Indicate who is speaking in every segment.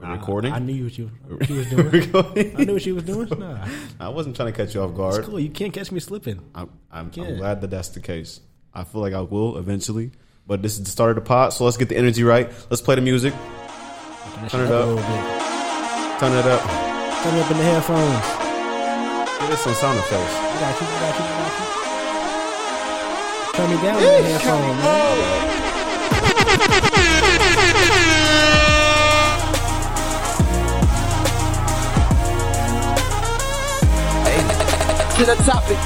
Speaker 1: recording.
Speaker 2: I, knew what you she was doing. I knew what she was doing. Nah,
Speaker 1: I wasn't trying to catch you off
Speaker 2: it's
Speaker 1: guard.
Speaker 2: cool. You can't catch me slipping.
Speaker 1: I'm, I'm,
Speaker 2: Yeah.
Speaker 1: I'm glad that that's the case. I feel like I will eventually, but this is the start of the pot. So let's get the energy right. Let's play the music. Turn it
Speaker 2: A
Speaker 1: up.
Speaker 2: little bit.
Speaker 1: Turn it up.
Speaker 2: Turn it up in the headphones.
Speaker 1: Give us some sound effects.
Speaker 2: I got you. I got you. I got you. Turn me down in the headphones, man.
Speaker 3: to the topic.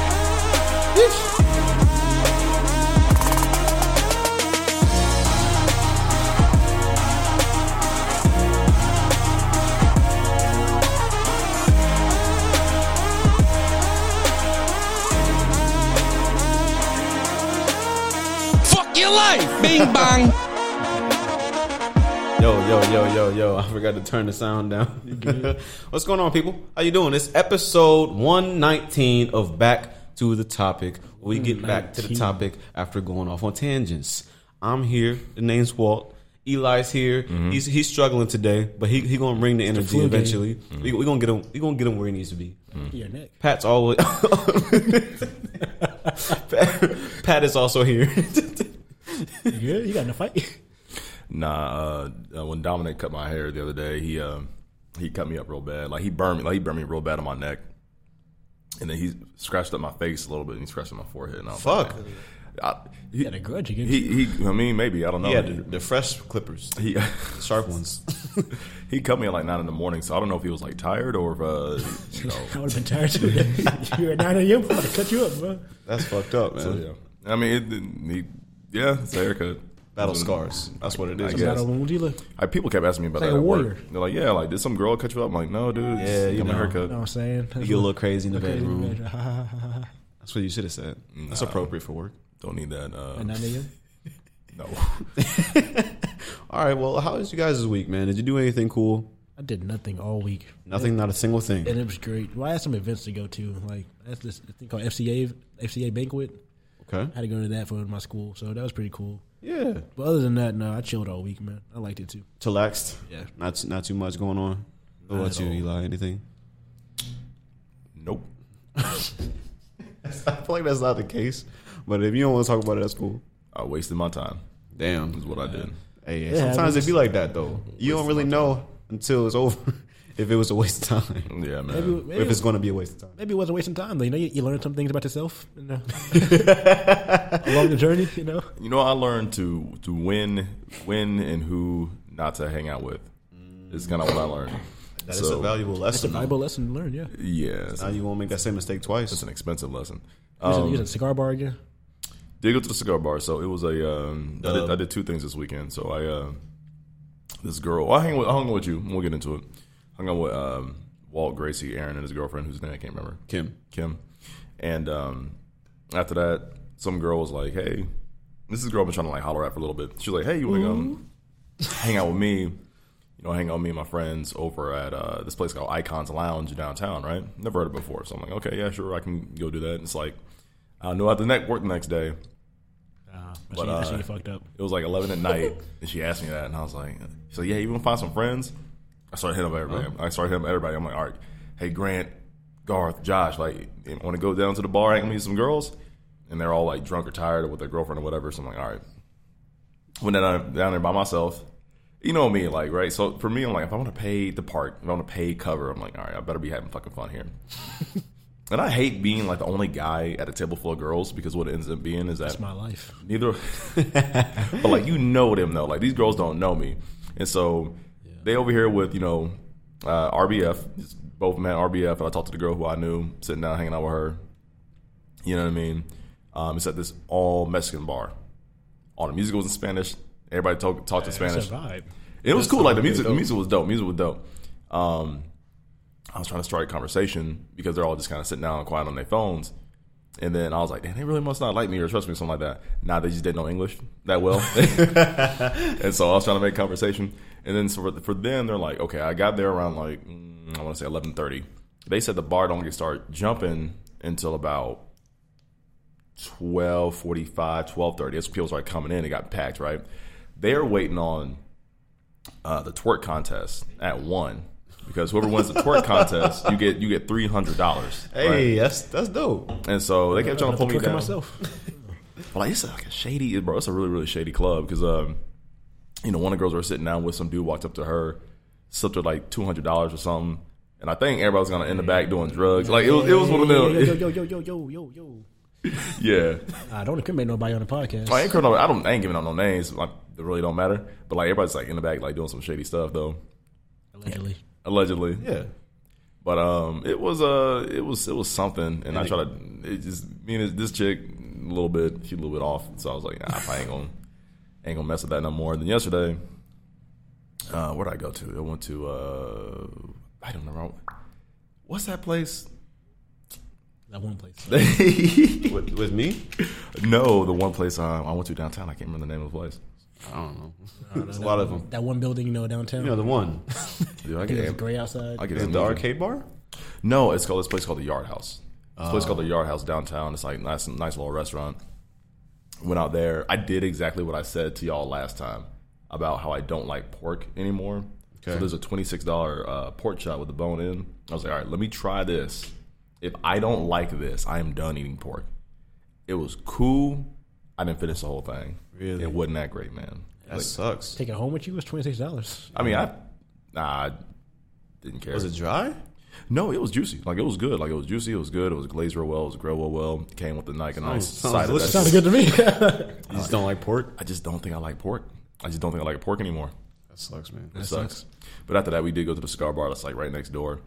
Speaker 4: Fuck your life. Bing bang.
Speaker 1: Yo, yo, yo, yo, yo! I forgot to turn the sound down. What's going on, people? How you doing? It's episode one nineteen of Back to the Topic. We get back to the
Speaker 2: 119.
Speaker 1: topic after going off on tangents. I'm here. The name's Walt. Eli's here. He's he's struggling today, but he he gonna bring the energy
Speaker 2: Mm-hmm. flu game. Mm-hmm.
Speaker 1: eventually. We, we gonna get him. We gonna get him where he needs to be.
Speaker 2: Your neck.
Speaker 1: Pat's always. Pat, Pat is also here.
Speaker 2: You good? You got in a fight?
Speaker 5: Nah, uh, uh, when Dominic cut my hair the other day, he uh, he cut me up real bad. Like he burned me, like he burned me real bad on my neck, and then he scratched up my face a little bit, and he scratched up my forehead. And I was
Speaker 1: Fuck.
Speaker 5: like, man, I, he,
Speaker 2: got a grudge against you.
Speaker 5: he, he, I mean, maybe I don't know.
Speaker 1: Yeah, the, the fresh clippers,
Speaker 5: he
Speaker 1: sharp ones.
Speaker 5: he cut me at like nine in the morning, so I don't know if he was like tired or if uh, you know.
Speaker 2: I would have been tired too. you were down in your to cut you up, bro.
Speaker 1: That's fucked up, man.
Speaker 5: so, uh, yeah. I mean, it, didn't- he, yeah, it's a haircut.
Speaker 1: Battle
Speaker 5: Mm.
Speaker 1: scars. That's what it
Speaker 5: I
Speaker 1: is.
Speaker 5: guess.
Speaker 2: Not a wound dealer.
Speaker 5: Like, people kept asking me about
Speaker 2: It's like
Speaker 5: that
Speaker 2: a
Speaker 5: at
Speaker 2: warrior.
Speaker 5: work. They're like, "Yeah, like did some girl cut you up?" I'm like, "No, dude,
Speaker 1: Yeah,
Speaker 5: yeah,
Speaker 1: you
Speaker 5: you got my
Speaker 1: know.
Speaker 5: haircut."
Speaker 2: You know what I'm saying?
Speaker 1: You get a little crazy in the bedroom.
Speaker 2: bedroom.
Speaker 1: That's what you should have said. That's
Speaker 5: Nah.
Speaker 1: appropriate for work.
Speaker 5: Don't need that. Uh,
Speaker 2: And I knew you.
Speaker 5: no.
Speaker 1: All right. Well, how is you guys this week, man? Did you do anything cool?
Speaker 2: I did nothing all week,
Speaker 1: Nothing. Not a single thing.
Speaker 2: and it was great. Well, I had some events to go to. Like that's this thing called FCA FCA banquet.
Speaker 1: Okay.
Speaker 2: I had to go to that for my school, so that was pretty cool.
Speaker 1: Yeah.
Speaker 2: But other than that, no, I chilled all week, man. I liked it too.
Speaker 1: Chillaxed.
Speaker 2: Yeah.
Speaker 1: Not not too much going on. What about
Speaker 5: at
Speaker 1: you,
Speaker 5: all.
Speaker 1: Eli? Anything?
Speaker 5: Nope.
Speaker 1: I feel like that's not the case. But if you don't want to talk about it, that's cool.
Speaker 5: I wasted my time.
Speaker 1: Damn.
Speaker 5: Is what I did.
Speaker 1: Hey,
Speaker 2: Yeah,
Speaker 1: sometimes
Speaker 2: I mean,
Speaker 1: it be like that though. You don't really know until it's over if it was a waste of time.
Speaker 5: Yeah, man.
Speaker 2: Maybe,
Speaker 1: Or if
Speaker 2: maybe,
Speaker 1: it's going to be a waste of time.
Speaker 2: maybe it wasn't wasting time. Though. You know, you, you learn some things about yourself you know? along the journey. You know,
Speaker 5: You know, I learned to to when, when, and who not to hang out with. It's kind of what I learned.
Speaker 1: That is a valuable
Speaker 2: it's a
Speaker 1: lesson.
Speaker 2: valuable lesson to learn. Yeah, you
Speaker 5: Yeah, it's,
Speaker 1: Now you won't make that same mistake twice.
Speaker 5: it's an expensive lesson.
Speaker 2: was, at-
Speaker 5: Um,
Speaker 2: you was at a cigar bar again.
Speaker 5: did go to the cigar bar. So it was a. Um, I, did,
Speaker 1: Uh,
Speaker 5: I did two things this weekend. So I, uh, this girl, I hang with, I hung with you. and We'll get into it. Hung out with um, Walt, Gracie, Aaron, and his girlfriend, whose name I can't remember.
Speaker 1: Kim.
Speaker 5: Kim. And um, after that, some girl was like, "Hey, this is a girl I've been trying to like holler at for a little bit." She's like, "Hey, you want to come hang out with me? You know, hang out with me and my friends over at uh, this place called Icons Lounge downtown, right? Never heard of it before, so I'm like, okay, yeah, sure, I can go do that." And it's like, I don't know, at the next work the next day,
Speaker 2: Uh,
Speaker 5: But,
Speaker 2: she,
Speaker 5: uh,
Speaker 2: she fucked up.
Speaker 5: it was like 11 at night, and she asked me that, and I was like, "She's like, yeah, you want to find some friends?" I started hitting up everybody. I started hitting up everybody. I'm like, "All right, hey Grant, Garth, Josh, like, want to go down to the bar and meet some girls?" And they're all like drunk or tired or with their girlfriend or whatever. So I'm like, "All right." Went down down there by myself. You know me, like right. So for me, I'm like, if I want to pay the park, if I want to pay cover, I'm like, all right, I better be having fucking fun here. and I hate being like the only guy at a table full of girls because what it ends up being is that
Speaker 2: It's my life.
Speaker 5: Neither, but like you know them though. Like these girls don't know me, and so they over here with you know uh, RBF. Just Both of them had RBF, and I talked to the girl who I knew, sitting down hanging out with her. You know what I mean? Um, it's at this all Mexican bar. All the music was in Spanish. Everybody talk, talked in Spanish.
Speaker 2: It's a vibe.
Speaker 5: It was cool. Like the music, the music was dope. Music was dope. Um, I was trying to start a conversation because they're all just kind of sitting down, quiet on their phones. And then I was like, "Damn, they really must not like me or trust me, or something like that." Nah, they just didn't know English that well, and so I was trying to make conversation. And then so for, for them, they're like, "Okay, I got there around like mm, I want to say eleven thirty. They said the bar don't get start jumping until about 12 45 12 30 as people started coming in it got packed right they're waiting on uh, the twerk contest at one because whoever wins the twerk contest, you get you get three hundred dollars.
Speaker 1: Hey, that's that's dope.
Speaker 5: And so they kept trying to pull me
Speaker 2: Twerking
Speaker 5: down.
Speaker 2: myself.
Speaker 5: But, like it's like a shady, bro. It's a really really shady club because um, you know, one of the girls were sitting down with some dude walked up to her, slipped her like two hundred dollars or something, and I think everybody was gonna end the back doing drugs. Like it was it was one of
Speaker 2: Yo, yo,
Speaker 5: them.
Speaker 2: yo, yo, yo, yo, yo, yo.
Speaker 5: yeah.
Speaker 2: I don't incriminate nobody on the podcast.
Speaker 5: I ain't giving out- I don't I ain't giving out no names. Like it really don't matter. But like everybody's like in the back like doing some shady stuff though,
Speaker 2: Allegedly.
Speaker 5: allegedly.
Speaker 1: Yeah.
Speaker 5: But um, it was uh, it was it was something, and I tried to. It just me and this chick a little bit, she a little bit off, so I was like, nah, I ain't gonna ain't gonna mess with that no more. Than yesterday, uh, where did I go to? I went to uh, I don't know. What's that place?
Speaker 2: That one place.
Speaker 1: With, with me,
Speaker 5: no, the one place um, I went to downtown. I can't remember the name of the place.
Speaker 1: I don't know. There's a lot of them.
Speaker 2: That one building, you know, downtown.
Speaker 1: You know the one.
Speaker 5: Dude, I
Speaker 2: I think it's
Speaker 5: get,
Speaker 2: gray outside.
Speaker 5: I get
Speaker 1: Is it the arcade bar?
Speaker 5: No, it's called this place called the Yard House. This place called the Yard House downtown. It's like nice, nice little restaurant. Went out there. I did exactly what I said to y'all last time about how I don't like pork anymore. So
Speaker 1: Okay.
Speaker 5: there's a twenty six dollar uh, pork chop with the bone in. I was like, all right, let me try this. If I don't like this, I am done eating pork. It was cool. I didn't finish the whole thing.
Speaker 1: Really?
Speaker 5: it wasn't that great, man.
Speaker 1: That sucks.
Speaker 2: Take it home with you. It's twenty six dollars.
Speaker 5: I mean, I nah, I didn't care.
Speaker 1: Was it dry?
Speaker 5: No, it was juicy. Like it was good. Like it was juicy. It was good. It was glazed real well. It was grilled real well. It came with the like a nice
Speaker 1: Sounds- sounds
Speaker 5: side of
Speaker 1: delicious.
Speaker 5: that.
Speaker 2: Sounded good to me.
Speaker 1: You just don't like pork.
Speaker 5: I just don't think I like pork. I just don't think I like pork anymore.
Speaker 1: That sucks, man.
Speaker 5: It sucks. But after that, we did go to the cigar bar. That's like right next door.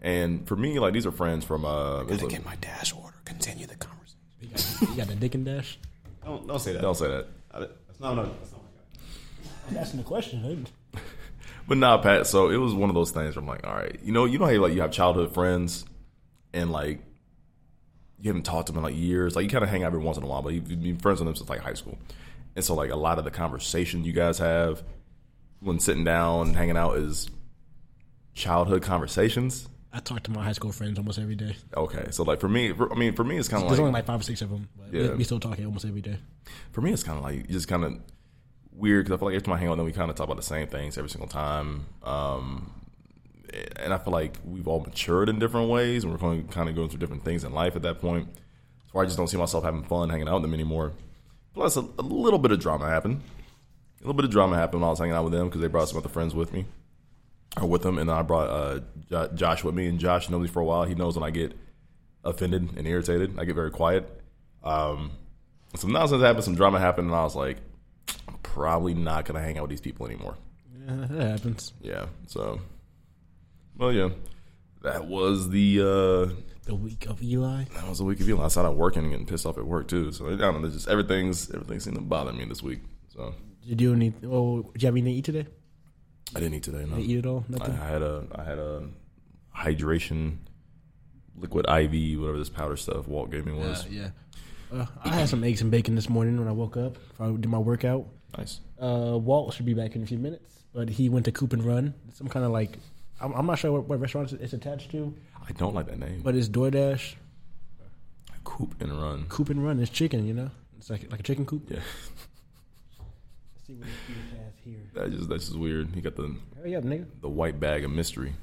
Speaker 5: And for me, like these are friends from. uh it was a-
Speaker 1: my dash order. Continue the conversation.
Speaker 2: you got the dick and dash.
Speaker 1: Don't don't say that.
Speaker 5: Don't say that.
Speaker 1: I- That's not what I- that's not what I got.
Speaker 2: I'm asking the question. ain't it?
Speaker 5: But nah, Pat. So it was one of those things. Where I'm like, all right, you know, you know how you, like you have childhood friends, and like you haven't talked to them in like years. Like you kind of hang out every once in a while, but you've you've been friends with them since like high school. And so like a lot of the conversation you guys have when sitting down and hanging out is childhood conversations.
Speaker 2: I talk to my high school friends almost every day.
Speaker 5: Okay, so like for me, for, I mean, for me, it's kind of
Speaker 2: There's
Speaker 5: like
Speaker 2: only like five or six of them. But we-
Speaker 5: Yeah.
Speaker 2: we, still talking almost every day.
Speaker 5: for me, it's kind of like just kind of weird because I feel like every time I hang out, with them, we kind of talk about the same things every single time. Um, and I feel like we've all matured in different ways, and we're going kind of going through different things in life at that point. So I just don't see myself having fun hanging out with them anymore. Plus, a, a little bit of drama happened. A little bit of drama happened when I was hanging out with them because they brought some other friends with me, or with them, and I brought uh, Jo- Josh with me. And Josh knows me for a while. He knows when I get offended and irritated. I get very quiet. Um, some nonsense happened, some drama happened, and I was like, I'm probably not gonna hang out with these people anymore.
Speaker 2: Yeah, that happens.
Speaker 5: Yeah. So, well, yeah, that was the uh,
Speaker 2: The week of Eli.
Speaker 5: that was the week of you. I started working and getting pissed off at work too. So I don't know. there's Just everything's everything seemed to bother me this week. So
Speaker 2: Did you do any? Oh, did you have anything to eat today?
Speaker 5: I didn't eat today. No,
Speaker 2: Eat at all?
Speaker 5: I, I
Speaker 2: Nothing.
Speaker 5: had a I had a hydration liquid IV, whatever this powder stuff Walt gave me was
Speaker 2: yeah. Uh, I had some eggs and bacon this morning when I woke up. I did my workout.
Speaker 5: nice.
Speaker 2: Uh, Walt should be back in a few minutes, but he went to Coop and Run. Some kind of like, I'm, I'm not sure what, what restaurant it's attached to,
Speaker 5: I don't like that name.
Speaker 2: but it's DoorDash.
Speaker 5: Coop and run.
Speaker 2: Coop and Run is chicken, you know? It's like like a chicken coop.
Speaker 5: Yeah,
Speaker 2: Let's see what he has here.
Speaker 5: that just that's just weird. He got the
Speaker 2: Hurry up, nigga.
Speaker 5: the white bag of mystery.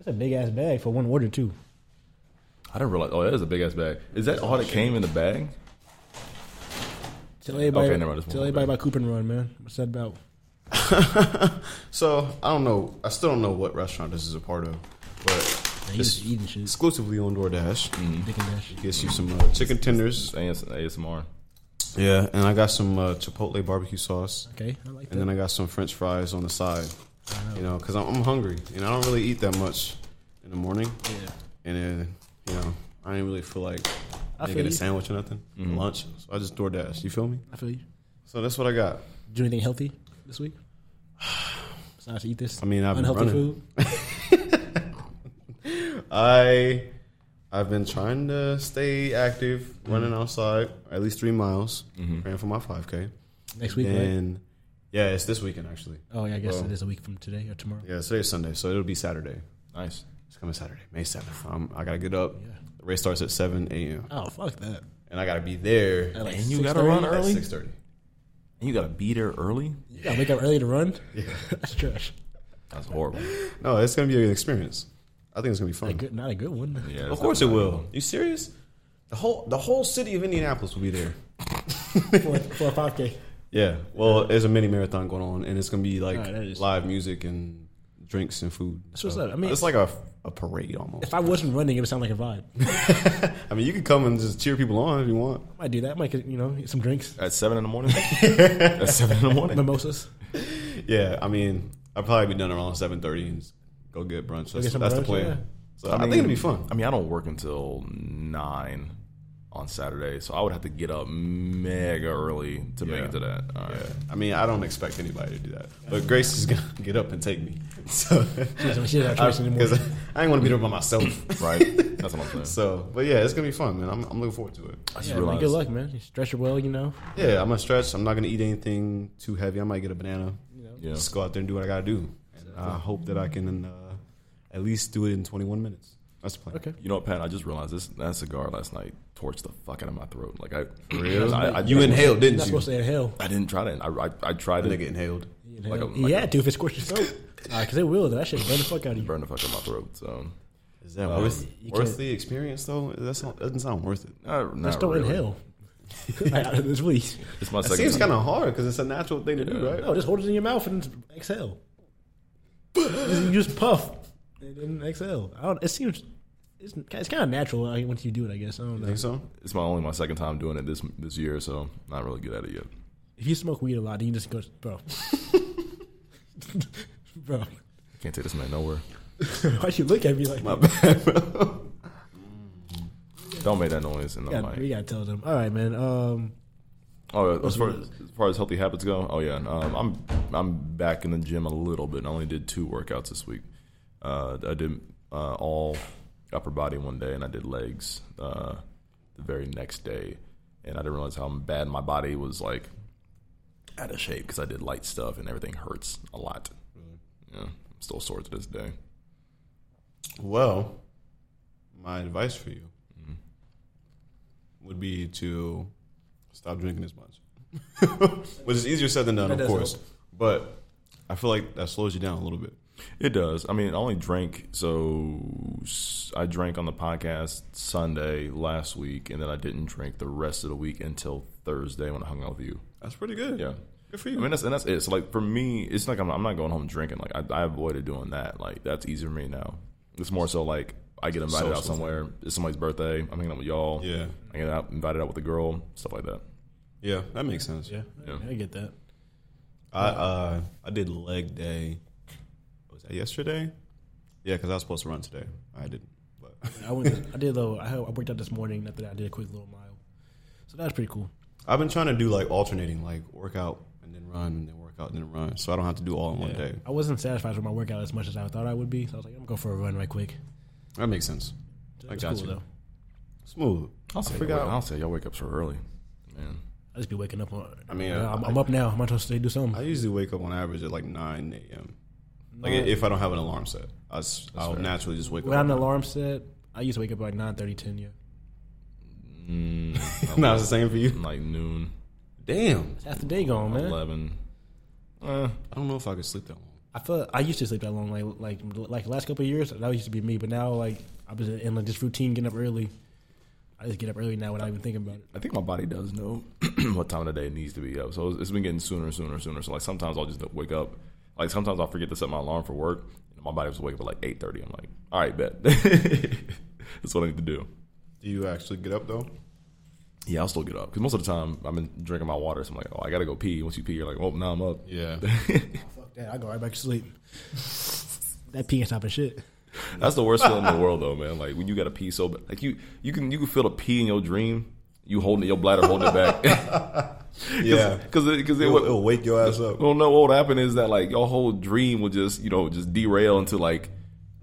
Speaker 2: That's a big ass bag for one order, too.
Speaker 5: I didn't realize. Oh, that is a big ass bag. Is that all that came in the bag?
Speaker 2: Tell everybody,
Speaker 5: Okay, never mind, it's
Speaker 2: tell
Speaker 5: one
Speaker 2: everybody
Speaker 5: order.
Speaker 2: about Coop and Run, man. What's that about?
Speaker 1: So I don't know. I still don't know what restaurant this is a part of, but
Speaker 2: Man, you just eating shit.
Speaker 1: exclusively on DoorDash.
Speaker 2: Dick and dash.
Speaker 1: Gets you some uh, chicken tenders.
Speaker 5: AS, ASMR.
Speaker 1: Yeah, and I got some uh, chipotle barbecue sauce.
Speaker 2: Okay, I like
Speaker 1: and
Speaker 2: that.
Speaker 1: then I got some French fries on the side. You know, because I'm, I'm hungry, and I don't really eat that much in the morning.
Speaker 2: Yeah.
Speaker 1: And then, you know, I didn't really feel like
Speaker 2: I
Speaker 1: making a
Speaker 2: feel you. Mm-hmm.
Speaker 1: sandwich or nothing for lunch. So I just DoorDash. You feel me?
Speaker 2: I feel you.
Speaker 1: So that's what I got.
Speaker 2: Do anything healthy this week? Besides eat this?
Speaker 1: I mean, I've been
Speaker 2: unhealthy
Speaker 1: running.
Speaker 2: food.
Speaker 1: I I've been trying to stay active,
Speaker 2: Mm-hmm.
Speaker 1: running outside at least three miles. Ran for my 5K.
Speaker 2: Next week, right?
Speaker 1: And yeah, it's this weekend actually.
Speaker 2: Oh yeah, I guess
Speaker 1: Well-
Speaker 2: it is a week from today or tomorrow.
Speaker 1: Yeah, today's Sunday, so it'll be Saturday.
Speaker 5: Nice.
Speaker 1: It's coming Saturday, May 7th. Um, I gotta get up. The race starts at 7 a.m.
Speaker 2: Oh fuck that!
Speaker 1: and I gotta be there
Speaker 2: At like
Speaker 5: And you gotta
Speaker 2: 6:30?
Speaker 5: run early?
Speaker 1: at six thirty.
Speaker 5: and you got to be there early.
Speaker 2: You gotta wake up early to run. That's trash.
Speaker 5: That's horrible.
Speaker 1: No, it's gonna be an experience. I think it's gonna be fun.
Speaker 2: Not a good, not a good one.
Speaker 5: Yeah,
Speaker 1: Of course it will. You serious? The whole the whole city of Indianapolis will be there.
Speaker 2: For, for a 5K.
Speaker 1: Yeah. Well, there's a mini marathon going on, and it's gonna be like
Speaker 2: Alright, that is-
Speaker 1: live music and drinks and food. That's
Speaker 2: what's up. I mean-
Speaker 1: it's like a, a parade almost.
Speaker 2: If I wasn't running, it would sound like a vibe. I
Speaker 1: I mean, you can come and just cheer people on if you want.
Speaker 2: might do that. I might get, you know, get some drinks,
Speaker 5: At seven in the morning. At seven in the morning.
Speaker 2: mimosas.
Speaker 1: Yeah. I mean, I'll probably be done around seven thirty and just go get brunch. That's,
Speaker 2: some
Speaker 1: that's the
Speaker 2: brunch,
Speaker 1: plan.
Speaker 2: yeah.
Speaker 1: So I, think it'll be fun.
Speaker 5: I mean, I don't work until nine on Saturday, so I would have to get up mega early to make
Speaker 1: Yeah.
Speaker 5: it to that. All right.
Speaker 1: I mean, I don't expect anybody to do that, but Grace is gonna get up and take me. So
Speaker 2: I mean, she doesn't have a choice anymore.
Speaker 1: because I ain't want to be there by myself.
Speaker 5: Right? That's what I'm saying.
Speaker 1: So, but yeah, it's gonna be fun, man. I'm, I'm looking forward to it.
Speaker 5: I just
Speaker 2: Yeah, man,
Speaker 5: realized
Speaker 2: good luck, man. You stretch it well, you know.
Speaker 1: Yeah, I'm gonna stretch. I'm not gonna eat anything too heavy. I might get a banana.
Speaker 5: Yeah.
Speaker 1: Just go out there and do what I gotta do. And I hope that I can uh, at least do it in 21 minutes. That's the plan.
Speaker 2: Okay.
Speaker 5: You know what, Pat? I just realized this that cigar last night torched the fuck out of my throat. Like I,
Speaker 1: Really?
Speaker 5: I, I,
Speaker 1: you inhaled,
Speaker 2: You're
Speaker 1: didn't
Speaker 2: not
Speaker 1: you?
Speaker 2: supposed to inhale.
Speaker 5: I didn't try it. I, I, I tried
Speaker 1: Nigga
Speaker 5: it.
Speaker 1: inhaled.
Speaker 2: Like
Speaker 5: a-
Speaker 2: he
Speaker 5: like
Speaker 2: had to if it scorched your throat. Because it will. That shit burn the fuck out of you.
Speaker 5: Burn the fuck out of my throat. So
Speaker 1: Is that
Speaker 5: Um,
Speaker 1: worth,
Speaker 2: you
Speaker 1: worth
Speaker 2: can't-
Speaker 1: the experience though? That's not, doesn't sound worth it.
Speaker 5: uh, not, not
Speaker 2: Just don't
Speaker 5: really.
Speaker 2: inhale. like, it's really.
Speaker 5: It's my
Speaker 1: It
Speaker 5: second.
Speaker 1: seems
Speaker 5: time.
Speaker 1: kind of hard because it's a natural thing to do, right?
Speaker 2: No, just hold it in your mouth and exhale. just, you just puff and then exhale. I don't. It seems. It's, it's kind of natural like, once you do it, I guess. I don't know.
Speaker 1: Think so?
Speaker 5: It's my only my second time doing it this this year, so not really good at it yet.
Speaker 2: If you smoke weed a lot, then you just go, bro. bro,
Speaker 5: Can't take this man nowhere.
Speaker 2: why'd you look at me like
Speaker 1: My bad,
Speaker 2: that?
Speaker 1: bro.
Speaker 5: Don't make that noise in the
Speaker 2: Yeah, we
Speaker 5: mic.
Speaker 2: gotta tell them. All right, man. Um,
Speaker 5: Oh, yeah, as far as, as far as healthy habits go, oh yeah, um, I'm I'm back in the gym a little bit. I only did two workouts this week. Uh, I did uh, all upper body one day, and I did legs uh, the very next day. And I didn't realize how bad my body was like out of shape because I did light stuff, and everything hurts a lot. Yeah, I'm still sore to this day.
Speaker 1: Well, my advice for you would be to stop drinking as much, which is easier said than done,
Speaker 2: That
Speaker 1: of
Speaker 2: does
Speaker 1: course.
Speaker 2: help.
Speaker 1: But I feel like that slows you down a little bit.
Speaker 5: It does. I mean, I only drank so s- I drank on the podcast Sunday last week, and then I didn't drink the rest of the week until Thursday when I hung out with you.
Speaker 1: That's pretty good.
Speaker 5: Yeah,
Speaker 1: good for
Speaker 5: I
Speaker 1: you.
Speaker 5: mean, that's and that's it. So like for me, it's like I'm not, I'm not going home drinking. Like I, I avoided doing that. Like that's easy for me now. It's more so like I get invited out
Speaker 1: Social
Speaker 5: somewhere. It's somebody's birthday. I'm hanging out with y'all.
Speaker 1: yeah,
Speaker 5: I get out invited out with a girl. Stuff like that.
Speaker 1: yeah, that makes sense.
Speaker 2: yeah,
Speaker 5: Yeah.
Speaker 2: I get that.
Speaker 1: I uh, I did leg day. Was that yesterday? Yeah, because I was supposed to run today. I didn't. But
Speaker 2: I went. I did though. I, had- I worked out this morning. After that, I did a quick little mile. So that was pretty cool.
Speaker 1: I've been trying to do like alternating, like workout and then run and then workout and then run, so I don't have to do all in one day.
Speaker 2: I wasn't satisfied with my workout as much as I thought I would be. So I was like, I'm gonna go for a run right quick.
Speaker 1: That makes sense. I
Speaker 2: It's
Speaker 1: got
Speaker 2: cool
Speaker 1: you.
Speaker 2: though.
Speaker 1: Smooth.
Speaker 5: I'll say, y'all, I'll say y'all wake up so early, man.
Speaker 2: I just be waking up. On,
Speaker 1: I mean,
Speaker 2: Yeah, I'm,
Speaker 1: I-
Speaker 2: I'm up now. I'm not supposed to do something.
Speaker 1: I usually wake up on average at like nine a.m. Like if I don't have an alarm set, I will naturally just wake
Speaker 2: Without
Speaker 1: up.
Speaker 2: an alarm set, I used to wake up at like 9, 10, yeah.
Speaker 1: no, it's the same for you.
Speaker 5: Like noon,
Speaker 1: Damn,
Speaker 2: That's the day gone, man.
Speaker 5: eleven.
Speaker 1: I don't know if I could sleep that long.
Speaker 2: I feel I used to sleep that long, like like like the last couple of years. That used to be me, but now like I was in like this routine, getting up early. I just get up early now without even thinking about it.
Speaker 5: I think my body does know what time of the day it needs to be up. So it's- it's been getting sooner and sooner and sooner. So like sometimes I'll just wake up. Like sometimes I'll forget to set my alarm for work. And my body was wake up at like eight thirty. I'm like, all right, bet. That's what I need to do.
Speaker 1: Do you actually get up though?
Speaker 5: Yeah, I'll still get up because most of the time I've been drinking my water. So I'm like, oh, I gotta go pee. Once you pee, you're like, oh, now I'm up.
Speaker 1: Yeah.
Speaker 2: Fuck that! I go right back to sleep. that peeing type of shit.
Speaker 5: That's the worst feeling in the world, though, man. Like when you gotta pee so bad, like you you can you can feel a pee in your dream. You holding it, your bladder holding it back
Speaker 1: yeah.
Speaker 5: because because it,
Speaker 1: It'll,
Speaker 5: would.
Speaker 1: it'll wake your ass up.
Speaker 5: Well, no, what would happen is that like your whole dream would just you know just derail into like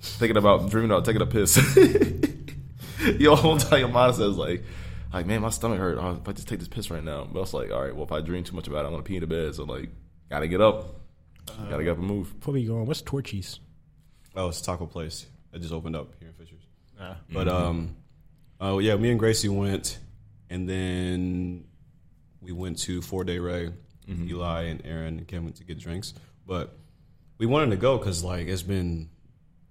Speaker 5: thinking about dreaming about taking a piss. your whole entire mindset is like, like man, my stomach hurt. Oh, if I just take this piss right now, but it's like, all right, well, if I dream too much about it, I'm gonna pee in the bed. So like, gotta get up, gotta get up and move.
Speaker 2: Before we go on, what's Torchies?
Speaker 1: Oh, it's a taco place. It just opened up here in Fishers.
Speaker 5: Ah.
Speaker 1: But
Speaker 5: Mm-hmm.
Speaker 1: um, oh yeah, me and Gracie went, and then we went to Four Day Ray,
Speaker 5: Mm-hmm.
Speaker 1: Eli and Aaron and Kim went to get drinks, but we wanted to go because like it's been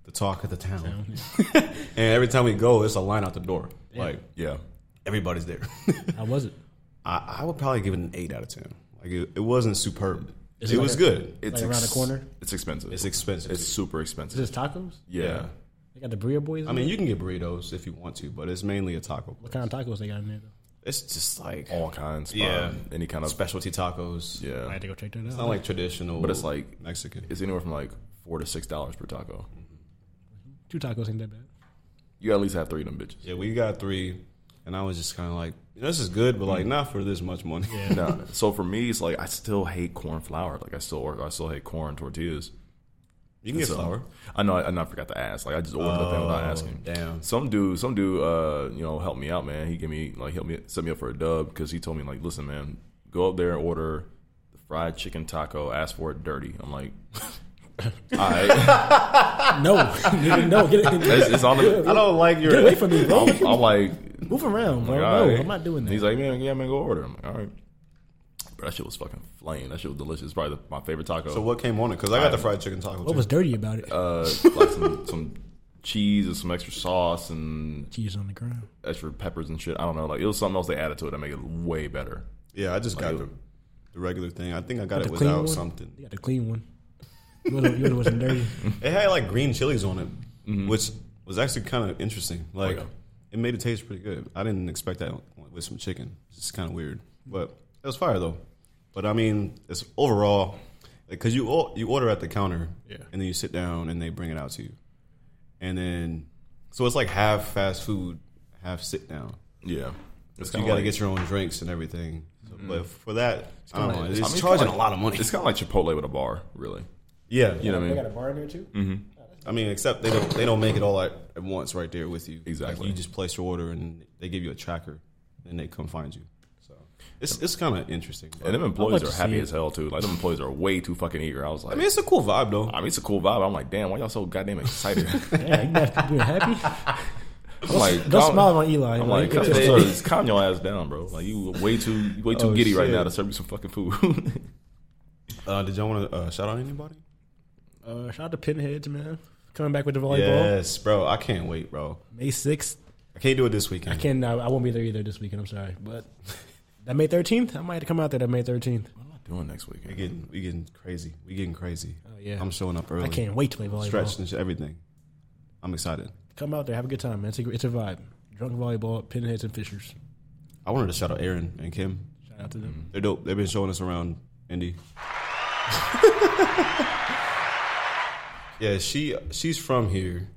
Speaker 1: the talk of the town, and every time we go, it's a line out the door. Like
Speaker 5: Yeah.
Speaker 1: everybody's there.
Speaker 2: How was it?
Speaker 1: I, I would probably give it an eight out of ten. Like it, it wasn't superb.
Speaker 2: Is
Speaker 1: it
Speaker 2: it
Speaker 1: was
Speaker 2: like
Speaker 1: good. It,
Speaker 5: It's
Speaker 2: Like around the corner?
Speaker 5: It's expensive.
Speaker 1: it's expensive.
Speaker 5: It's super
Speaker 2: Is
Speaker 5: expensive.
Speaker 2: this tacos?
Speaker 5: Yeah.
Speaker 2: They got the burrito boys.
Speaker 1: I mean, you can get burritos if you want to, but it's mainly a taco.
Speaker 2: what kind of tacos they got in there? Though?
Speaker 1: It's just like
Speaker 5: All kinds.
Speaker 1: Yeah.
Speaker 5: Yeah. Any kind of.
Speaker 1: specialty tacos.
Speaker 5: Yeah.
Speaker 2: I had to go check that out.
Speaker 1: It's not like traditional,
Speaker 5: But it's like-
Speaker 1: Mexican.
Speaker 5: It's anywhere from like four to six dollars per taco.
Speaker 2: Two tacos ain't that bad.
Speaker 5: You at least have three of them bitches.
Speaker 1: Yeah, we got three, and I was just kind of like, you know, this is good, but like
Speaker 5: Mm.
Speaker 1: not for this much money. Yeah,
Speaker 5: no. So for me, it's like I still hate corn flour. Like I still work. I still hate corn tortillas.
Speaker 1: you can get
Speaker 5: So-
Speaker 1: flour.
Speaker 5: I know. I, I know I forgot to ask. Like I just ordered the thing without asking.
Speaker 1: Oh, damn.
Speaker 5: Some dude. Some dude. Uh, you know, helped me out, man. He gave me like helped me set me up for a dub because he told me like, listen, man, go up there and order the fried chicken taco. Ask for it dirty. I'm like. All right,
Speaker 2: No, Nigga, no, get it.
Speaker 5: it's, it's on
Speaker 1: I
Speaker 5: the.
Speaker 1: don't like your.
Speaker 2: Get away from me, bro.
Speaker 5: I'm, I'm like,
Speaker 2: Move around, bro.
Speaker 5: all
Speaker 2: no,
Speaker 5: right.
Speaker 2: I'm not doing that.
Speaker 5: He's like, man, yeah, man, go order. I'm like, all right. But that shit was fucking flame. That shit was delicious. Probably the, my favorite taco.
Speaker 1: so what came on it? Because I got the fried chicken taco.
Speaker 2: what was dirty about it?
Speaker 5: uh, like some, some cheese and some extra sauce and
Speaker 2: Cheese on the ground.
Speaker 5: extra peppers and shit. I don't know. Like it was something else they added to it that made it way better.
Speaker 1: Yeah, I just got
Speaker 5: Like-
Speaker 1: the, the regular thing. I think I got
Speaker 2: The
Speaker 1: it
Speaker 2: clean
Speaker 1: without
Speaker 2: one?
Speaker 1: something.
Speaker 2: They got the clean one. You wanna you wanna know what's dirty?
Speaker 5: Mm-hmm.
Speaker 1: It had like green chilies on it, which was actually kind of interesting. Like
Speaker 5: Oh, yeah.
Speaker 1: it made it taste pretty good. I didn't expect that with some chicken. It's kind of weird, but it was fire though. But I mean, it's overall because you o- you order at the counter,
Speaker 5: Yeah.
Speaker 1: and then you sit down and they bring it out to you, and then so it's like half fast food, half sit down.
Speaker 5: Yeah, it's
Speaker 1: So you got to get your own drinks and everything. So, But for that, I don't know. It's,
Speaker 5: I mean,
Speaker 1: charging
Speaker 5: Mm-hmm. kinda
Speaker 1: a lot of money.
Speaker 5: It's kind of like Chipotle with a bar, really.
Speaker 1: Yeah,
Speaker 5: You know what I mean?
Speaker 2: a bar in there too.
Speaker 5: Mm-hmm.
Speaker 1: I mean, except they don't they don't make it all at, at once right there with you.
Speaker 5: Exactly.
Speaker 1: Like, you just place your order and they give you a tracker, and they come find you. So it's it's kind of interesting. but-
Speaker 5: And them employees
Speaker 2: I'd
Speaker 5: are
Speaker 2: like to
Speaker 5: happy
Speaker 2: see
Speaker 5: as hell too. Like them employees are way too fucking eager. I was like,
Speaker 1: I mean, it's a cool vibe though.
Speaker 5: it's a cool vibe. I'm like, damn, why y'all so goddamn excited?
Speaker 2: Yeah, you have to be happy.
Speaker 5: I'm like,
Speaker 2: Don't
Speaker 5: y'all-
Speaker 2: smile on Eli.
Speaker 5: I'm
Speaker 2: bro.
Speaker 5: like,
Speaker 2: You
Speaker 5: customer service, calm your ass down, bro. Like you way too, you way too
Speaker 1: Oh,
Speaker 5: giddy right
Speaker 1: shit.
Speaker 5: now to serve you some fucking food.
Speaker 1: Uh, did y'all want to uh, shout out anybody?
Speaker 2: could- uh, shout out to Pinheads, man. Coming back with the volleyball.
Speaker 1: Yes, bro. I can't wait, bro.
Speaker 2: May sixth.
Speaker 1: I can't do it this weekend.
Speaker 2: I can uh, I won't be there either this weekend, I'm sorry. But that May thirteenth? I might have to come out there that May thirteenth.
Speaker 5: what am I doing next
Speaker 1: We
Speaker 5: weekend?
Speaker 1: getting we getting crazy. We getting crazy. Oh
Speaker 2: yeah.
Speaker 1: I'm showing up early.
Speaker 2: I can't wait to play volleyball.
Speaker 1: stretch and shit, everything. I'm excited.
Speaker 2: Come out there, have a good time, man. It's a, it's a vibe. Drunk volleyball, pinheads and fishers.
Speaker 1: I wanted to shout out Aaron and Kim.
Speaker 2: Shout out to them.
Speaker 1: They're dope. They've been showing us around Indy. yeah, she she's from here,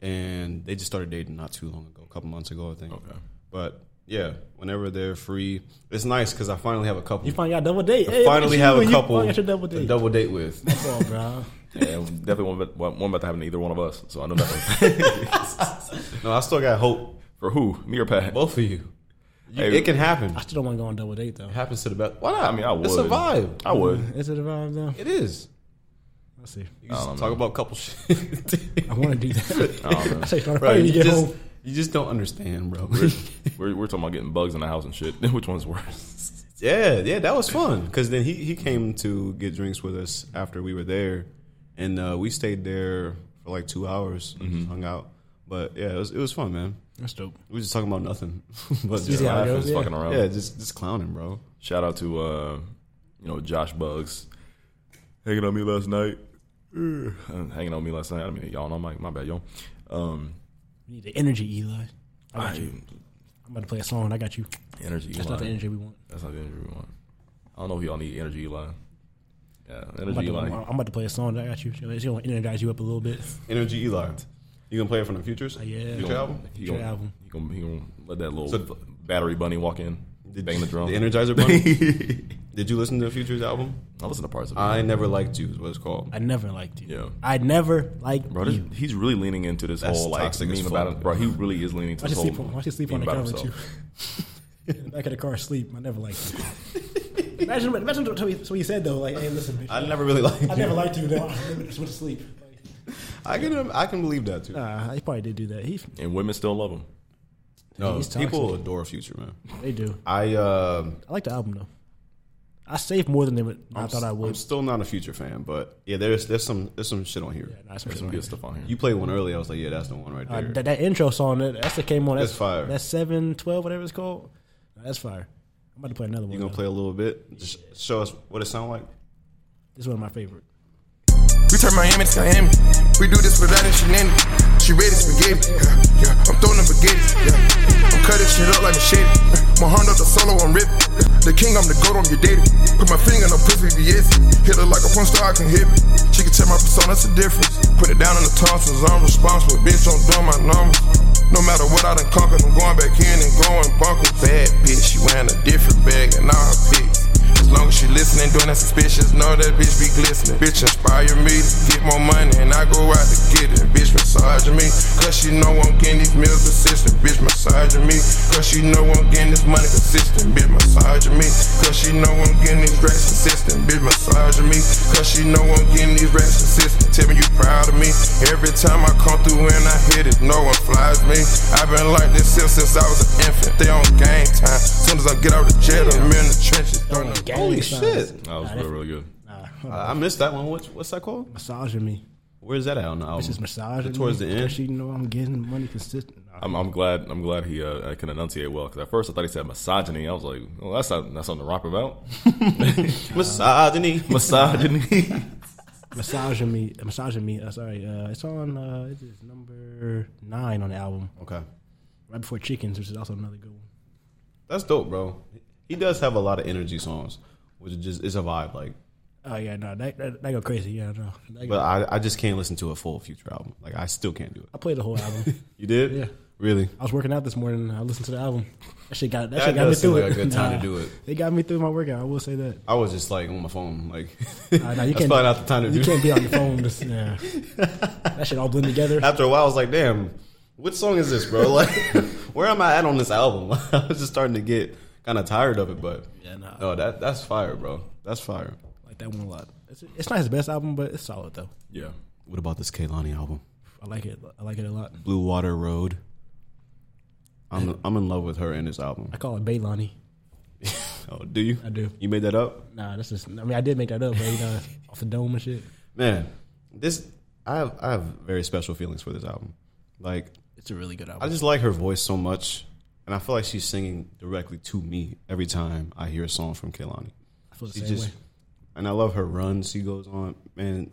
Speaker 1: and they just started dating not too long ago, a couple months ago, I think.
Speaker 5: Okay.
Speaker 1: But yeah, whenever they're free, it's nice because I finally have a couple.
Speaker 2: You finally got a double date.
Speaker 1: Mm. I
Speaker 2: Hey,
Speaker 1: finally
Speaker 2: look at
Speaker 1: have
Speaker 2: you.
Speaker 1: a
Speaker 2: You
Speaker 1: couple
Speaker 2: finally got your double
Speaker 1: to
Speaker 2: date.
Speaker 1: double date with.
Speaker 2: Come on, bro.
Speaker 5: Yeah, definitely one about, one about to happen to either one of us. So I know nothing.
Speaker 1: no, I still got hope.
Speaker 5: For who? Me or Pat?
Speaker 1: Both of you. You-
Speaker 5: Hey.
Speaker 1: it can happen.
Speaker 2: I
Speaker 1: It
Speaker 2: still don't want to go on double date though.
Speaker 1: happens to the best. Why not?
Speaker 5: I mean, I would.
Speaker 1: It's a vibe.
Speaker 5: I would.
Speaker 2: Is it a vibe though?
Speaker 1: It is.
Speaker 2: Let's see.
Speaker 1: You just
Speaker 5: don't
Speaker 1: talk about couple shit.
Speaker 2: I want to do that.
Speaker 5: I don't know.
Speaker 2: I say, trying to
Speaker 1: bro,
Speaker 2: find
Speaker 1: you
Speaker 2: you get
Speaker 1: just,
Speaker 2: home.
Speaker 1: you just don't understand, bro.
Speaker 5: We're, we're talking about getting bugs in the house and shit. Which one's worse?
Speaker 1: Yeah, yeah, that was fun because then he, he came to get drinks with us after we were there, and uh, we stayed there for like two hours, and just hung out. But yeah, it was, it was fun, man.
Speaker 2: That's dope.
Speaker 1: We were just talking about nothing, but just
Speaker 2: easy how it
Speaker 1: laughing.
Speaker 2: goes,
Speaker 5: Just
Speaker 2: yeah.
Speaker 5: fucking around.
Speaker 1: Yeah, just just clowning, bro.
Speaker 5: Shout out to uh, you know Josh Bugs hanging on me last night. Ugh. hanging on me last night. I mean, y'all know my my bad, y'all. Um,
Speaker 2: We need the energy, Eli. I got
Speaker 5: I-
Speaker 2: you. I'm about to play a song. I got you.
Speaker 5: energy.
Speaker 2: That's
Speaker 5: Eli.
Speaker 2: not the energy we want.
Speaker 5: That's not the energy we want. I don't know if y'all need energy, Eli. Yeah,
Speaker 2: I'm about,
Speaker 5: energy,
Speaker 2: to,
Speaker 5: Eli.
Speaker 2: I'm, I'm about to play a song. I got you. It's gonna it's gonna energize you up a little bit.
Speaker 1: Energy Eli, you gonna play it from the futures?
Speaker 2: Uh, yeah.
Speaker 1: future album.
Speaker 5: He
Speaker 2: Your
Speaker 5: gonna,
Speaker 2: album.
Speaker 5: He gonna, he gonna let that little
Speaker 1: So-
Speaker 5: battery bunny walk in, bang the drum.
Speaker 1: The Energizer Bunny. Did you listen to the Futures album?
Speaker 5: I listen to parts of it.
Speaker 1: I never liked you. Is what it's called.
Speaker 2: I never liked you.
Speaker 5: Yeah.
Speaker 2: I never liked
Speaker 5: Bro, this,
Speaker 2: you.
Speaker 5: he's really leaning into this
Speaker 1: That's
Speaker 5: whole like
Speaker 1: toxic as
Speaker 5: meme
Speaker 1: fuck,
Speaker 5: about it. Bro, he really is leaning to
Speaker 2: Why
Speaker 5: this
Speaker 2: should
Speaker 5: whole.
Speaker 2: sleep? Why should sleep on
Speaker 5: meme
Speaker 2: the
Speaker 5: about
Speaker 2: cover too?
Speaker 5: himself.
Speaker 2: In the back of the car, sleep. I never liked you. imagine, what- imagine what he, what he said though. Like, hey, listen, bitch.
Speaker 1: I never really liked.
Speaker 2: I
Speaker 1: you.
Speaker 2: never liked you. Though. I just went to sleep. Like,
Speaker 1: I can I can believe that too.
Speaker 2: nah, Uh, he probably did do that. He,
Speaker 5: And women still love him.
Speaker 1: No,
Speaker 2: He's toxic.
Speaker 1: people adore Future, man.
Speaker 2: they do.
Speaker 1: I. um
Speaker 2: I like the album though. I saved more than they would, I
Speaker 1: I'm
Speaker 2: thought
Speaker 1: s-
Speaker 2: I
Speaker 1: I'm
Speaker 2: would.
Speaker 1: still not a Future fan, but yeah, there's there's some there's some shit on here.
Speaker 2: Yeah, nah, it's
Speaker 5: There's some
Speaker 2: right
Speaker 5: good
Speaker 2: here.
Speaker 5: stuff on here.
Speaker 1: You played one earlier. I was like, yeah, that's the one right
Speaker 2: Uh,
Speaker 1: there.
Speaker 2: that, that intro song that that's that came on. That's,
Speaker 1: That's fire.
Speaker 2: That's seven twelve, whatever it's called. Nah, that's fire. I'm about to play another one.
Speaker 1: you gonna
Speaker 2: though.
Speaker 1: play a little bit? Just show us what it sound like.
Speaker 2: This is one of my favorite.
Speaker 6: We turn Miami to Miami. We do this without any shenanigans. She ready spaghetti. Yeah, yeah. I'm throwing them spaghetti. Yeah. I'm cutting shit up like machete. Yeah. My hand up the solo, I'm ripping. The king, I'm the goat, I'm your daddy. Put my finger in her pussy, be it. Hit her like a punch star, I can hit it. She can tell my persona, that's the difference. Put it down in the tonsils, I'm responsible. Bitch, don't dumb my numbers. No matter what I done conquered, I'm going back in and going bonkers. Bad bitch, she wearing a different bag and all her pics. As long as she listening, doing that suspicious, know that bitch be glistening. Bitch inspire me to get more money, and I go out to get it. Bitch massage me, cause she know I'm getting these meals consistent. Bitch massage me, cause she know I'm getting this money consistent. Bitch massage me, cause she know I'm getting these racks consistent. Bitch massage me, cause she know I'm getting these racks consistent. Tell me you proud of me. Every time I come through and I hit it, no one flies me. I've been like this since, since I was an infant. They on game time. Soon as I get out of jail, I'm in the trenches. Don't know.
Speaker 1: Holy
Speaker 2: Gang signs.
Speaker 1: shit!
Speaker 5: That was really, really good.
Speaker 1: I I missed that one. What's what's that called?
Speaker 2: Massaging me.
Speaker 1: Where's that at on the album?
Speaker 2: It's just massaging
Speaker 1: Towards
Speaker 2: me.
Speaker 1: the end?
Speaker 2: Cause She know I'm getting money consistent. Nah,
Speaker 5: I'm, I'm glad. I'm glad he uh, I can enunciate well because at first I thought he said misogyny. I was like, well, that's not that's something to rap about.
Speaker 1: Misogyny.
Speaker 5: misogyny.
Speaker 2: massaging me. Massaging me. Uh, sorry. Uh, it's on. Uh, it is number nine on the album.
Speaker 1: Okay,
Speaker 2: Right before Chickens, which is also another good one.
Speaker 1: that's dope, bro. He does have a lot of energy songs, which is just it's a vibe. Like,
Speaker 2: Oh yeah, no, that that, that go crazy. Yeah, no. That
Speaker 1: but
Speaker 2: go,
Speaker 1: I I just can't listen to a full Future album. Like, I still can't do it.
Speaker 2: I played the whole album.
Speaker 1: You did?
Speaker 2: Yeah.
Speaker 1: Really?
Speaker 2: I was working out this morning. I listened to the album. That shit got that,
Speaker 1: That
Speaker 2: shit got me
Speaker 1: does seem
Speaker 2: through
Speaker 1: like
Speaker 2: it.
Speaker 1: a good time to do it.
Speaker 2: It got me through my workout. I will say that.
Speaker 1: I was just like on my phone. Like,
Speaker 2: Uh, no, you
Speaker 1: that's
Speaker 2: can't-
Speaker 1: probably not the time to do.
Speaker 2: You can't
Speaker 1: it.
Speaker 2: be on your phone. Just, yeah. That shit all blend together.
Speaker 1: After a while, I was like, damn, what song is this, bro? Like, where am I at on this album? I was just starting to get kind of tired of it, but
Speaker 2: Yeah, nah.
Speaker 1: no, that that's fire, bro. That's fire.
Speaker 2: like that one a lot. It's, it's not his best album, but it's solid though.
Speaker 5: yeah,
Speaker 1: What about this Kaylani album,
Speaker 2: I like it. I like it a lot.
Speaker 1: Blue Water Road? I'm I'm in love with her and this album.
Speaker 2: I call it Baylani.
Speaker 1: Oh, do you?
Speaker 2: I do.
Speaker 1: You made that up,
Speaker 2: Nah, that's just. I mean, I did make that up, but you know, off the dome and shit.
Speaker 1: man. This I have I have very special feelings for this album. Like
Speaker 2: It's a really good
Speaker 1: I
Speaker 2: album.
Speaker 1: just like her voice so much, and I feel like she's singing directly to me every time I hear a song from Kehlani.
Speaker 2: I feel the
Speaker 1: She
Speaker 2: same
Speaker 1: just,
Speaker 2: way.
Speaker 1: and I love her runs she goes on. Man,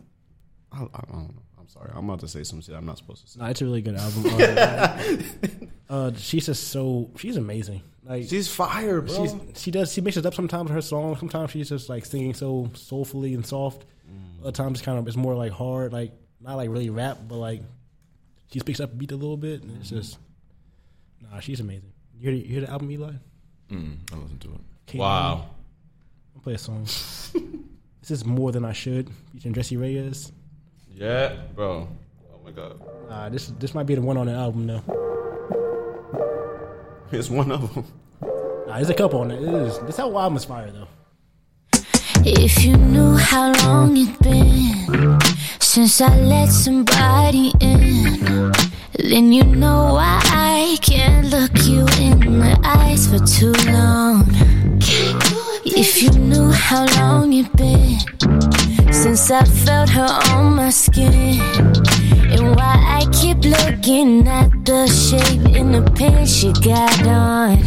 Speaker 1: I, I don't know. I'm sorry, I'm about to say some shit I'm not supposed to say.
Speaker 2: Nah, it's a really good album. Uh, uh, she's just so she's amazing. Like
Speaker 1: She's fire, bro.
Speaker 2: she's, she does she mixes up sometimes her song. Sometimes she's just like singing so soulfully and soft.
Speaker 1: Mm.
Speaker 2: Other times it's kind of it's more like hard, like not like really rap, but like she speaks up beat a little bit, and it's
Speaker 1: Mm-hmm.
Speaker 2: just nah, she's amazing. You hear, the- you hear the album Eli?
Speaker 5: I listened to it.
Speaker 2: Can't Hear Me? I'll play a song. this is more than I should. Featuring Jesse Reyes.
Speaker 1: yeah, bro. Oh my god,
Speaker 2: Uh, this this might be the one on the album though.
Speaker 1: it's one of them.
Speaker 2: Nah, there's a couple on it. It is. This whole album is fire though.
Speaker 7: If you knew how long it's been since I let somebody in, then you know why I can't look you in the eyes for too long. If you knew how long it's been since I felt her on my skin, and why I keep looking at the shape in the pants she got on.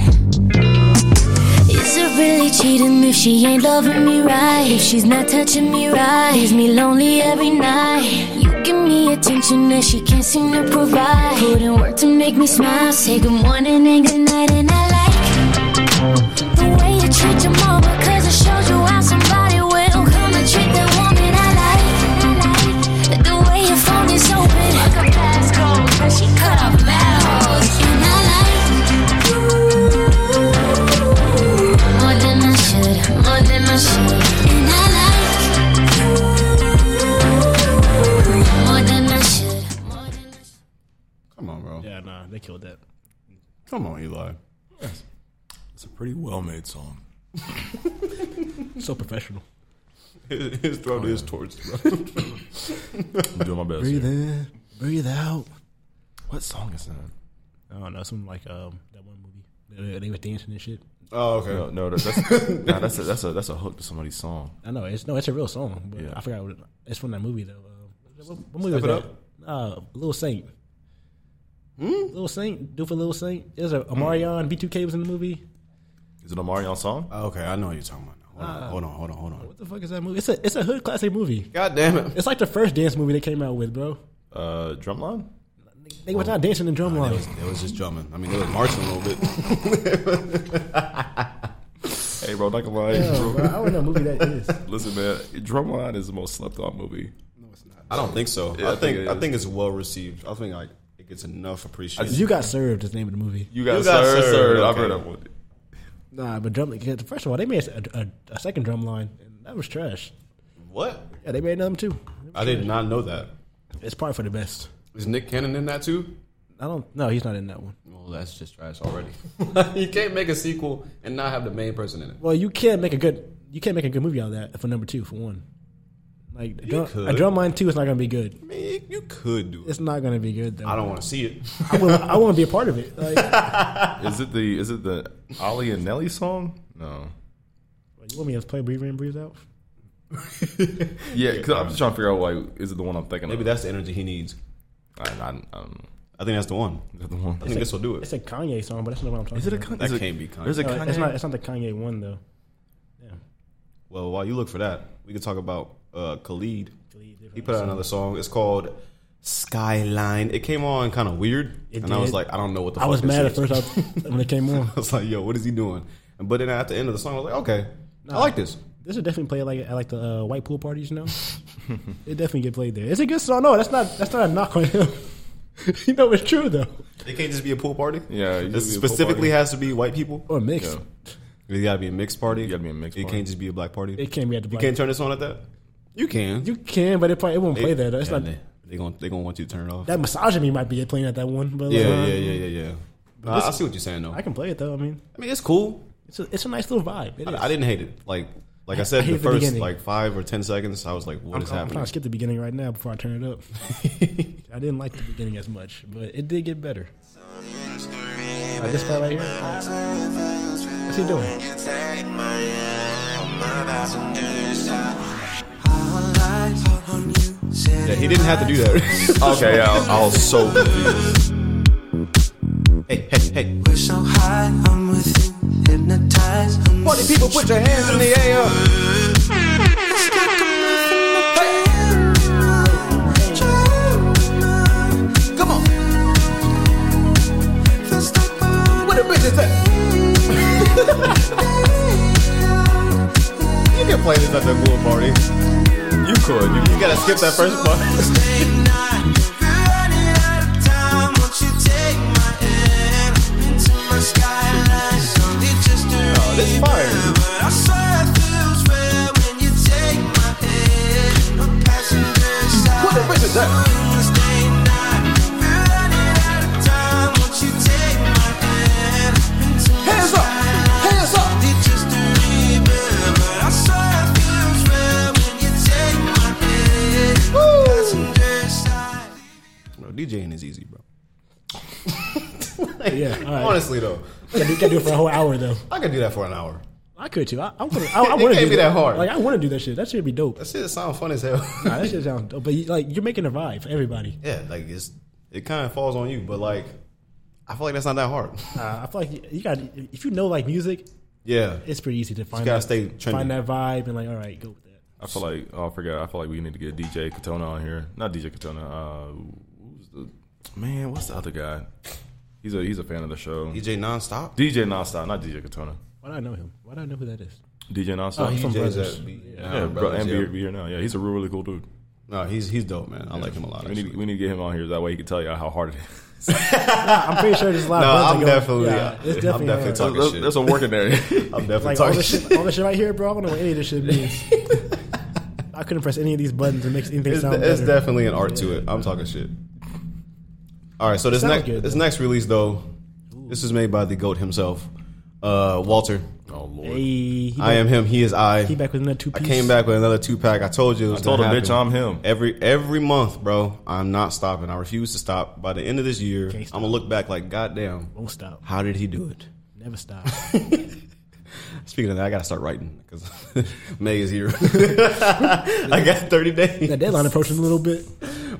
Speaker 7: Is it really cheating if she ain't loving me right? If she's not touching me right, leaves me lonely every night. You give me attention that she can't seem to provide. Put in work to make me smile, say good morning and good night, and I like the way you treat your mama, cause it shows you how somebody will come to treat the woman I like. I like The way your phone is open, like a passcode, cause she cut off bad hoes, and I like. More than I should, more than I should. And I like more than I should, more than I should.
Speaker 1: Come on, bro.
Speaker 2: Yeah, nah, they killed that.
Speaker 1: Come on, Eli.
Speaker 5: It's a pretty well made song.
Speaker 2: So professional.
Speaker 1: His, his throat is torched, bro.
Speaker 5: I'm doing my best.
Speaker 2: Oh, Breathe
Speaker 5: here.
Speaker 2: in, breathe out.
Speaker 5: What song is that?
Speaker 2: I don't know, something like um that one movie. They they was dancing and shit.
Speaker 1: Oh, okay.
Speaker 5: No, no, that- that's nah, that's a, that's a that's a hook to somebody's song.
Speaker 2: I know it's no, it's a real song, but
Speaker 5: Yeah.
Speaker 2: I forgot what it, it's from that movie though. Uh, what, what movie
Speaker 1: Step
Speaker 2: was
Speaker 1: It
Speaker 2: that? Uh, Little Saint. Little Saint, do for Little Saint. There's a Amarion B2K was in the movie.
Speaker 5: Is it a Marion song?
Speaker 1: Uh, Okay, I know what you're talking about. Now. Hold on, hold on, hold on, hold on.
Speaker 2: Ah. What the fuck is that movie? It's a it's a hood classic movie.
Speaker 1: God damn it!
Speaker 2: It's like the first dance movie they came out with, bro.
Speaker 5: Uh, drumline?
Speaker 2: They were not dancing in
Speaker 1: It
Speaker 2: drumline.
Speaker 1: was, it was just drumming. I mean, it was marching a little bit.
Speaker 5: Hey, bro, not gonna lie.
Speaker 2: Yo, bro, I don't know what movie that is.
Speaker 5: Listen, man, Drumline is the most slept on movie.
Speaker 1: I don't think so.
Speaker 5: Yeah,
Speaker 1: I think
Speaker 5: it
Speaker 1: I
Speaker 5: is.
Speaker 1: think it's well received. I think like it gets enough appreciation.
Speaker 2: You got served. Is the name of the movie.
Speaker 5: You got,
Speaker 1: You got
Speaker 5: served.
Speaker 1: served,
Speaker 5: served. I've
Speaker 1: okay.
Speaker 5: heard that one.
Speaker 2: Nah, but drum. First of all, they made a, a, a second drum line, and that was trash.
Speaker 1: what?
Speaker 2: Yeah, they made them too.
Speaker 1: I did not know that.
Speaker 2: It's part for the best.
Speaker 1: Is Nick Cannon in that too?
Speaker 2: I don't. No, he's not in that one.
Speaker 1: Well, that's just trash already. you can't make a sequel and not have the main person in it.
Speaker 2: Well, you can't make a good. You can't make a good movie out of that for number two. For one, like a drum,
Speaker 1: could.
Speaker 2: a drum line two is not gonna be good.
Speaker 1: I mean, you- you could do it.
Speaker 2: It's not gonna be good though.
Speaker 1: I don't want to see it.
Speaker 2: I, will, I want to be a part of it. Like,
Speaker 5: Is it the is it the Ollie and Nelly song? No.
Speaker 2: you want me to play Breathe In, Breathe Out?
Speaker 5: Yeah, because I'm just trying to figure out why. Is it the one I'm thinking
Speaker 1: Maybe
Speaker 5: of?
Speaker 1: that's the energy he needs.
Speaker 5: I, I, I don't know.
Speaker 1: I think that's the one.
Speaker 5: Is that the one?
Speaker 1: I think this will do it.
Speaker 2: It's a Kanye song, but that's not what I'm talking.
Speaker 5: Is it a
Speaker 2: about.
Speaker 5: Kanye?
Speaker 1: That
Speaker 5: is it-
Speaker 1: can't be Kanye.
Speaker 5: There's a
Speaker 2: No,
Speaker 5: Kanye.
Speaker 2: It's not. It's not the Kanye one though.
Speaker 1: Well, while you look for that, we can talk about uh, Khalid.
Speaker 2: Khalid,
Speaker 1: He put out another song. It's called Skyline. It came on kind of weird,
Speaker 2: It
Speaker 1: and I was
Speaker 2: did.
Speaker 1: like, I don't know what the.
Speaker 2: I
Speaker 1: fuck
Speaker 2: was
Speaker 1: this
Speaker 2: mad at
Speaker 1: is.
Speaker 2: first I, when it came on.
Speaker 1: I was like, Yo, what is he doing? And but then at the end of the song, I was like, Okay, I like this.
Speaker 2: This would definitely play like at like the uh, white pool parties, you know. it definitely get played there. It's a good song. No, that's not that's not a knock on him. you know it's true though.
Speaker 1: It can't just be a pool party.
Speaker 5: Yeah, it
Speaker 1: it
Speaker 5: can't just be a pool
Speaker 1: specifically
Speaker 5: party.
Speaker 1: has to be white people.
Speaker 2: Or mixed.
Speaker 1: It got to be a mixed party.
Speaker 5: You gotta be a mixed
Speaker 1: It
Speaker 5: party.
Speaker 1: can't just be a black party.
Speaker 2: It can't be at the
Speaker 1: you
Speaker 2: black.
Speaker 1: can't turn this on at that. You can.
Speaker 2: you can, but it probably it won't play there. Though. It's
Speaker 1: Yeah,
Speaker 2: not
Speaker 1: they, they gonna they gonna want you to turn it off.
Speaker 2: that misogyny might be playing at that one, but like,
Speaker 1: yeah,
Speaker 2: uh,
Speaker 1: yeah, yeah, yeah, yeah. Nah, I see what you're saying though.
Speaker 2: I can play it though. I mean,
Speaker 1: I mean, it's cool.
Speaker 2: it's a, it's a nice little vibe. It is.
Speaker 1: I, I didn't hate it. Like like I
Speaker 2: I
Speaker 1: said,
Speaker 2: hate
Speaker 1: the
Speaker 2: the
Speaker 1: first
Speaker 2: beginning.
Speaker 1: like five or ten seconds, I was like, "What
Speaker 2: I'm,
Speaker 1: is
Speaker 2: I'm trying
Speaker 1: happening?"
Speaker 2: to skip the beginning right now before I turn it up. I didn't like the beginning as much, but it did get better. Like this part right here. What's he doing?
Speaker 1: Yeah, he didn't have to do that.
Speaker 5: Okay, yeah, I, I was so confused.
Speaker 1: hey, hey, hey!
Speaker 3: We're so high, I'm with you, hypnotized. I'm
Speaker 1: Party people, put your hands in the air. Come on, where the bitches at? you can play this at the pool party.
Speaker 5: You could. You,
Speaker 1: You gotta skip that first part.
Speaker 3: Oh,
Speaker 1: this fire.
Speaker 3: I swear it feels real when you take my hand. I'm passenger side.
Speaker 1: Where the bitches at?
Speaker 3: Wednesday night. We're running out of time. Won't you take my hand? Into my
Speaker 1: Hands up! Hands up!
Speaker 3: Did just a rebound, but I swear it feels real when you take my hand. Passenger side.
Speaker 1: Bro, DJing is easy, bro.
Speaker 2: Yeah, all right.
Speaker 1: Honestly, though,
Speaker 2: Yeah, you gotta do it for a whole hour though.
Speaker 1: I could do that for an hour.
Speaker 2: I could too. I, I, wanna- I, I
Speaker 1: It
Speaker 2: want to
Speaker 1: can't
Speaker 2: do
Speaker 1: be that hard.
Speaker 2: Like I want to do that shit. That should be dope.
Speaker 1: That shit sounds fun as hell.
Speaker 2: Nah, that shit sounds dope. But you, like you're making a vibe for everybody.
Speaker 1: yeah, like it's it kind of falls on you, but like I feel like that's not that hard.
Speaker 2: Uh, I feel like you, you got if you know like music,
Speaker 1: yeah,
Speaker 2: it's pretty easy to find.
Speaker 1: gotta
Speaker 2: that,
Speaker 1: stay trendy.
Speaker 2: Find that vibe and like all right, go with that.
Speaker 5: I feel like oh, I forgot. I feel like we need to get DJ Katona on here. Not DJ Katona. Uh, who's the man? What's the other guy? He's a he's a fan of the show.
Speaker 1: DJ E nonstop.
Speaker 5: DJ Nonstop, not DJ Katona.
Speaker 2: Why do I know him? Why do I know who that is?
Speaker 5: DJ Nonstop.
Speaker 2: he's from
Speaker 1: DJs
Speaker 2: Brothers.
Speaker 1: that be-
Speaker 5: yeah,
Speaker 1: nah,
Speaker 5: bro,
Speaker 1: brothers,
Speaker 5: and
Speaker 1: yeah.
Speaker 5: be, be here now. Yeah, he's a real really cool dude.
Speaker 1: No, he's he's dope, man. I like him a lot.
Speaker 5: We need,
Speaker 1: Actually.
Speaker 5: we need to get him on here. That way he can tell you how hard it is.
Speaker 2: I'm pretty sure there's a lot.
Speaker 1: No,
Speaker 2: of brothers
Speaker 1: I'm
Speaker 2: that
Speaker 1: definitely-
Speaker 2: go-
Speaker 1: uh,
Speaker 2: it's
Speaker 1: I'm
Speaker 2: definitely.
Speaker 1: definitely
Speaker 2: hard.
Speaker 1: talking-
Speaker 5: There's,
Speaker 1: shit.
Speaker 5: there's a working area.
Speaker 1: I'm definitely
Speaker 2: Like all
Speaker 1: talking
Speaker 2: this shit, all this shit right here, bro. I don't know what any of this shit means. I couldn't press any of these buttons and make anything
Speaker 1: It's,
Speaker 2: sound
Speaker 1: it's
Speaker 2: better.
Speaker 1: definitely an art to it. I'm talking shit. All right, so this
Speaker 2: Sounds
Speaker 1: next
Speaker 2: good,
Speaker 1: this
Speaker 2: though.
Speaker 1: next release though, this is made by the goat himself, uh, Walter.
Speaker 5: oh lord.
Speaker 2: hey,
Speaker 1: I
Speaker 2: he back,
Speaker 1: am him. He is I.
Speaker 2: he back with another two
Speaker 1: I
Speaker 2: piece.
Speaker 1: came back with another two pack. I told you. It was
Speaker 5: I told
Speaker 1: gonna
Speaker 5: him, bitch,
Speaker 1: happen.
Speaker 5: I'm him.
Speaker 1: Every every month, bro. I'm not stopping. I refuse to stop. By the end of this year, I'm
Speaker 2: Can't stop.
Speaker 1: gonna look back like, goddamn,
Speaker 2: Won't stop.
Speaker 1: how did he do it?
Speaker 2: Never stop.
Speaker 1: Speaking of that, I gotta start writing because May is here. I got thirty days.
Speaker 2: that deadline approaching a little bit.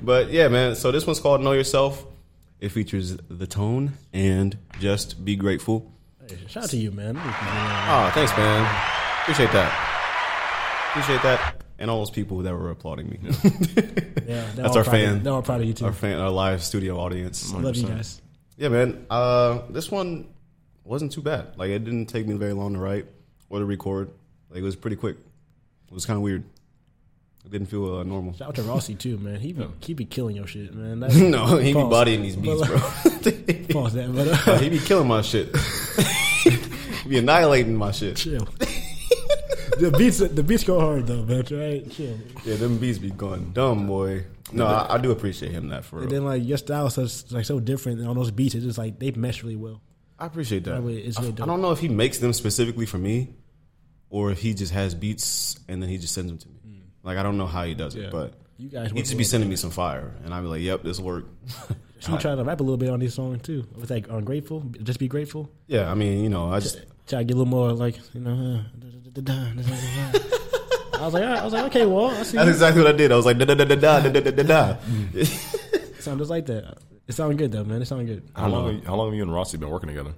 Speaker 1: But yeah, man. So this one's called Know Yourself. It features the tone and just be grateful.
Speaker 2: Hey, shout out to you, man.
Speaker 1: Oh, thanks, man. Appreciate that. Appreciate that. And all those people that were applauding me.
Speaker 2: Yeah, they're
Speaker 1: That's
Speaker 2: all
Speaker 1: our
Speaker 2: proud of-
Speaker 1: fan.
Speaker 2: They're all proud of you too.
Speaker 1: our fan, our live studio audience.
Speaker 2: Love you guys.
Speaker 1: Yeah, man. Uh, this one wasn't too bad. Like it didn't take me very long to write or to record. Like it was pretty quick. It was kind of weird. It didn't feel uh, normal.
Speaker 2: Shout out to Rossi too, man. He be, he be killing your shit, man. That's,
Speaker 1: no, he be
Speaker 2: Pause.
Speaker 1: bodying these beats, bro.
Speaker 2: But, like, Pause that, but
Speaker 1: Uh,
Speaker 2: uh,
Speaker 1: he be killing my shit. he be annihilating my shit.
Speaker 2: chill. the beats the beats go hard though, man. Right? Chill.
Speaker 1: Yeah, them beats be going dumb, boy. No, I, I do appreciate him that for
Speaker 2: And
Speaker 1: real.
Speaker 2: then like your style is such- like so different and on those beats. It's just like they mesh really well.
Speaker 1: I appreciate that.
Speaker 2: way it's
Speaker 1: I,
Speaker 2: really
Speaker 1: I
Speaker 2: dope.
Speaker 1: don't know if he makes them specifically for me, or if he just has beats and then he just sends them to me. Like I don't know how he does it, but
Speaker 2: You guys
Speaker 1: he just be sending me some fire, and I be like, "Yep, this work."
Speaker 2: You trying to rap a little bit on this song too. With like ungrateful, just be grateful.
Speaker 1: yeah, I mean, you know, I just
Speaker 2: Try to get a little more like you know. uh, I was like, all right. I was like, okay, well, I see.
Speaker 1: that's exactly what I did. I was like, da da da da da da da da da.
Speaker 2: It sound just like that. It sounded good though, man. It sounded good.
Speaker 5: How long? How long have you and Rossi been working together?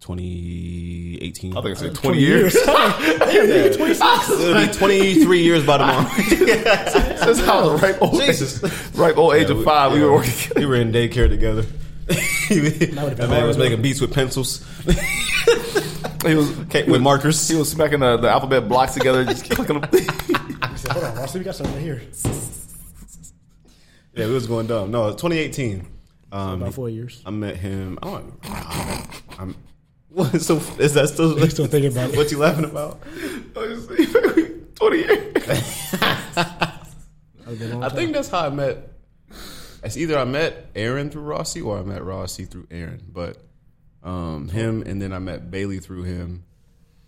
Speaker 1: Twenty eighteen.
Speaker 5: I think I said twenty years.
Speaker 1: It'll be twenty three years by tomorrow.
Speaker 5: That's how the ripe old
Speaker 1: Jesus.
Speaker 5: age, ripe old age of five. we were working. together.
Speaker 1: we were in daycare together.
Speaker 2: would've
Speaker 1: that
Speaker 2: been
Speaker 1: man was
Speaker 2: hard.
Speaker 1: making beats with pencils,
Speaker 5: He was
Speaker 1: ca- with markers.
Speaker 5: He was smacking the, the alphabet blocks together, just clicking them.
Speaker 2: Hold on, Rossi, we got something here.
Speaker 1: Yeah, we was going dumb. No, 2018. Um,
Speaker 2: About four years.
Speaker 1: I met him. I don't. I'm, what? So is that still?
Speaker 2: You still thinking about it?
Speaker 1: what you laughing about?
Speaker 5: Twenty years.
Speaker 1: I think that's how I met. It's either I met Aaron through Rossi or I met Rossi through Aaron. But um, him, and then I met Bailey through him.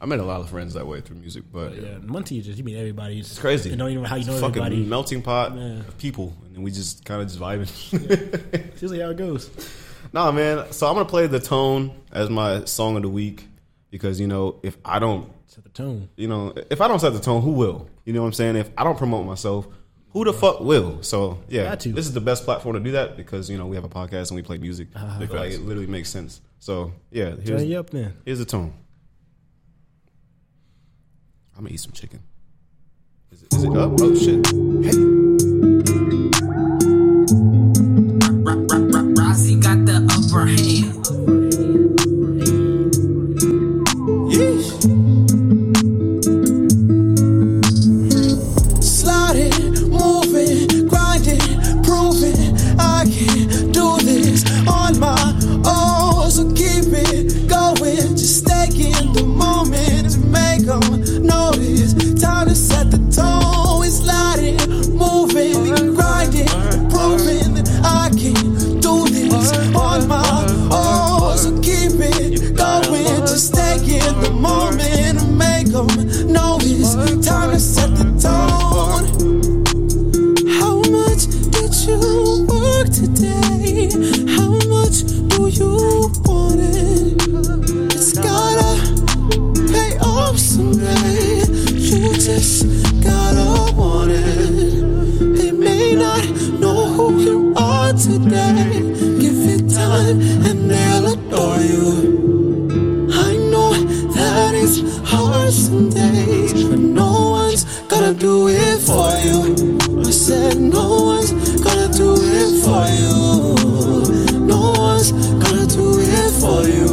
Speaker 1: I met a lot of friends that way through music, but
Speaker 2: Yeah, Monty is just you mean everybody. It's
Speaker 1: crazy.
Speaker 2: You don't even know how you know
Speaker 1: fucking
Speaker 2: everybody.
Speaker 1: melting pot
Speaker 2: Man.
Speaker 1: of people, and then we just kind of just vibing.
Speaker 2: It's usually how it goes.
Speaker 1: Nah, man. So I'm gonna play the tone as my song of the week because you know if I don't,
Speaker 2: Set the tone.
Speaker 1: you know, if I don't set the tone, who will? You know what I'm saying? If I don't promote myself, who the fuck will? So yeah,
Speaker 2: Got to.
Speaker 1: this is the best platform to do that because you know we have a podcast and we play music. like it literally makes sense. So yeah,
Speaker 2: Ah, Turn you
Speaker 1: here's,
Speaker 2: up, then.
Speaker 1: here's the tone. I'm gonna eat some chicken. Is it, is it up? Oh shit!
Speaker 8: Rossi got the upper hand.
Speaker 3: Slotted, moving, grinding, proving I can do this on my own. So keep it going, just taking the moment to make 'em notice. Time to set the tone. It's slotted, moving, grinding, proving that I can do this on my own. So keep it going, just taking the moment to make 'em notice. Time to set the tone. How much did you work today? How much do you want it? It's gotta pay off someday. You just gotta want it. They may not know who you are today. Give it time and they'll adore you. I know that it's hard some days, but no one's gonna do it for you. I said no one's gonna do it for you. No one's gonna do it for you.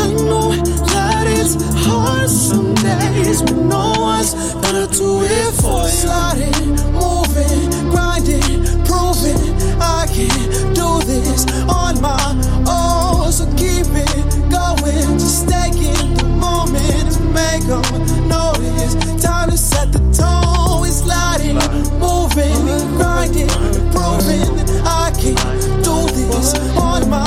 Speaker 3: I know that it's hard some days, but no one's gonna do it for you. Sliding, moving, grinding, proving I can do this on my own. So keep it going, just taking the moment to make 'em notice. Time to set the tone. It's sliding, moving, grinding, proving I can do this on my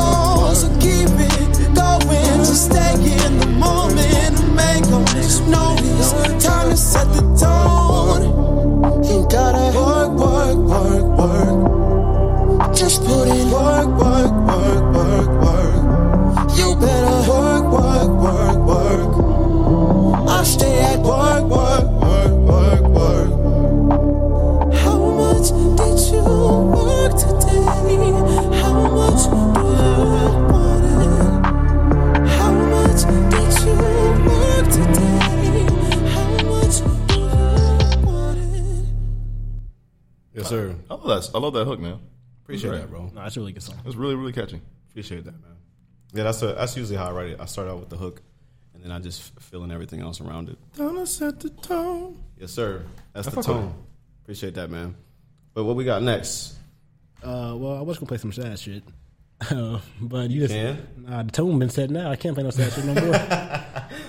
Speaker 3: own. So keep it going, just taking the moment to make 'em notice. Time to set the tone. You gotta work, work, work, work. Just put in work, work, work, work, work. You better
Speaker 9: sir.
Speaker 1: Oh,
Speaker 5: I love that. I love that hook, man.
Speaker 9: Appreciate
Speaker 5: Right.
Speaker 9: that, bro.
Speaker 2: No, that's a really good song.
Speaker 5: It's really, really catchy.
Speaker 9: Appreciate that, man. Yeah, that's a, that's usually how I write it. I start out with the hook, and then I just f- fill in everything else around it.
Speaker 5: Gonna set the tone.
Speaker 9: Yes, sir. That's the
Speaker 5: fuck with
Speaker 9: tone. Appreciate that, man. But what we got next?
Speaker 2: Uh, well, I was gonna play some sad shit, uh, but you just
Speaker 9: Can?
Speaker 2: nah, the tone been set now. I can't play no sad shit no more.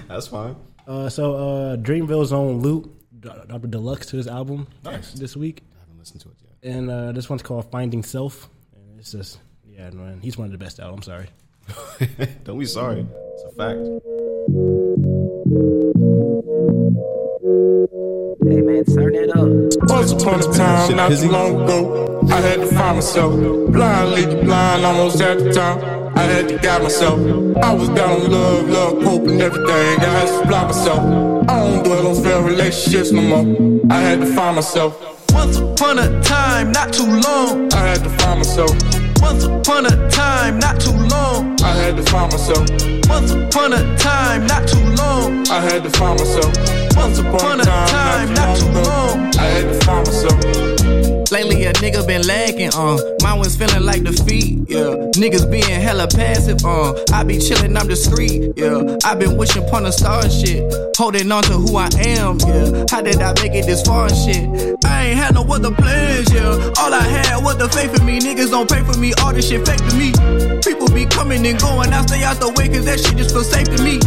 Speaker 9: That's fine.
Speaker 2: uh, so uh, Dreamville's on Loop dropped a deluxe to his album
Speaker 5: Nice.
Speaker 2: this week,
Speaker 9: I haven't listened to it yet.
Speaker 2: and uh, this one's called Finding Self. And it's just yeah, man, he's one of the best out. I'm sorry.
Speaker 9: Don't be sorry. It's a fact.
Speaker 10: Hey man, turn it up.
Speaker 4: Once upon a time, not too long ago, I had to find myself. Blindly blind, almost at the top. I had to guide myself. I was down on love, love, hope, and everything. I had to supply myself. I don't dwell on failed relationships no more. I had to find myself.
Speaker 3: Once upon a time, not too long.
Speaker 4: I had to find myself.
Speaker 3: Once upon a time, not too long.
Speaker 4: I had to find myself.
Speaker 3: Once upon a time, not too long.
Speaker 4: I had to find myself. Once upon a time, not too long ago, I had to find myself.
Speaker 10: Lately a nigga been lagging on. Mine was feeling like defeat, yeah. Niggas being hella passive on. I be chillin', I'm discreet, yeah. I been wishing upon a star and shit. Holding on to who I am, yeah. How did I make it this far and shit? I ain't had no other plans, yeah. All I had was the faith in me. Niggas don't pay for me, all this shit fake to me. People be coming and going, I stay out the way cause that shit just feel safe to me.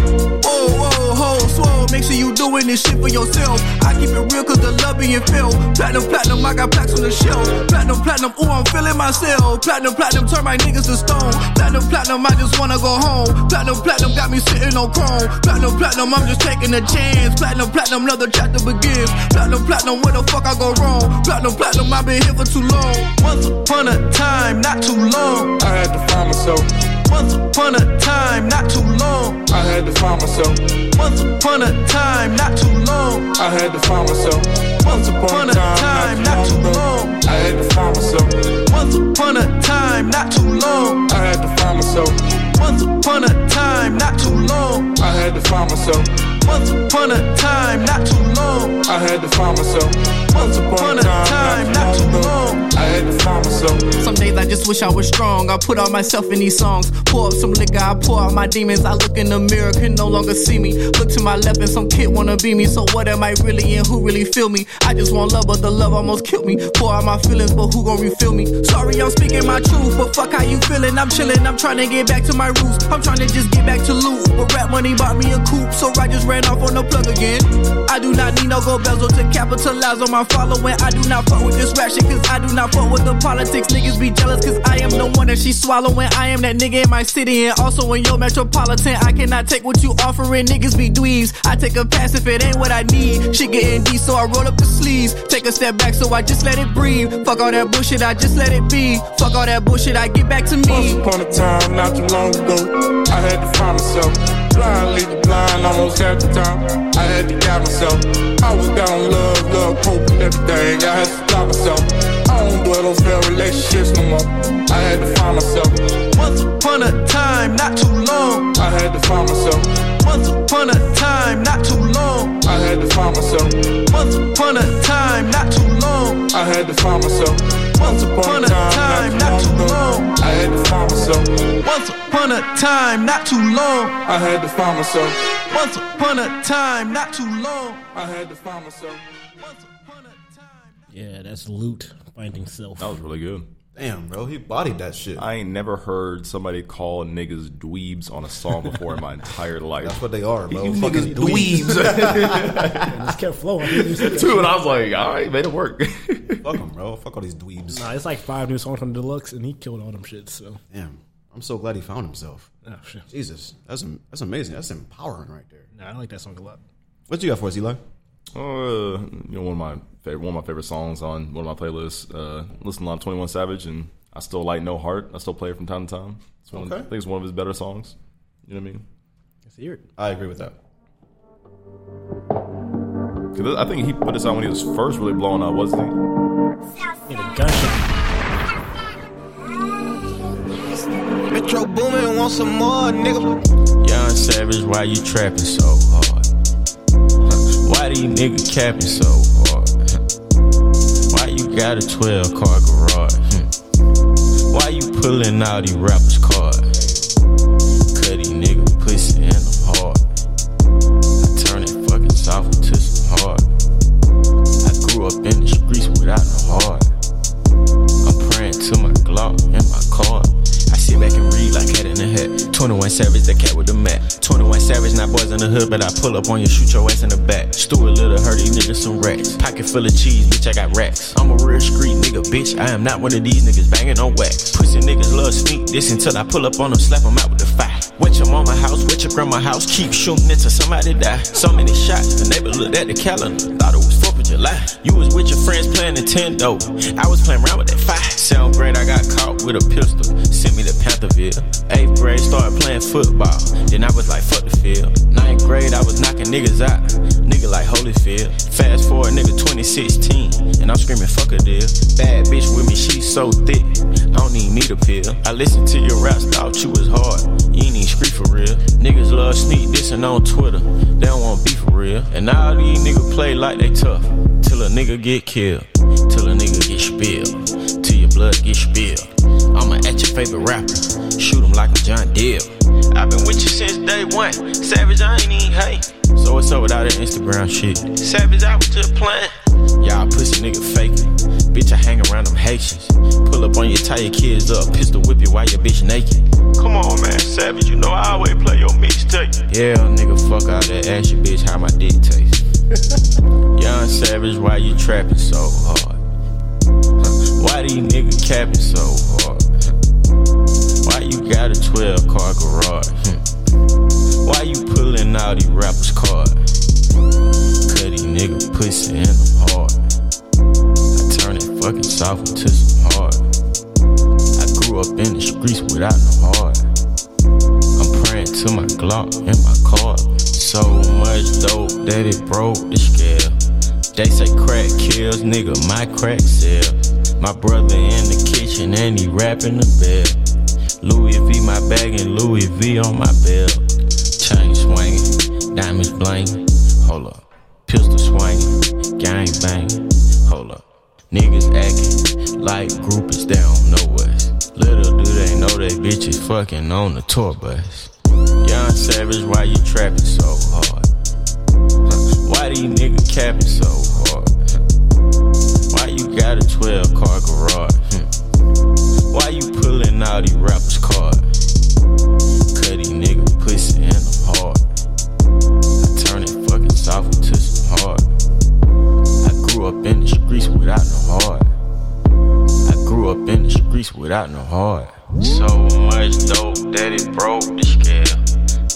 Speaker 10: Whoa, whoa, ho, swole. Make sure you doing this shit for yourself. I keep it real cause the love being felt. Platinum, platinum, I got plaques on the shelf. Platinum, platinum, ooh, I'm feeling myself. Platinum, platinum, turn my niggas to stone. Platinum, platinum, I just wanna go home. Platinum, platinum, got me sitting on chrome. Platinum, platinum, I'm just taking a chance. Platinum, platinum, another chapter begins. Platinum, platinum, where the fuck I go wrong? Platinum, platinum, I've been here for too long. Once upon a time, not too long.
Speaker 4: I had to find myself.
Speaker 10: Once upon a time, not too long.
Speaker 4: I had to find myself.
Speaker 10: Once upon a time, not too long.
Speaker 4: I had to find myself. Once upon a time, not too long ago, I had to find myself.
Speaker 10: Once upon a time, not too long.
Speaker 4: I had to find myself.
Speaker 10: Once upon a time, not too long.
Speaker 4: I had to find myself.
Speaker 10: Once upon a time, not too long.
Speaker 4: I had to find myself. Once upon a time, not too long ago, I had to find myself.
Speaker 10: Some days I just wish I was strong. I put all myself in these songs. Pour up some liquor, I pour out my demons. I look in the mirror, can no longer see me. Look to my left and some kid wanna be me. So what am I really and who really feel me? I just want love, but the love almost killed me. Pour out my feelings, but who gon' refill me? Sorry, I'm speaking my truth, but fuck how you feeling. I'm chilling, I'm trying to get back to my roots. I'm trying to just get back to loot. But rap money bought me a coupe, so I just ran off on the plug again. I do not need no go bezel to capitalize on my following. I do not fuck with this rap shit, cause I do not fuck with the politics. Niggas be jealous, cause I am the one that she swallowing. I am that nigga in my city and also in your metropolitan. I cannot take what you offering, niggas be dweebs. I take a pass if it ain't what I need. Shit getting deep, so I roll up the sleeves. Take a step back, so I just let it breathe. Fuck all that bullshit, I just let it be. Fuck all that bullshit, I get back to
Speaker 4: Once
Speaker 10: me.
Speaker 4: upon a time, not too long ago, I had to find myself. Blindly to blind, almost half the time, I had to guide myself. I was down on love, love, hope, and everything. I had to stop myself. I don't dwell on failed relationships no more. I had to find myself.
Speaker 10: Once upon a time, not too long.
Speaker 4: I had to find myself.
Speaker 10: Once upon a time, not too long.
Speaker 4: I had to find myself.
Speaker 10: Once upon a time, not too long.
Speaker 4: I had to find myself. Once upon a time, not too long ago, I had to find myself.
Speaker 10: Once upon a time, not too long.
Speaker 4: I had to find myself.
Speaker 10: Once upon a time, not too long.
Speaker 4: I had to find myself.
Speaker 10: Once upon a time.
Speaker 2: Yeah, that's Loot Finding Self.
Speaker 1: Oh.
Speaker 5: That was really good.
Speaker 9: Damn, bro, he bodied that shit.
Speaker 5: I ain't never heard somebody call niggas dweebs on a song before in my entire life.
Speaker 9: That's what they are, bro.
Speaker 5: You
Speaker 9: Fucking
Speaker 5: niggas dweebs.
Speaker 2: It's kept flowing. I didn't even see it.
Speaker 5: Dude, and I was like, all right, made it work.
Speaker 9: Fuck them, bro. Fuck all these dweebs.
Speaker 2: Nah, it's like five new songs from Deluxe, and he killed all them shit. So
Speaker 9: Damn, I'm so glad he found himself.
Speaker 2: Oh, shit.
Speaker 9: Jesus, that's am- that's amazing. That's empowering right there.
Speaker 2: Nah, I like that song a lot.
Speaker 9: What you got for us, Eli?
Speaker 5: Uh, you know, one of my favorite, one of my favorite songs on one of my playlists. Uh, listen to a lot of Twenty One Savage, and I still like No Heart. I still play it from time to time. It's one, I
Speaker 9: Okay.
Speaker 5: think it's one of his better songs. You know what I mean?
Speaker 2: Let's hear it.
Speaker 9: I agree with that.
Speaker 5: 'Cause I think he put this out when he was first really blowing up, wasn't he?
Speaker 2: Get a gunshot.
Speaker 3: Metro Boomin want some more, nigga.
Speaker 11: Young Savage, why you trapping so hard? Huh, Why these niggas capping so hard? Huh, Why you got a 12 car garage. Hmm. Why you pulling out these rappers' cards? Cutty nigga, pussy and I'm hard. I turn it fucking soft to some hard. I grew up in the streets without no heart. I'm praying to my Glock and my car. I sit back and read like Cat in the Hat. 21 Savage, the cat with the map. 21 Savage, not boys in the hood, but I pull up on you, shoot your ass in the back. Stuart Little, heard these niggas some racks. Pocket full of cheese, bitch, I got racks. I'm a real street nigga, bitch. I am not one of these niggas banging on wax. Pussy niggas love sneak this until I pull up on them, slap them out with the fire. Wet your mama house, wet your grandma house, keep shooting until somebody die. So many shots, the neighbor looked at the calendar, thought it was 4th of July. You was with your friends playing Nintendo, I was playing around with that fire. Sound great, I got caught with a pistol, sent me to Pantherville. Eighth grade, started playing football, then I was like, fuck the field. Ninth grade, I was knocking niggas out, nigga like Holyfield. Fast forward, nigga 2016, and I'm screaming, fuck a deal. Bad bitch with me, she so thick, I don't even need a pill. I listened to your raps, thought you was hard, you ain't even street for real. Niggas love sneak dissing on Twitter, they don't want beef for real. And all these niggas play like they tough, till a nigga get killed, till a nigga get spilled, till your blood get spilled. I'ma at your favorite rapper, shoot him like a John Deere. I've been with you since day one, savage, I ain't even hate. So it's up with all that Instagram shit. Savage, I was just playing. Y'all pussy nigga faking. Bitch, I hang around them Haitians. Pull up on your tie your kids up, pistol whip you while your bitch naked. Come on, man, Savage, you know I always play your mixtape. Yeah, nigga, fuck all that. Ask your bitch how my dick tastes. Young Savage, why you trapping so hard? Huh, Why these niggas capping so hard? Huh, Why you got a 12 car garage? Hmm. Why you pulling out these rappers' cards? Cutty nigga pussy and I'm hard. I turn it fucking soft into some hard. I grew up in the streets without no heart. I'm praying to my Glock and my car. So much dope that it broke the scale. They say crack kills, nigga, my crack sell. My brother in the kitchen and he rapping the bell. Louis V my bag and Louis V on my belt. Chain swinging, diamonds bling. Hold up, pistol swinging, gang bang. Hold up, niggas acting like groupies they don't know us. Little do they know they bitches fucking on the tour bus. Young Savage, why you trapping so hard? Huh, Why these niggas capping so hard? Huh, Why you got a 12 car garage? Hmm. Why you pulling out these rappers' cards? Cutty nigga pussy and I'm hard. I turn it fucking soft to some hard. I grew up in the streets without no heart. I grew up in the streets without no heart. So much dope that it broke the scale.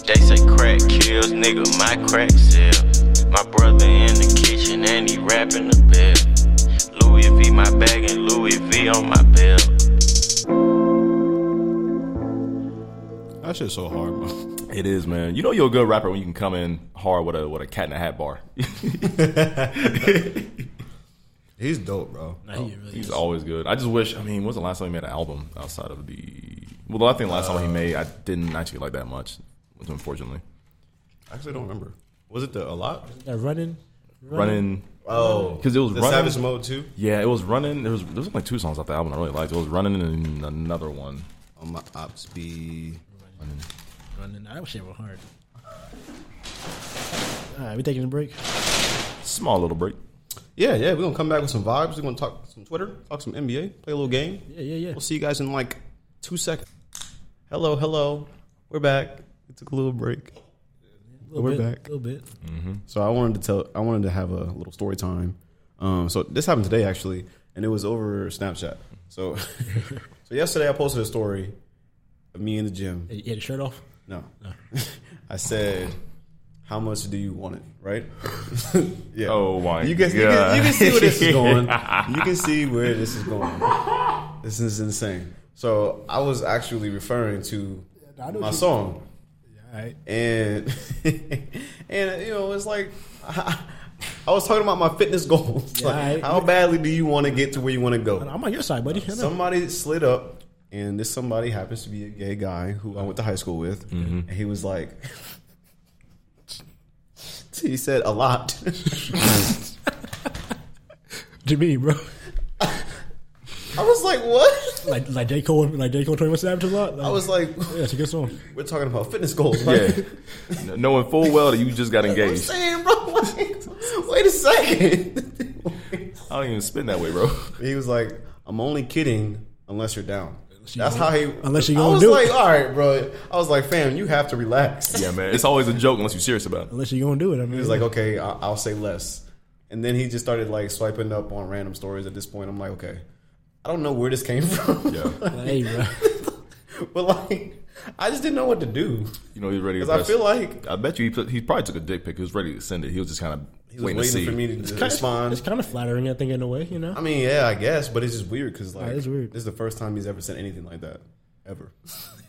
Speaker 11: They say crack kills, nigga, my crack sell. My brother in the kitchen and he rapping the bell. Louis V my bag and Louis V on my belt.
Speaker 5: That shit's so hard, man. It is, man. You know you're a good rapper when you can come in hard with a with a cat in a hat bar.
Speaker 1: He's dope, bro.
Speaker 5: He's always good. I just wish. I mean, when's the last time he made an album outside of the? Well, I think the last time
Speaker 1: Uh,
Speaker 5: he made, I didn't actually like that much. Unfortunately,
Speaker 1: I actually don't remember. Was it the a lot?
Speaker 2: Yeah, running,
Speaker 5: running.
Speaker 1: Oh.
Speaker 5: because it was
Speaker 1: The
Speaker 5: running.
Speaker 1: Savage Mode too?
Speaker 5: Yeah, it was running. There was there was like two songs off the album I really liked. It was running and another one.
Speaker 1: On my ops be.
Speaker 2: Running. That shit was hard. All right, we taking a break.
Speaker 5: Small little break.
Speaker 1: Yeah, yeah. We're gonna come back with some vibes. We're gonna talk some Twitter, talk some NBA, play a little game. Yeah,
Speaker 2: yeah, yeah.
Speaker 1: We'll see you guys in like two seconds. Hello, hello. We're back. We took a little break.
Speaker 2: Little
Speaker 1: We're
Speaker 2: bit,
Speaker 1: back.
Speaker 2: A little bit.
Speaker 1: So I wanted to tell, I wanted to have a little story time. Um, so this happened today actually, and it was over Snapchat. So, so yesterday I posted a story of me in the gym.
Speaker 2: You had the shirt off.
Speaker 1: No, I said, "How much do you want it?" Right? yeah.
Speaker 5: Oh my
Speaker 1: You guys, you
Speaker 5: God.
Speaker 1: can, you can see where this is going. you can see where this is going. This is insane. So I was actually referring to
Speaker 2: I know
Speaker 1: my
Speaker 2: you-
Speaker 1: song
Speaker 2: All right.
Speaker 1: and and you know it's like I, was talking about my fitness goals.
Speaker 2: Yeah,
Speaker 1: Like,
Speaker 2: right.
Speaker 1: How badly do you want to get to where you want to go?
Speaker 2: I'm on your side, buddy.
Speaker 1: Uh,
Speaker 2: I know.
Speaker 1: Somebody slid up, and this somebody happens to be a gay guy who I went to high school with,
Speaker 5: Mm-hmm.
Speaker 1: and he was like, he said a lot.
Speaker 2: To me, bro.
Speaker 1: I was like, what?
Speaker 2: Like like J Cole like J Cole Twenty One Savage a lot.
Speaker 1: I was like,
Speaker 2: yeah, it's a good song.
Speaker 1: We're talking about fitness goals. Like,
Speaker 5: Yeah, Kn- knowing full well that you just got
Speaker 1: I'm
Speaker 5: engaged.
Speaker 1: saying, bro, like, wait a second.
Speaker 5: I don't even spin that way, bro.
Speaker 1: He was like, I'm only kidding unless you're down. That's how he.
Speaker 5: unless you
Speaker 1: I
Speaker 5: gonna
Speaker 1: was
Speaker 5: do
Speaker 1: like,
Speaker 5: it.
Speaker 1: all right, bro. I was like, fam, you have to relax.
Speaker 5: Yeah, man. It's always a joke unless you're serious about it.
Speaker 2: Unless you're gonna do it, I mean,
Speaker 1: He was like, okay, I- I'll say less. And then he just started like swiping up on random stories. At this point, I'm like, okay, I don't know where this came from.
Speaker 5: Yeah.
Speaker 2: hey, bro.
Speaker 1: but like, I just didn't know what to do.
Speaker 5: You know, he's ready. to
Speaker 1: 'Cause I
Speaker 5: press-
Speaker 1: feel like-
Speaker 5: I bet you he, put, he probably took a dick pic. He was ready to send it. He was just kind of
Speaker 1: was
Speaker 5: waiting, to see.
Speaker 1: waiting for me to
Speaker 5: It's
Speaker 1: do
Speaker 5: kinda-
Speaker 1: respond.
Speaker 2: It's kind of flattering, I think, in a way, you know.
Speaker 1: I mean, yeah, I guess, but it's just weird because like,
Speaker 2: That is weird.
Speaker 1: this is the first time he's ever sent anything like that, ever.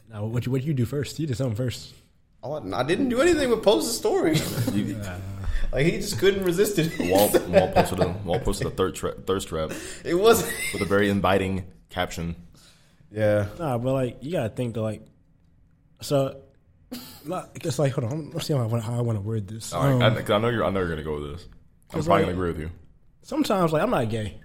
Speaker 2: now what you what you do first? You did something first.
Speaker 1: All I, I didn't do anything but post a story. like he just couldn't resist it.
Speaker 5: Wall, wall posted a wall posted a third tra- thirst trap.
Speaker 1: It was
Speaker 5: with a very inviting caption.
Speaker 1: Yeah.
Speaker 2: Nah, but like you gotta think though, like so. like, It's like hold on, let's see how I want, how I want to word this.
Speaker 5: All right,
Speaker 2: Um,
Speaker 5: I, 'cause I know you're. I know you're gonna go with this. I'm
Speaker 2: Cause,
Speaker 5: probably
Speaker 2: like,
Speaker 5: gonna agree with you.
Speaker 2: sometimes like I'm not gay.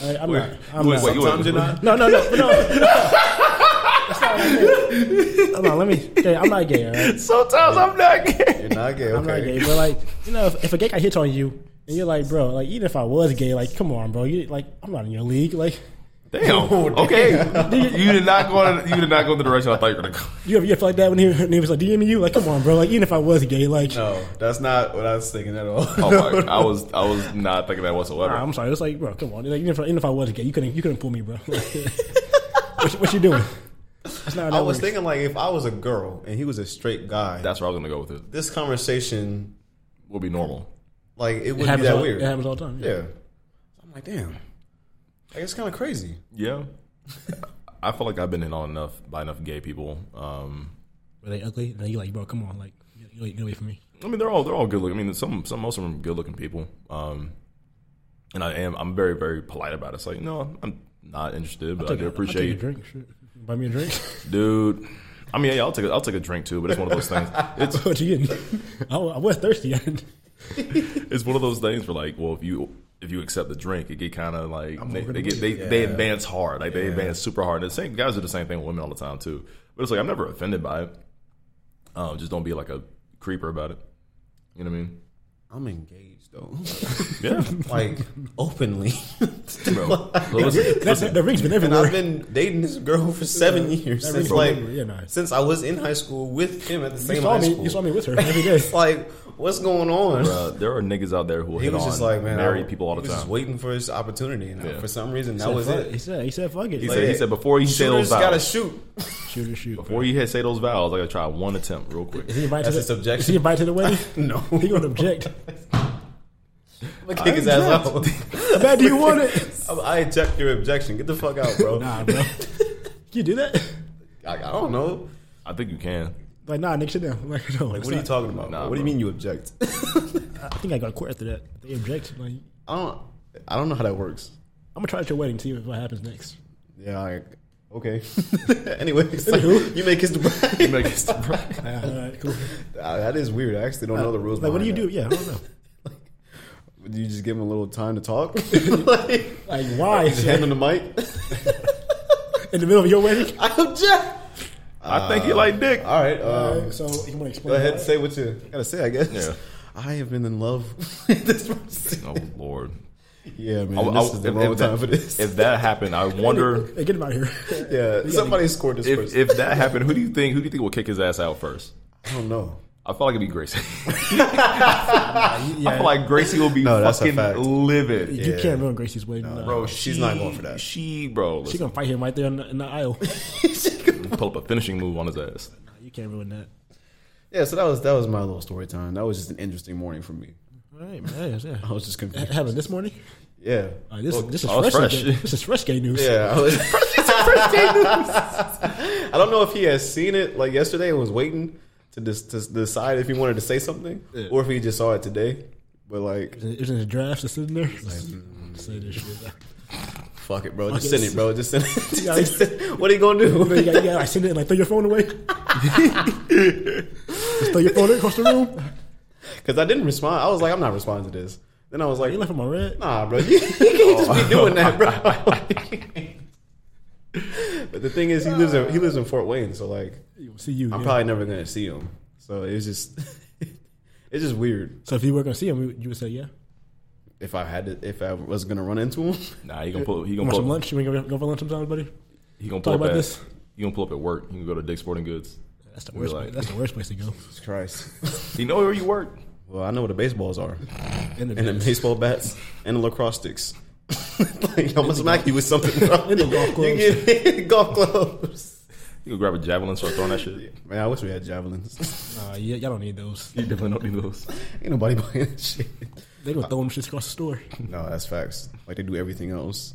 Speaker 2: I, I'm
Speaker 5: Wait,
Speaker 2: not. I'm
Speaker 5: wait,
Speaker 2: not.
Speaker 5: wait, you- Sometimes you're not?
Speaker 2: No, no, no, no. That's not what I meant. Hold on, let me. Okay, I'm not gay. All right?
Speaker 5: Sometimes I'm not gay.
Speaker 1: You're not gay. Okay.
Speaker 2: I'm not gay, but like you know, if, if a gay guy hits on you and you're like, bro, like even if I was gay, like come on, bro, you like I'm not in your league, like.
Speaker 5: Damn. Okay. you did not go. in- You did not go in the direction I thought you were gonna go.
Speaker 2: You ever, you ever feel like that when he, when he was like DMing you? Like, come on, bro. Like, even if I was gay, like,
Speaker 1: no, that's not what I was thinking at all.
Speaker 5: Oh my! I was. I was not thinking that whatsoever.
Speaker 2: Nah, I'm sorry. It was like, bro, come on. Like, even, if, even if I was gay, you couldn't you couldn't pull me, bro. Like, what, you- what you doing? That's not how that
Speaker 1: I was
Speaker 2: works.
Speaker 1: thinking like if I was a girl and he was a straight guy,
Speaker 5: That's where I was gonna go with it.
Speaker 1: this conversation
Speaker 5: Will be normal.
Speaker 1: like it wouldn't be
Speaker 2: happens
Speaker 1: that
Speaker 2: all-
Speaker 1: weird.
Speaker 2: it happens all the time,
Speaker 1: Yeah.
Speaker 2: yeah.
Speaker 1: I'm like, damn. Like it's kind of crazy.
Speaker 5: Yeah. I feel like I've been in on enough by enough gay people. Um,
Speaker 2: Were they ugly? And you like, bro, come on, like, get, get away from me.
Speaker 5: I mean, they're all they're all good looking. I mean, some some most of them good looking people. Um, and I am I'm very very polite about it. It's like no, I'm not interested, but I,
Speaker 2: take
Speaker 5: do
Speaker 2: a- I'll take a
Speaker 5: appreciate,
Speaker 2: drink. Shit. Buy me a drink.
Speaker 5: dude. I mean, yeah, I'll take a, I'll take a drink too, but it's one of those things. It's
Speaker 2: what you getting? I, wa- I was thirsty.
Speaker 5: it's one of those things where like, well, if you if you accept the drink, it get kind of like
Speaker 2: I'm
Speaker 5: they,
Speaker 2: gonna
Speaker 5: they
Speaker 2: do
Speaker 5: get
Speaker 2: it.
Speaker 5: they, they
Speaker 2: Yeah.
Speaker 5: advance hard, like they
Speaker 2: Yeah.
Speaker 5: advance super hard. And the same guys do the same thing with women all the time too. But it's like I'm never offended by it. Um, just don't be like a creeper about it. You know what I mean?
Speaker 1: I'm engaged though.
Speaker 5: Yeah.
Speaker 1: like openly.
Speaker 5: Bro,
Speaker 1: Like-
Speaker 5: listen- That- listen. that ring's been everywhere.
Speaker 1: And I've been dating this girl for seven
Speaker 2: Yeah,
Speaker 1: years
Speaker 2: that
Speaker 1: since
Speaker 2: ring's been
Speaker 1: like
Speaker 2: everywhere. Yeah, nah.
Speaker 1: since I was in high school with him at the
Speaker 2: You
Speaker 1: same
Speaker 2: saw
Speaker 1: high
Speaker 2: me.
Speaker 1: school.
Speaker 2: You saw me with her every day.
Speaker 1: like, what's going on?
Speaker 5: Bruh, Uh, there are niggas out there who will
Speaker 1: He
Speaker 5: hit
Speaker 1: was
Speaker 5: on
Speaker 1: just like, man,
Speaker 5: married
Speaker 1: I-
Speaker 5: people all the
Speaker 1: he was
Speaker 5: time.
Speaker 1: Just waiting for his opportunity, and
Speaker 5: Yeah.
Speaker 1: for some reason
Speaker 2: He
Speaker 1: that
Speaker 2: said,
Speaker 1: was
Speaker 2: fuck-
Speaker 1: it.
Speaker 2: He said, he said, fuck it.
Speaker 5: He said, he said before he say
Speaker 1: Shooters
Speaker 5: those vows,
Speaker 1: gotta shoot.
Speaker 2: shoot or shoot.
Speaker 5: Before he hit say those vows, I gotta try one attempt real quick.
Speaker 2: Is he invited
Speaker 1: That's
Speaker 2: to
Speaker 1: his
Speaker 2: the,
Speaker 1: objection.
Speaker 2: Is he invited to the wedding?
Speaker 1: no,
Speaker 2: he gonna object.
Speaker 1: I'm gonna kick his ass out.
Speaker 2: How bad do you want it?
Speaker 1: I I eject your objection. Get the fuck out, bro.
Speaker 2: Nah, bro. You do that?
Speaker 1: I, I don't know.
Speaker 5: I think you can.
Speaker 2: Like, nah, nigga, sit down. Like, no,
Speaker 1: Like, what are you talking about?
Speaker 5: Nah,
Speaker 1: what do you
Speaker 5: bro.
Speaker 1: mean you object?
Speaker 2: I think I got court after that. They object. Like,
Speaker 1: I
Speaker 2: I'm
Speaker 1: don't. I don't know how that works.
Speaker 2: gonna try at your wedding. See what happens next.
Speaker 1: Yeah. Like, okay. anyway, it's like, you make his. Uh,
Speaker 5: You make it to break.
Speaker 1: Ah.
Speaker 2: All right, cool.
Speaker 1: that is weird. I actually don't know the rules.
Speaker 2: Like, what do you
Speaker 1: behind
Speaker 2: do? Yeah, I don't know.
Speaker 1: that. Do you just give him a little time to talk? like,
Speaker 2: Like, why?
Speaker 1: just hand him the mic.
Speaker 2: in the middle of your wedding?
Speaker 1: I object.
Speaker 5: I think you like dick.
Speaker 1: Uh, All right. Um,
Speaker 2: Alright, so you want to explain?
Speaker 1: Go ahead
Speaker 2: why?
Speaker 1: and say what you gotta say, I guess.
Speaker 5: Yeah.
Speaker 1: I have been in love with this person.
Speaker 5: Oh lord.
Speaker 1: Yeah, man.
Speaker 5: I- I-
Speaker 1: this is the
Speaker 5: if-
Speaker 1: wrong
Speaker 5: if that-
Speaker 1: time for this.
Speaker 5: If that happened, I wonder
Speaker 2: Hey, get him out of here.
Speaker 1: yeah, somebody scored this
Speaker 5: if,
Speaker 1: person.
Speaker 5: if that happened, who do you think who do you think will kick his ass out first?
Speaker 1: I don't know.
Speaker 5: I feel like it'd be Gracie. I feel like Gracie will be
Speaker 1: No, that's a
Speaker 5: fucking
Speaker 1: fact. Oh,
Speaker 5: livid.
Speaker 2: You can't ruin Gracie's wedding, nah.
Speaker 5: Bro,
Speaker 1: she's
Speaker 5: she-
Speaker 1: not going for that.
Speaker 5: She, bro,
Speaker 2: She
Speaker 5: listen,
Speaker 2: gonna fight him right there in the, in the aisle.
Speaker 5: pull up a finishing move on his ass.
Speaker 2: you can't ruin that.
Speaker 1: Yeah, so that was that was my little story time. That was just an interesting morning for me.
Speaker 2: All right, man. Yeah,
Speaker 1: I was just
Speaker 2: yeah.
Speaker 1: confused.
Speaker 2: Happened this morning.
Speaker 1: Yeah.
Speaker 2: All right, this this is
Speaker 5: I was
Speaker 2: fresh.
Speaker 5: fresh.
Speaker 2: gay- This is fresh gay news.
Speaker 1: Yeah, I was. I don't know if he has seen it like yesterday and was waiting to dis- to decide if he wanted to say something or if he just saw it today. But like,
Speaker 2: It was in the drafts that's sitting there. Say
Speaker 1: mm.
Speaker 2: this shit.
Speaker 1: fuck it, bro. Just
Speaker 2: Fuck it.
Speaker 1: send it, bro. Just send it.
Speaker 2: Yeah,
Speaker 1: Just send it. What are you gonna do?
Speaker 2: You gotta, you gotta like send it and like throw your phone away. Just throw your phone across the room.
Speaker 1: Because I didn't respond. I was like, I'm not responding to this. Then I was like,
Speaker 2: you left him Oh. a red?
Speaker 1: Nah, bro, you, you can't just be doing that, bro. but the thing is, he lives in he lives in Fort Wayne, so like,
Speaker 2: see you.
Speaker 1: I'm
Speaker 2: yeah.
Speaker 1: probably never gonna see him. So it's just it's just weird.
Speaker 2: So if you were gonna see him, you- you would say yeah.
Speaker 1: If I had to, if I was gonna run into him,
Speaker 5: nah, he gonna pull. He
Speaker 2: You
Speaker 5: gonna
Speaker 2: want
Speaker 5: pull.
Speaker 2: some
Speaker 5: up-
Speaker 2: lunch? You wanna go go for lunch sometimes, buddy?
Speaker 5: He gonna
Speaker 2: Talk
Speaker 5: pull up
Speaker 2: about
Speaker 5: at,
Speaker 2: this.
Speaker 5: He gonna pull up at work. He can go to Dick's Sporting Goods.
Speaker 2: That's the
Speaker 5: Be
Speaker 2: worst.
Speaker 5: like-
Speaker 2: place- that's the worst place to go.
Speaker 1: Jesus Christ.
Speaker 5: you know where you work?
Speaker 1: Well, I know where the baseballs are,
Speaker 2: and the,
Speaker 1: and the baseball bats, and the lacrosse sticks. like, I'm gonna smack you with something. Bro.
Speaker 2: In the golf
Speaker 1: You
Speaker 2: clubs.
Speaker 1: get golf clubs.
Speaker 5: You can grab a javelin and start throwing that shit.
Speaker 1: Man, I wish we had javelins.
Speaker 2: Nah, yeah, y'all don't need those.
Speaker 5: You definitely don't need those.
Speaker 1: Ain't nobody buying that shit.
Speaker 2: They gonna throw them shit across the store.
Speaker 1: No, that's facts. Like they do everything else.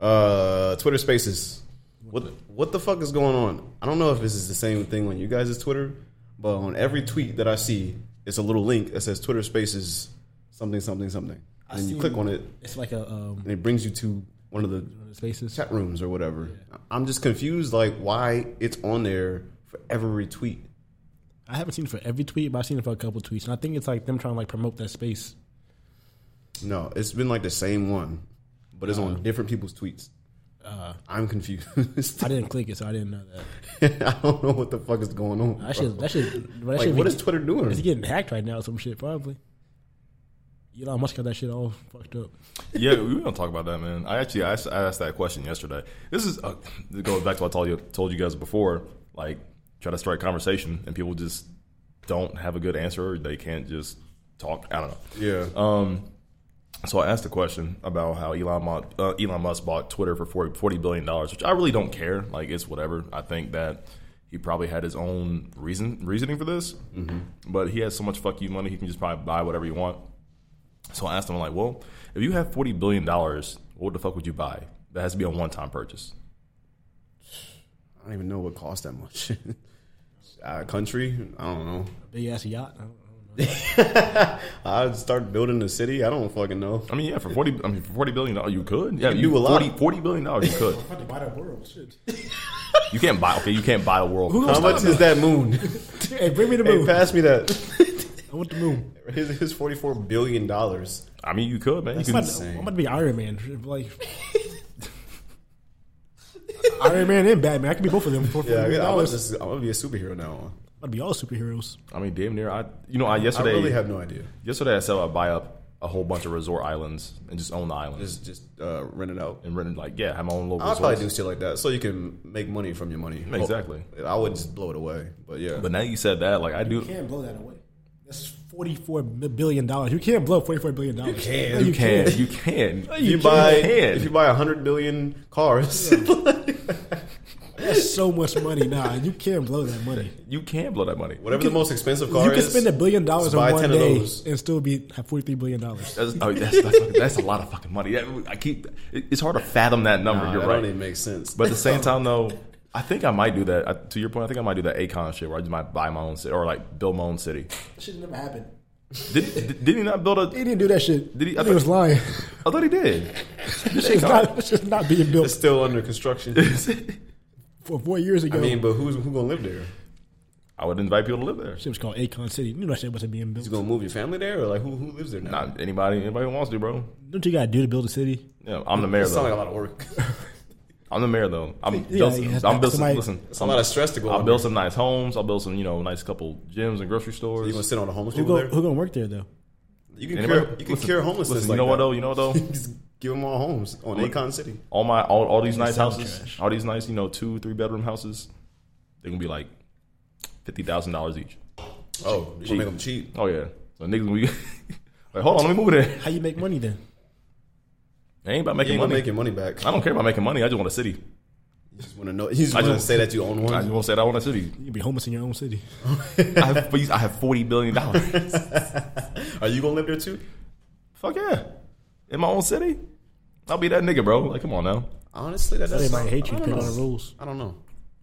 Speaker 1: Uh, Twitter Spaces. What what the fuck is going on? I don't know if this is the same thing on you guys' Twitter, but on every tweet that I see, it's a little link that says Twitter Spaces something something something, and you
Speaker 2: seen-
Speaker 1: click on it,
Speaker 2: It's like a um,
Speaker 1: and it brings you to one of the
Speaker 2: spaces.
Speaker 1: chat rooms or whatever. I'm just confused, like why it's on there for every tweet.
Speaker 2: I haven't seen it for every tweet, but I've seen it for a couple tweets, and I think it's like them trying to like promote that space.
Speaker 1: No, it's been like the same one, but it's on different people's tweets.
Speaker 2: Uh,
Speaker 1: I'm confused.
Speaker 2: I didn't click it, so I didn't know that.
Speaker 1: I don't know what the fuck is going on.
Speaker 2: That
Speaker 1: bro.
Speaker 2: shit, that shit, bro, that
Speaker 1: Like,
Speaker 2: shit
Speaker 1: what
Speaker 2: be-
Speaker 1: is Twitter doing?
Speaker 2: It's getting hacked right now, some shit probably. Elon Musk got that shit all fucked up.
Speaker 5: yeah, we don't talk about that, man. I actually I asked, I asked that question yesterday. This is uh, it goes back to what I told you told you guys before. Like, try to start a conversation, and people just don't have a good answer. Or they can't just talk. I don't know.
Speaker 1: Yeah.
Speaker 5: Um. So I asked the question about how Elon Musk, uh, Elon Musk bought Twitter for 40 $40 billion dollars, which I really don't care. Like it's whatever. I think that he probably had his own reason reasoning for this, but he has so much fuck you money, he can just probably buy whatever you want. So I asked him, like, well, if you have forty billion dollars, what the fuck would you buy? That has to be a one time purchase.
Speaker 1: I don't even know what cost that much. uh, country? I don't know.
Speaker 2: Big ass yacht. I don't,
Speaker 1: I start building a city. I don't fucking know.
Speaker 5: I mean, yeah, for forty, I mean, for forty billion dollars, you could. Yeah,
Speaker 1: You
Speaker 5: you,
Speaker 1: do a lot.
Speaker 5: 40 $40 billion dollars, you could.
Speaker 2: I don't know. buy that world. Shit.
Speaker 5: You can't buy. Okay, you can't buy a world.
Speaker 2: Who
Speaker 1: How
Speaker 2: gonna
Speaker 1: much
Speaker 2: stop
Speaker 1: is that moon?
Speaker 2: Hey, bring me the
Speaker 1: hey,
Speaker 2: moon.
Speaker 1: pass me that.
Speaker 2: I want the moon.
Speaker 1: His, his forty-four billion dollars.
Speaker 5: I mean, you could, man. You
Speaker 2: I'm
Speaker 5: could,
Speaker 2: about, to, I'm about to be Iron Man. Like Iron Man and Batman. I could be both of them for
Speaker 1: Yeah,
Speaker 2: forty
Speaker 1: I,
Speaker 2: million
Speaker 1: I was
Speaker 2: dollars.
Speaker 1: just, I'm gonna be a superhero now. on.
Speaker 2: I'd be all superheroes.
Speaker 5: I mean, damn near. I, you know, I
Speaker 1: I
Speaker 5: yesterday,
Speaker 1: really have no idea.
Speaker 5: yesterday I said I'd buy up a whole bunch of resort islands and just own the islands
Speaker 1: Just just uh, rent it out.
Speaker 5: and rent like, yeah, have my own little.
Speaker 1: I'll
Speaker 5: Resort.
Speaker 1: probably do shit like that so you can make money from your money.
Speaker 5: Exactly.
Speaker 1: I would just blow it away. But yeah,
Speaker 5: But now you said that, like I do.
Speaker 2: You can't blow that away. That's forty-four billion dollars. You can't blow forty-four billion dollars. You
Speaker 1: can.
Speaker 5: You can. You can.
Speaker 1: if you, buy
Speaker 5: can.
Speaker 1: if you buy hundred billion cars,
Speaker 2: That's so much money. Nah, you can't blow that money.
Speaker 5: you can blow that money.
Speaker 1: whatever the most expensive car
Speaker 2: You can
Speaker 1: is,
Speaker 2: spend a billion dollars
Speaker 1: just
Speaker 2: on
Speaker 1: buy
Speaker 2: one
Speaker 1: 10 of
Speaker 2: day
Speaker 1: those.
Speaker 2: and still be have forty-three billion dollars.
Speaker 5: That's, oh, that's, that's, that's a lot of fucking money. That- I keep. it- It's hard to fathom that number.
Speaker 1: Nah,
Speaker 5: You're
Speaker 1: that
Speaker 5: right.
Speaker 1: don't even make sense.
Speaker 5: But at the same time, though, I think I might do that. I, to your point, I think I might do that Akon shit where I just might buy my own city or like build my own city.
Speaker 2: That shit never happened.
Speaker 5: Did, did, did he not build
Speaker 2: He
Speaker 5: a?
Speaker 2: didn't do that shit.
Speaker 5: Did he- I
Speaker 2: I think he was
Speaker 5: thought-
Speaker 2: lying.
Speaker 5: I thought he did.
Speaker 2: It's not, it's just not being
Speaker 1: It's
Speaker 2: built
Speaker 1: still under construction.
Speaker 2: for four years ago.
Speaker 1: I mean, but who's who gonna live there?
Speaker 5: I would invite people to live there.
Speaker 2: shit was called Akon City. You know that shit wasn't being built.
Speaker 1: You gonna move your family there, or like who who lives there now?
Speaker 5: Not anybody. Anybody who wants to, bro.
Speaker 2: Don't you gotta do to build a city?
Speaker 5: Yeah, I'm the mayor
Speaker 1: It sounds like a
Speaker 5: though.
Speaker 1: lot of work.
Speaker 5: I'm the mayor though. I'm
Speaker 2: Yeah,
Speaker 5: built-
Speaker 2: yeah,
Speaker 5: I'm built some,
Speaker 2: somebody-
Speaker 5: listen.
Speaker 1: It's a lot of stress to go.
Speaker 5: I'll
Speaker 1: under.
Speaker 5: build some nice homes. I'll build some, you know, nice couple gyms and grocery stores.
Speaker 1: You gonna sit on the homeless
Speaker 2: Who
Speaker 1: people
Speaker 2: go,
Speaker 1: there?
Speaker 2: who gonna work there though?
Speaker 1: You can
Speaker 5: Anybody-
Speaker 1: cure, you can
Speaker 5: listen,
Speaker 1: cure homelessness.
Speaker 5: listen, you
Speaker 1: like
Speaker 5: know what
Speaker 1: that.
Speaker 5: though? You know what though?
Speaker 1: Just give them all homes on
Speaker 5: Look-
Speaker 1: Akon City.
Speaker 5: all my all, all these nice
Speaker 2: sounds
Speaker 5: houses,
Speaker 2: trash.
Speaker 5: all these nice, you know, two, three bedroom houses, they're gonna be like fifty thousand dollars each.
Speaker 1: Oh, you gonna make them cheap?
Speaker 5: Oh yeah. So niggas gonna be like, hold on, let me move there.
Speaker 2: How you make money then?
Speaker 5: I ain't about
Speaker 1: You
Speaker 5: making
Speaker 1: ain't
Speaker 5: money.
Speaker 1: gonna make your money back.
Speaker 5: I don't care about making money. I just want a city.
Speaker 1: You just want to know. You just
Speaker 5: I
Speaker 1: want to
Speaker 5: just-
Speaker 1: say that you own
Speaker 5: I just
Speaker 1: one.
Speaker 5: want to say that I want a city.
Speaker 2: You can be homeless in your own city.
Speaker 5: I have, I have forty billion dollars.
Speaker 1: Are you gonna live there too?
Speaker 5: Fuck yeah, in my own city, I'll be that nigga, bro. Like, come on now.
Speaker 1: Honestly, that
Speaker 2: They
Speaker 1: doesn't.
Speaker 2: might hate you
Speaker 1: I
Speaker 2: depending
Speaker 1: don't
Speaker 2: on the
Speaker 1: know.
Speaker 2: rules.
Speaker 1: I don't know.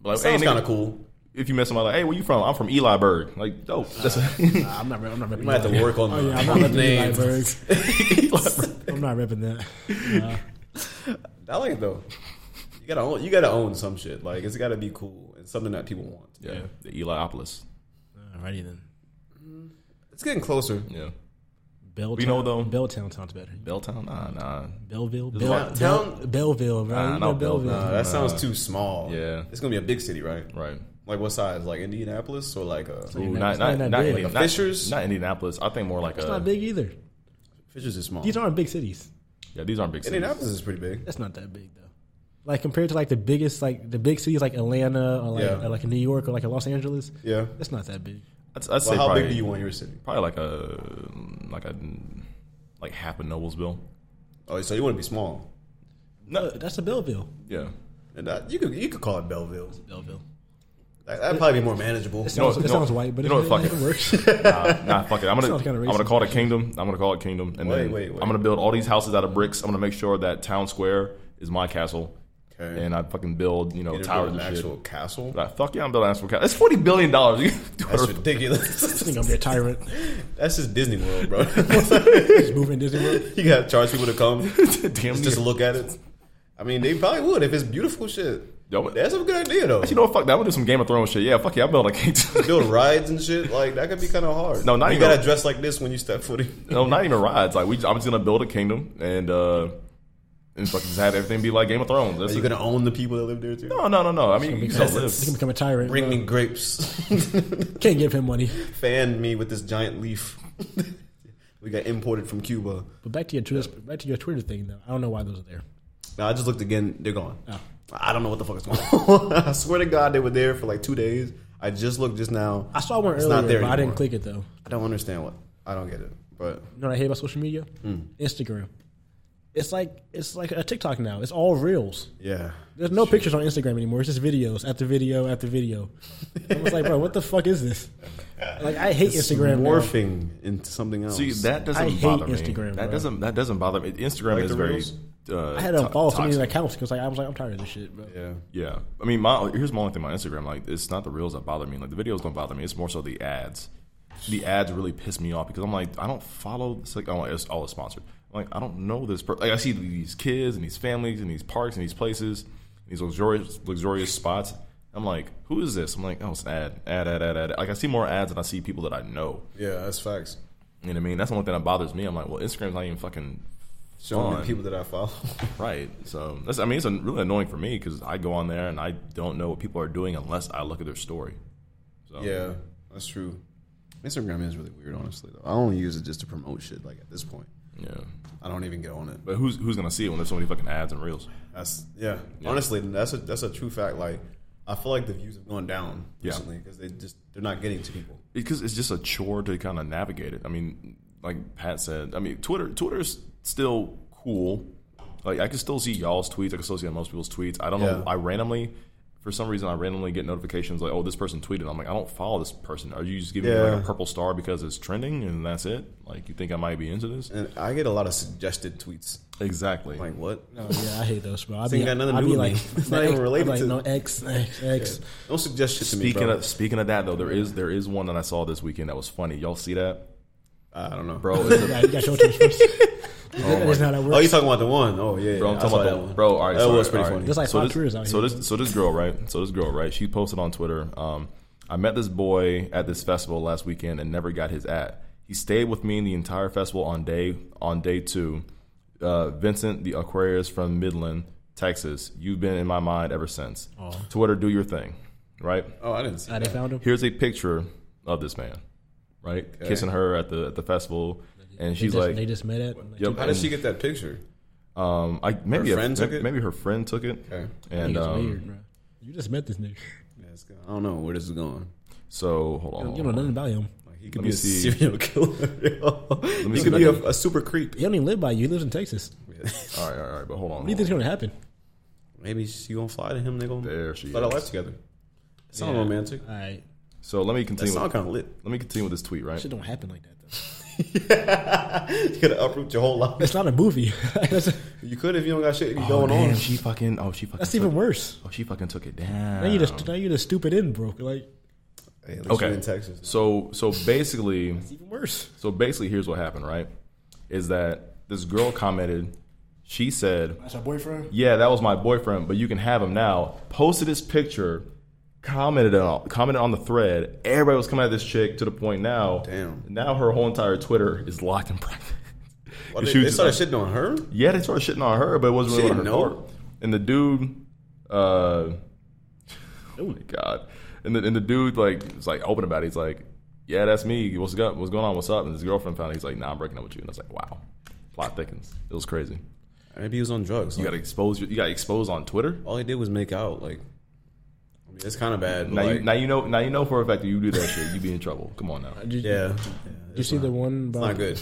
Speaker 5: Like,
Speaker 1: Sounds
Speaker 5: nigga,
Speaker 1: kind of cool.
Speaker 5: If you met somebody, like, hey, where you from? I'm from Eli Bird. Like, dope. That's
Speaker 2: Nah, I'm not. I'm not repping.
Speaker 1: You might have to work on
Speaker 2: Oh yeah,
Speaker 1: the
Speaker 2: I'm not repping
Speaker 1: name.
Speaker 2: Eli Berg. I'm not repping that.
Speaker 1: I like it though. You gotta own. You gotta own some shit. Like it's gotta be cool and something that people want.
Speaker 5: yeah, the Eliopolis.
Speaker 2: Alrighty then.
Speaker 1: It's getting closer.
Speaker 5: Yeah.
Speaker 2: Belltown.
Speaker 5: You know though,
Speaker 2: Belltown sounds better.
Speaker 5: Belltown, nah, nah.
Speaker 2: Belleville,
Speaker 5: Does
Speaker 2: Bell,
Speaker 5: Belltown-
Speaker 2: Bell, Belleville, bro.
Speaker 5: Nah,
Speaker 2: You
Speaker 5: not
Speaker 2: know Belleville.
Speaker 1: Nah,
Speaker 5: Belleville.
Speaker 1: that sounds too small.
Speaker 5: Yeah.
Speaker 1: It's gonna be a big city, right?
Speaker 5: Right.
Speaker 1: Like what size? Like Indianapolis or like uh, a
Speaker 5: Ooh, not,
Speaker 1: like
Speaker 5: not, not,
Speaker 1: a
Speaker 5: Indiana- not,
Speaker 1: Fishers?
Speaker 5: not Indianapolis. I think more like
Speaker 2: It's
Speaker 5: a.
Speaker 2: not big either.
Speaker 1: Fishers is small.
Speaker 2: These aren't big cities.
Speaker 5: yeah, these aren't big cities.
Speaker 1: Indianapolis is pretty big.
Speaker 2: That's not that big though. Like compared to like the biggest, like the big cities like Atlanta or like
Speaker 1: Yeah.
Speaker 2: or, like New York or like Los Angeles.
Speaker 1: Yeah.
Speaker 2: that's not that big.
Speaker 5: I'd, I'd
Speaker 1: Well,
Speaker 5: say
Speaker 1: how
Speaker 5: probably,
Speaker 1: big do you want your city?
Speaker 5: Probably like a like a like half of Noblesville.
Speaker 1: Oh, so you want to be small?
Speaker 5: No,
Speaker 2: Uh, that's a Belleville.
Speaker 5: Yeah.
Speaker 1: And that, you could you could call it Belleville.
Speaker 2: Belleville.
Speaker 1: That, that'd probably be more manageable.
Speaker 2: It sounds- it sounds white, but
Speaker 5: you
Speaker 2: it-
Speaker 5: know what? Fuck
Speaker 2: it
Speaker 5: it.
Speaker 2: works.
Speaker 5: nah, nah, fuck it. I'm gonna
Speaker 2: Sounds kinda
Speaker 5: I'm gonna
Speaker 2: racist.
Speaker 5: call it Kingdom. I'm gonna call it Kingdom, and
Speaker 1: Wait,
Speaker 5: then
Speaker 1: wait, wait.
Speaker 5: I'm gonna build all these houses out of bricks. I'm gonna make sure that town square is my castle. And I fucking build, you know,
Speaker 1: You're gonna
Speaker 5: towers
Speaker 1: build
Speaker 5: and
Speaker 1: an
Speaker 5: shit.
Speaker 1: actual castle?
Speaker 5: Nah, fuck yeah, I'm building an actual castle. It's forty billion dollars.
Speaker 1: That's ridiculous. I
Speaker 2: think I'm a tyrant.
Speaker 1: That's just Disney World, bro.
Speaker 2: just moving Disney World.
Speaker 1: You gotta charge people to come.
Speaker 5: Damn
Speaker 1: just look at it. I mean, they probably would if it's beautiful shit. That's a good idea though.
Speaker 5: You know what? Fuck that. I'm gonna do some Game of Thrones shit. Yeah, fuck yeah, I'm building a kingdom.
Speaker 1: Build rides and shit like that could be kind of hard.
Speaker 5: No, not
Speaker 1: you
Speaker 5: even-
Speaker 1: gotta dress like this when you step foot in.
Speaker 5: No, not even rides. Like we, I'm just gonna build a kingdom and uh and fucking just have everything be like Game of Thrones. That's
Speaker 1: Are you
Speaker 5: it.
Speaker 1: gonna own the people that live there too?
Speaker 5: No, no, no, no. I mean, you can still
Speaker 2: You can
Speaker 5: live.
Speaker 2: become a tyrant.
Speaker 1: Bring
Speaker 2: bro.
Speaker 1: me grapes.
Speaker 2: Can't give him money.
Speaker 1: Fan me with this giant leaf. we got imported from Cuba.
Speaker 2: But back to your Twitter, back to your Twitter thing though. I don't know why those are there.
Speaker 1: Now I just looked again. They're gone.
Speaker 2: Oh.
Speaker 1: I don't know what the fuck is going on. I swear to God, they were there for like two days. I just looked just now.
Speaker 2: I saw one
Speaker 1: It's
Speaker 2: earlier,
Speaker 1: not there
Speaker 2: but I didn't
Speaker 1: anymore.
Speaker 2: click it though.
Speaker 1: I don't understand what. I don't get it. But
Speaker 2: You know what I hate about social media?
Speaker 1: Hmm.
Speaker 2: Instagram. It's like it's like a TikTok now. It's all reels.
Speaker 1: yeah,
Speaker 2: There's no pictures on Instagram anymore. It's just videos after video after video. I was like, bro, what the fuck is this? Like, I hate
Speaker 1: It's
Speaker 2: Instagram. now.
Speaker 1: morphing into something else.
Speaker 5: See, that doesn't
Speaker 2: I hate
Speaker 5: bother me.
Speaker 2: Instagram,
Speaker 5: That
Speaker 2: bro.
Speaker 5: doesn't. That doesn't bother me. Instagram
Speaker 1: Like
Speaker 5: is
Speaker 1: the
Speaker 5: very.
Speaker 1: reels?
Speaker 5: Uh,
Speaker 2: I had to
Speaker 5: to-
Speaker 2: unfollow so many
Speaker 5: toxic.
Speaker 2: accounts because like I was like, I'm tired of this shit, bro.
Speaker 1: Yeah.
Speaker 5: Yeah, I mean, my here's my only thing. My Instagram, like, it's not the reels that bother me. Like, the videos don't bother me. It's more so the ads. The ads really piss me off because I'm like, I don't follow. It's like, oh, it's all sponsored. I'm like, I don't know this person. Like, I see these kids and these families and these parks and these places, these luxurious, luxurious spots. I'm like, who is this? I'm like, oh, it's an ad, ad, ad, ad, ad. Like, I see more ads than I see people that I know.
Speaker 1: Yeah, that's facts.
Speaker 5: You know what I mean? That's the only thing that bothers me. I'm like, well, Instagram's not even fucking
Speaker 1: Showing me
Speaker 5: fun.
Speaker 1: people that I follow.
Speaker 5: Right. So that's. I mean, it's really annoying for me because I go on there and I don't know what people are doing unless I look at their story. So
Speaker 1: Oh, Yeah, that's true. Instagram is really weird, honestly. Though I only use it just to promote shit. Like at this point,
Speaker 5: yeah.
Speaker 1: I don't even get on it.
Speaker 5: But who's who's gonna see it when there's so many fucking ads and reels?
Speaker 1: That's yeah. Honestly, that's a that's a true fact. Like I feel like the views have gone down
Speaker 5: Yeah.
Speaker 1: recently because they just they're not getting to people.
Speaker 5: Because it's just a chore to kind of navigate it. I mean, like Pat said, I mean, Twitter Twitter's still cool. Like I can still see y'all's tweets. I can still see most people's tweets. I don't know.
Speaker 1: Yeah.
Speaker 5: I randomly. For some reason, I randomly get notifications like, "Oh, this person tweeted." I'm like, "I don't follow this person." Are you just giving me like
Speaker 1: Yeah.
Speaker 5: a purple star because it's trending and that's it? Like, you think I might be into this?
Speaker 1: And I get a lot of suggested tweets.
Speaker 5: Exactly.
Speaker 1: Like what?
Speaker 2: No, yeah, I hate those, bro. I'd
Speaker 1: This ain't
Speaker 2: be,
Speaker 1: got nothing to
Speaker 2: I'd
Speaker 1: do
Speaker 2: be
Speaker 1: with
Speaker 2: like,
Speaker 1: me. It's not even related
Speaker 2: I'd be
Speaker 1: to-
Speaker 2: like, no X, X, X.
Speaker 1: Don't suggest shit to me.
Speaker 5: Speaking
Speaker 1: bro.
Speaker 5: of speaking of that though, there is there is one that I saw this weekend that was funny. Y'all see that?
Speaker 1: I don't know,
Speaker 5: Bro, it's a-
Speaker 2: Yeah, you got your Twitch first. That is how that
Speaker 1: Oh, you
Speaker 2: works.
Speaker 1: talking about the one? Oh yeah,
Speaker 5: bro,
Speaker 1: yeah,
Speaker 5: I'm
Speaker 1: I
Speaker 5: talking
Speaker 1: saw
Speaker 5: about
Speaker 1: that
Speaker 5: the-
Speaker 1: one.
Speaker 5: Bro, all right,
Speaker 1: that
Speaker 5: so,
Speaker 1: was
Speaker 5: all
Speaker 1: pretty
Speaker 5: right.
Speaker 1: funny.
Speaker 2: There's like
Speaker 5: so
Speaker 2: five
Speaker 5: this,
Speaker 2: careers out
Speaker 5: so
Speaker 2: here,
Speaker 5: this so this girl right, so this girl right, she posted on Twitter. Um, I met this boy at this festival last weekend and never got his at. He stayed with me the entire festival on day on day two. Uh, Vincent the Aquarius from Midland, Texas. You've been in my mind ever since. Twitter, do your thing, right?
Speaker 1: Oh, I didn't see.
Speaker 2: I
Speaker 1: that.
Speaker 2: found him.
Speaker 5: Here's a picture of this man, right,
Speaker 1: Okay.
Speaker 5: kissing her at the at the festival, and
Speaker 2: They
Speaker 5: she's
Speaker 2: just-
Speaker 5: like,
Speaker 2: they just met at. Like,
Speaker 5: Yep.
Speaker 1: How did she get that picture?
Speaker 5: um, I maybe
Speaker 1: Her
Speaker 5: her
Speaker 1: friend
Speaker 5: friend
Speaker 1: took it?
Speaker 5: maybe her friend took it,
Speaker 1: Okay.
Speaker 5: and
Speaker 2: it's
Speaker 5: um,
Speaker 2: weird, bro. You just met this nigga.
Speaker 1: Yeah, it's good. I don't know where this is going.
Speaker 5: so hold on,
Speaker 2: You don't know nothing about him.
Speaker 1: Like, he could
Speaker 5: Let
Speaker 1: be
Speaker 5: me
Speaker 1: a
Speaker 5: see.
Speaker 1: serial killer. he
Speaker 5: see.
Speaker 1: could be a, a super creep.
Speaker 2: He don't even live by you. He lives in Texas. What
Speaker 5: all right, all right, all right, but hold on,
Speaker 2: do you
Speaker 5: hold
Speaker 2: think's gonna happen?
Speaker 1: Maybe she gonna fly to him. They gonna
Speaker 5: on. there she
Speaker 1: start a life
Speaker 5: is.
Speaker 1: together. It sounds
Speaker 2: Yeah.
Speaker 1: romantic.
Speaker 2: All right,
Speaker 5: So let me
Speaker 1: That
Speaker 5: continue.
Speaker 1: sound
Speaker 5: With,
Speaker 1: kind of lit.
Speaker 5: let me continue with this tweet, right?
Speaker 2: shit don't happen like that. though.
Speaker 1: you could uproot your whole life.
Speaker 2: It's not a movie. that's,
Speaker 1: You could if you don't got shit
Speaker 5: Oh,
Speaker 1: going
Speaker 5: damn,
Speaker 1: on.
Speaker 5: she fucking, oh she fucking,
Speaker 2: that's
Speaker 5: took,
Speaker 2: even worse.
Speaker 5: Oh she fucking took it down.
Speaker 2: Now you just now you just stupid in broke. Like
Speaker 1: Hey, at least
Speaker 5: okay.
Speaker 1: you're in Texas.
Speaker 5: So so basically,
Speaker 2: even worse.
Speaker 5: so basically, here's what happened, right? Is that this girl commented? She said,
Speaker 2: That's her boyfriend.
Speaker 5: yeah, that was my boyfriend, but you can have him now. Posted his picture, commented on commented on the thread. Everybody was coming at this chick to the point now. Damn. Now her whole entire Twitter is locked in private.
Speaker 1: Well,
Speaker 5: 'Cause
Speaker 1: they,
Speaker 5: she was
Speaker 1: they
Speaker 5: just
Speaker 1: started
Speaker 5: like-
Speaker 1: shitting on her.
Speaker 5: Yeah, they started shitting on her, but it wasn't
Speaker 1: She
Speaker 5: really on her
Speaker 1: didn't know?
Speaker 5: part. And the dude, uh, oh my god! And the and the dude like was like open about it. He's like, "Yeah, that's me. What's up? What's going on? What's up?" And his girlfriend found. It. He's like, "Nah, I'm breaking up with you." And I was like, "Wow, plot thickens." It was crazy.
Speaker 1: Maybe he was on drugs.
Speaker 5: You got exposed. You got exposed on Twitter.
Speaker 1: All he did was make out. Like, I mean, it's kind of bad.
Speaker 5: Now
Speaker 1: but,
Speaker 5: you
Speaker 1: like,
Speaker 5: now you know now you know for a fact that you do that shit, you be in trouble. Come on now.
Speaker 1: yeah.
Speaker 2: Did you see the one about
Speaker 1: not good.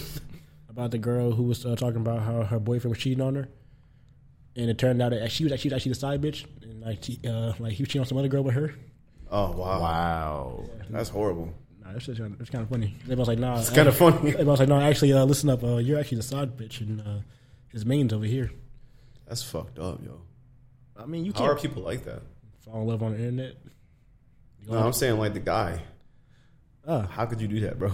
Speaker 2: about the girl who was uh, talking about how her boyfriend was cheating on her, and it turned out that she was actually actually the side bitch, and like she, uh, like he was cheating on some other girl with her.
Speaker 1: Oh wow,
Speaker 5: wow,
Speaker 1: that's horrible.
Speaker 2: Nah, that's just it's kind of funny. They was like, nah,
Speaker 1: It's kinda
Speaker 2: act-
Speaker 1: funny.
Speaker 2: They was like, nah, actually, uh, listen up, uh, you're actually the side bitch, and uh, his main's over here.
Speaker 1: That's fucked up, yo.
Speaker 2: I mean, you
Speaker 1: How
Speaker 2: can't
Speaker 1: are people like that?
Speaker 2: fall in love on the internet.
Speaker 1: No, I'm saying like the guy.
Speaker 2: Uh,
Speaker 1: How could you do that, bro?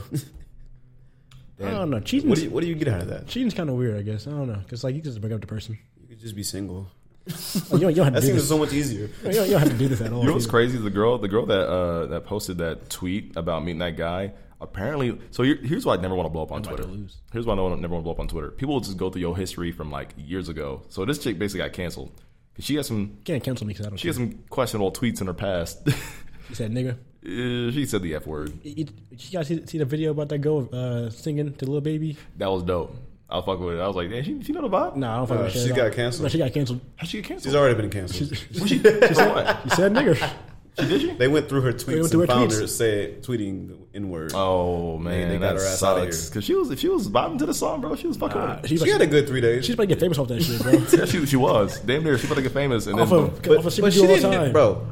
Speaker 2: I don't know. Cheating's-
Speaker 1: What do you, what do you get out of that?
Speaker 2: Cheating's kind of weird, I guess. I don't know, because like you can just break up the person.
Speaker 1: You could just be single.
Speaker 2: Oh, you don't- you don't have to
Speaker 1: that
Speaker 2: do
Speaker 1: seems
Speaker 2: this.
Speaker 1: so much easier.
Speaker 2: You don't, you don't have to do this at all.
Speaker 5: You know what's
Speaker 2: either.
Speaker 5: crazy? The girl, the girl that uh, that posted that tweet about meeting that guy. Apparently, so here- here's why I never want to blow up on Twitter. Here's why I don't never want to blow up on Twitter. People will just go through your history from like years ago. So this chick basically got canceled because she had some
Speaker 2: Can't cancel me because I don't.
Speaker 5: she had some questionable tweets in her past.
Speaker 2: She said, "Nigga."
Speaker 5: Uh, she said the f word.
Speaker 2: It- it- You guys see, see the video about that girl uh, singing to Lil Baby?
Speaker 5: That was dope. I was fucking with it. I was like, damn, she, she know the vibe.
Speaker 2: No, I don't fuck
Speaker 1: Uh,
Speaker 2: with
Speaker 1: she's
Speaker 2: that.
Speaker 1: got canceled.
Speaker 2: No, she got canceled.
Speaker 5: How she get canceled?
Speaker 1: She's already been canceled.
Speaker 5: Was she, she said what?
Speaker 2: She said nigger.
Speaker 1: They went through her tweets
Speaker 2: went
Speaker 1: and
Speaker 2: through her
Speaker 1: found
Speaker 2: tweets.
Speaker 1: her said tweoting the n word.
Speaker 5: Oh man,
Speaker 1: they got
Speaker 5: that
Speaker 1: her ass out of
Speaker 5: sucks. Because she was she was vibing to the song, bro. She was fucking. with it.
Speaker 1: She had a good three days.
Speaker 2: She's about to get famous off that shit, bro.
Speaker 5: Yeah, she, she was. Damn near, she about to get famous. And
Speaker 2: Off
Speaker 5: then,
Speaker 2: of- But- off of Supergirl all the time.
Speaker 1: bro.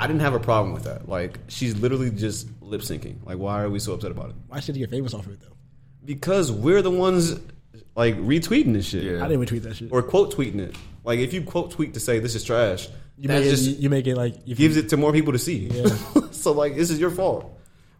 Speaker 1: I didn't have a problem with that. Like she's literally just lip syncing. Like why are we so upset about it?
Speaker 2: Why should you get famous off of it though?
Speaker 1: Because we're the ones like retweeting this shit.
Speaker 2: I didn't retweet that shit.
Speaker 1: or quote tweeting it. Like if you quote tweet to say this is trash,
Speaker 2: You
Speaker 1: that
Speaker 2: make it.
Speaker 1: just
Speaker 2: you- you make it like if
Speaker 1: gives
Speaker 2: you,
Speaker 1: it to more people to see. so like this is your fault.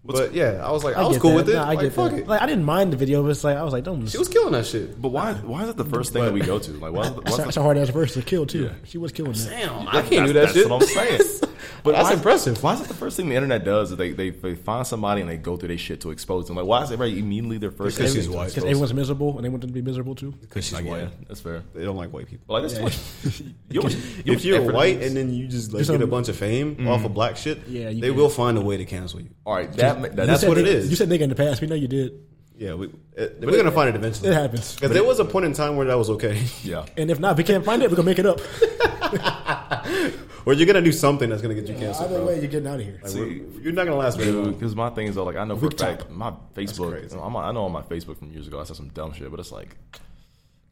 Speaker 1: But yeah, I was like, I, was
Speaker 2: get
Speaker 1: cool
Speaker 2: that.
Speaker 1: with it.
Speaker 2: Nah, I
Speaker 1: like,
Speaker 2: get
Speaker 1: fuck
Speaker 2: that.
Speaker 1: it.
Speaker 2: Like I didn't mind the video, but it's like I was like, don't.
Speaker 1: She was killing that shit.
Speaker 5: But why? Why is that the first thing that we go to? Like, why? Is the, why
Speaker 2: That's
Speaker 5: is
Speaker 2: a- that's
Speaker 5: the,
Speaker 2: a hard ass verse to kill too. She was killing that.
Speaker 1: Damn, I
Speaker 5: That's-
Speaker 1: can't do that
Speaker 5: that's-
Speaker 1: shit.
Speaker 5: That's what I'm saying. But
Speaker 1: That's
Speaker 5: why is-
Speaker 1: impressive.
Speaker 5: Why is it the first thing the internet does? Is they, they they find somebody and they go through their shit to expose them? Like, why is everybody immediately their first?
Speaker 1: Because
Speaker 5: thing
Speaker 1: she's
Speaker 5: to
Speaker 1: white.
Speaker 5: expose
Speaker 2: Because everyone's miserable and they want them to be miserable too.
Speaker 1: Because she's
Speaker 5: them? Like,
Speaker 1: white.
Speaker 5: yeah, that's fair.
Speaker 1: They don't like white people.
Speaker 5: But like, that's you almost- you
Speaker 1: If
Speaker 5: almost
Speaker 1: you're
Speaker 5: effort-
Speaker 1: white and then you just like
Speaker 2: Just
Speaker 1: get a
Speaker 2: some-
Speaker 1: bunch of fame off of black shit,
Speaker 2: Yeah, you
Speaker 1: they
Speaker 2: can.
Speaker 1: will find a way to cancel you.
Speaker 5: all right, that,
Speaker 1: That's
Speaker 5: that that's
Speaker 2: You said
Speaker 1: what it
Speaker 2: nigga-
Speaker 1: is.
Speaker 2: You said nigga in the past. We know you did.
Speaker 1: Yeah, we, uh, we're gonna find it eventually.
Speaker 2: It happens.
Speaker 1: Because there was a point in time where that was okay,
Speaker 5: yeah.
Speaker 2: And if not, if we can't find it, we're gonna make it up.
Speaker 1: or you're gonna do something that's gonna get you canceled.
Speaker 2: Either
Speaker 1: bro.
Speaker 2: way, you're getting out of here.
Speaker 1: Like, we're- you're not gonna last very long.
Speaker 5: Because my thing is though, like I know for a
Speaker 2: TikTok.
Speaker 5: fact my Facebook. I'm, I know on my Facebook from years ago I said some dumb shit, but it's like,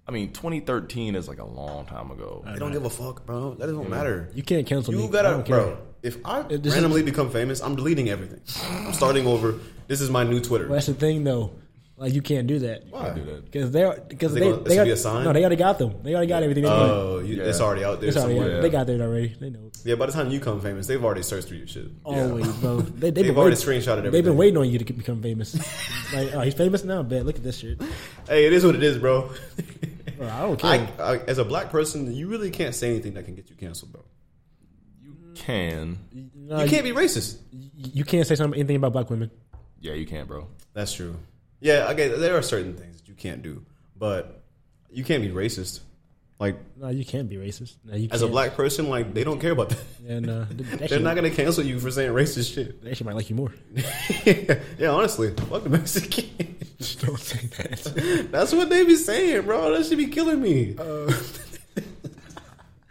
Speaker 5: I mean, 2013 is like a long time ago.
Speaker 1: They don't give a fuck, bro. That doesn't matter.
Speaker 2: You can't cancel me.
Speaker 1: You
Speaker 2: I
Speaker 1: gotta,
Speaker 2: don't care.
Speaker 1: bro. If I
Speaker 2: this is-
Speaker 1: randomly become famous, I'm deleting everything. I'm starting over. This is my new Twitter.
Speaker 2: But that's the thing though. Like you can't do that.
Speaker 1: Why?
Speaker 5: do that.
Speaker 2: Because they're because
Speaker 1: Is it
Speaker 2: they,
Speaker 1: gonna- this
Speaker 2: they
Speaker 1: will
Speaker 2: got,
Speaker 1: be a sign?
Speaker 2: no they already got them. They already got everything. They wanted.
Speaker 1: Oh, you,
Speaker 5: Yeah.
Speaker 1: it's already out there
Speaker 2: It's already-
Speaker 1: somewhere.
Speaker 5: yeah.
Speaker 2: they got there already. They know
Speaker 1: Yeah, by the time you come famous, they've already searched through your shit.
Speaker 2: always, bro. They,
Speaker 1: They've
Speaker 2: they've been
Speaker 1: already
Speaker 2: waiting,
Speaker 1: screenshotted
Speaker 2: They've
Speaker 1: everything.
Speaker 2: been waiting on you to get- become famous. like oh, he's famous now. Bet look at this shit.
Speaker 1: Hey, it is what it is, bro.
Speaker 2: Bro, I don't care.
Speaker 1: I, I, as a black person, you really can't say anything that can get you canceled, bro.
Speaker 5: Can
Speaker 2: No,
Speaker 1: You can't be racist.
Speaker 2: Uh, You, you can't say something anything about black women.
Speaker 5: yeah, you can, bro.
Speaker 1: That's true. Yeah, okay. There are certain things that you can't do, but you can't be racist. Like
Speaker 2: No, you can't be racist. No, you
Speaker 1: as a
Speaker 2: can't.
Speaker 1: black person, like they don't care about that.
Speaker 2: and uh, th- that
Speaker 1: They're
Speaker 2: shit-
Speaker 1: not gonna cancel you for saying racist shit.
Speaker 2: They actually might like you more.
Speaker 1: yeah, honestly, fuck the Mexican.
Speaker 2: Don't say that.
Speaker 1: That's what they be saying, bro. That should be killing me.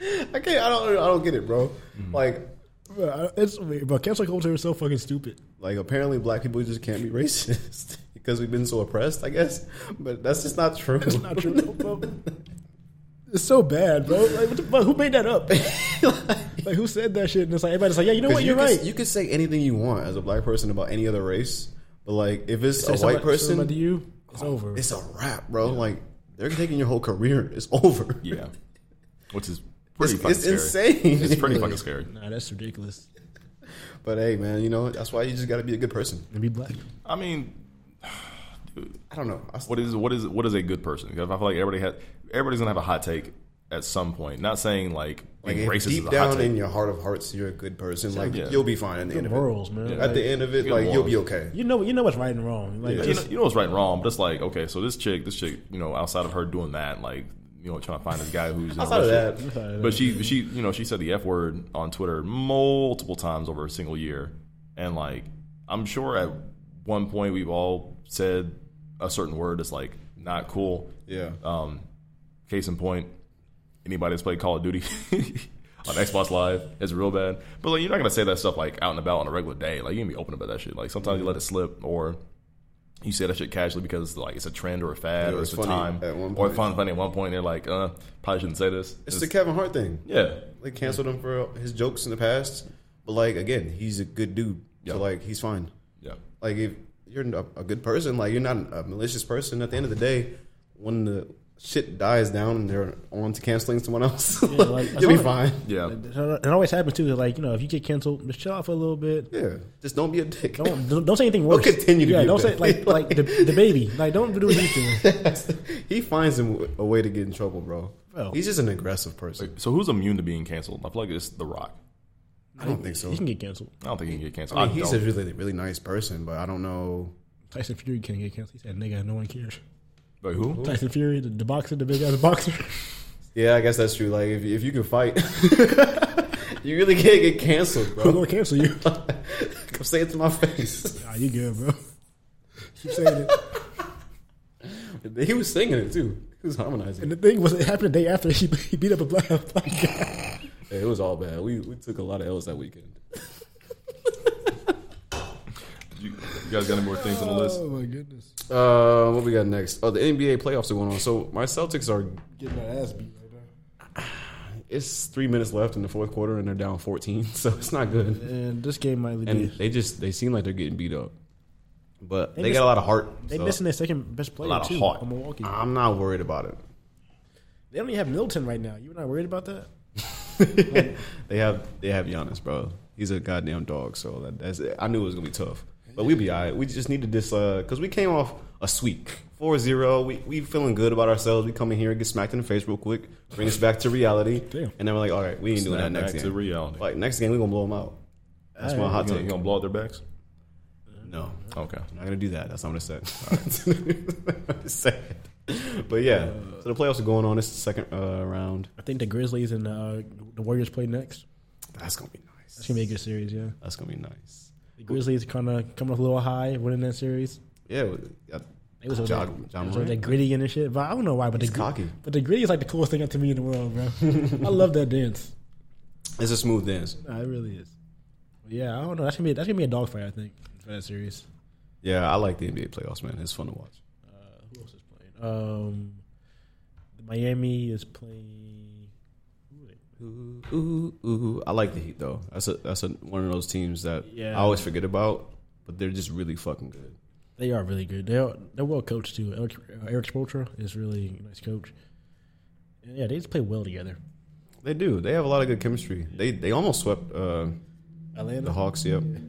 Speaker 1: I can't. I don't. I don't get it, bro. Like,
Speaker 2: Bro, I- it's weird, bro. Cancel culture is so fucking stupid.
Speaker 1: like apparently black people just can't be racist because we've been so oppressed. I guess, but that's just not true.
Speaker 2: It's not true, bro. It's so bad, bro. Like, what the fuck? Who made that up? like, who said that shit? And it's like everybody's like, yeah, you know
Speaker 1: 'Cause
Speaker 2: what? You're
Speaker 1: can,
Speaker 2: right.
Speaker 1: You can say anything you want as a black person about any other race, but like if it's
Speaker 2: Say
Speaker 1: a
Speaker 2: somebody-
Speaker 1: white person, Oh,
Speaker 2: somebody to you, it's over.
Speaker 1: it's a wrap, bro. Like they're taking your whole career. It's over.
Speaker 5: Yeah, which is
Speaker 1: It's,
Speaker 5: pretty fucking
Speaker 1: it's
Speaker 5: scary.
Speaker 1: insane.
Speaker 5: It's pretty fucking scary.
Speaker 2: nah, that's ridiculous.
Speaker 1: But hey, man, you know that's why you just got to be a good person.
Speaker 2: And be black.
Speaker 5: I mean,
Speaker 1: I don't know. I,
Speaker 5: what is what is what is a good person? 'Cause I feel like everybody has everybody's gonna have a hot take at some point. Not saying like,
Speaker 1: Like
Speaker 5: being
Speaker 1: if
Speaker 5: racist is
Speaker 1: deep
Speaker 5: a hot
Speaker 1: down
Speaker 5: take.
Speaker 1: in your heart of hearts, you're a good person.
Speaker 5: Yeah.
Speaker 1: Like
Speaker 5: Yeah.
Speaker 1: you'll be fine at the
Speaker 5: Good
Speaker 1: end
Speaker 5: morals,
Speaker 1: of it.
Speaker 5: man.
Speaker 1: At the end of it,
Speaker 5: Good
Speaker 1: like you'll be
Speaker 5: morals.
Speaker 1: okay.
Speaker 2: You know, you know what's right and wrong. Like,
Speaker 5: Yeah, you, know,
Speaker 2: just,
Speaker 5: you know what's right and wrong, but it's like okay, so this chick, this chick, you know, outside of her doing that, like you know, trying to find this guy who's in a
Speaker 1: Outside of
Speaker 5: relationship.
Speaker 1: that. Outside of
Speaker 5: but
Speaker 1: that.
Speaker 5: she, she, you know, she said the f word on Twitter multiple times over a single year, and like I'm sure at one point we've all said a certain word that's like not cool.
Speaker 1: Yeah.
Speaker 5: Um, case in point, anybody that's played Call of Duty. On Xbox Live, it's real bad. But like, you're not gonna say that stuff like out and about on a regular day. Like, you can be open about that shit. Like, sometimes you let it slip, or you say that shit casually because like it's a trend or a fad
Speaker 1: Yeah,
Speaker 5: or
Speaker 1: it's
Speaker 5: it's a
Speaker 1: funny
Speaker 5: time
Speaker 1: at one
Speaker 5: or
Speaker 1: point.
Speaker 5: it's fun, funny at one point. They're like, uh, probably shouldn't say this.
Speaker 1: It's the Kevin Hart thing.
Speaker 5: Yeah.
Speaker 1: They canceled him for his jokes in the past. But like again, he's a good dude. So like he's fine.
Speaker 5: Yeah.
Speaker 1: Like if you're a, a good person, like you're not a malicious person at the end of the day, when the shit dies down and they're on to canceling someone else,
Speaker 2: like,
Speaker 1: you'll be
Speaker 2: that's all
Speaker 1: fine.
Speaker 2: right. It always happens too. Like you know, if you get canceled, just chill out for a little bit.
Speaker 1: Yeah, just don't be a dick.
Speaker 2: Don't don't, don't say anything worse.
Speaker 1: continue to
Speaker 2: yeah,
Speaker 1: be a
Speaker 2: don't say
Speaker 1: dick.
Speaker 2: like like the, the baby. Like don't do what he's doing.
Speaker 1: He finds him a way to get in trouble, bro.
Speaker 2: Bro.
Speaker 1: He's just an aggressive person.
Speaker 5: So who's immune to being canceled? I feel like it's The Rock.
Speaker 1: I don't think so.
Speaker 2: He can get canceled.
Speaker 5: I don't think he can get canceled.
Speaker 1: I mean, he's
Speaker 5: don't.
Speaker 1: a really really nice person, but I don't know.
Speaker 2: Tyson Fury can get canceled. He said, "Nigga, no one cares."
Speaker 5: Wait, who?
Speaker 2: Tyson Fury, the, the boxer, the big ass boxer.
Speaker 1: Yeah, I guess that's true. Like if if you can fight, you really can't get canceled,
Speaker 2: We're
Speaker 1: bro.
Speaker 2: gonna cancel you.
Speaker 1: Come say it to my face.
Speaker 2: Nah, you good, bro? Keep saying it.
Speaker 1: He was singing it too. He was harmonizing.
Speaker 2: And the thing was, it happened the day after he, he beat up a black, black guy.
Speaker 1: Yeah, it was all bad. We we took a lot of L's that weekend.
Speaker 5: You, you guys got any more things on the list?
Speaker 2: Oh my goodness,
Speaker 1: Uh, what we got next? Oh, the NBA playoffs are going on. So my Celtics are.
Speaker 2: getting our ass beat right
Speaker 1: It's three minutes left in the fourth quarter, and they're down fourteen. So it's not good.
Speaker 2: now. And this game might be.
Speaker 1: And they just they seem like they're getting beat up, but they,
Speaker 2: They
Speaker 1: got
Speaker 2: miss-
Speaker 1: a lot of heart.
Speaker 2: They
Speaker 1: so
Speaker 2: missing their second best player
Speaker 1: a lot of
Speaker 2: too
Speaker 1: heart.
Speaker 2: on Milwaukee.
Speaker 1: I'm not worried about it.
Speaker 2: they don't even have Milton right now. You're not worried about that?
Speaker 1: They have they have Giannis, bro. He's a goddamn dog. So that, that's I knew it was gonna be tough, but we'll be all right. We just needed this because uh, we came off a sweep 4-0. We we feeling good about ourselves. We come in here and get smacked in the face real quick, bring us back to reality,
Speaker 2: Damn.
Speaker 1: and then we're like, all right, we ain't doing
Speaker 5: Snap
Speaker 1: that next
Speaker 5: back
Speaker 1: game.
Speaker 5: to reality.
Speaker 1: Like next game, we gonna blow them out. That's
Speaker 2: All
Speaker 1: my
Speaker 2: right.
Speaker 1: hot
Speaker 5: You gonna,
Speaker 1: take.
Speaker 5: you gonna blow out their backs?
Speaker 1: No,
Speaker 5: Okay.
Speaker 1: I'm not gonna do that. That's not what I said. Sad. But yeah, so the playoffs are going on. It's the second uh, round.
Speaker 2: I think the Grizzlies and uh, the Warriors play next.
Speaker 1: That's gonna be nice.
Speaker 2: That's gonna be a good series. Yeah,
Speaker 1: That's gonna be nice.
Speaker 2: the Grizzlies kind of coming up a little high, winning that series.
Speaker 1: Yeah, I-
Speaker 2: It was over
Speaker 1: John,
Speaker 2: that,
Speaker 1: John
Speaker 2: it was over
Speaker 1: Morant.
Speaker 2: that gritty and the shit, but I don't know why. But
Speaker 1: He's
Speaker 2: the gr-
Speaker 1: cocky.
Speaker 2: but the gritty is like the coolest thing up to me in the world, bro. I love that dance.
Speaker 1: It's a smooth dance.
Speaker 2: Nah, it really is. But yeah, I don't know. That's gonna be that's gonna be a dogfight, I think, for that series.
Speaker 1: Yeah, I like the NBA playoffs, man. It's fun to watch.
Speaker 2: Uh, Who else is playing? Um, Miami is playing.
Speaker 1: Ooh, ooh, ooh. I like the Heat though. That's a that's a, one of those teams that
Speaker 2: Yeah.
Speaker 1: I always forget about, but they're just really fucking good.
Speaker 2: They are really good. They're they're well coached too. Eric, Eric Spoelstra is really a nice coach. And yeah, they just play well together.
Speaker 1: They do. They have a lot of good chemistry. They they almost swept uh,
Speaker 2: Atlanta,
Speaker 1: the Hawks. Um, Yep.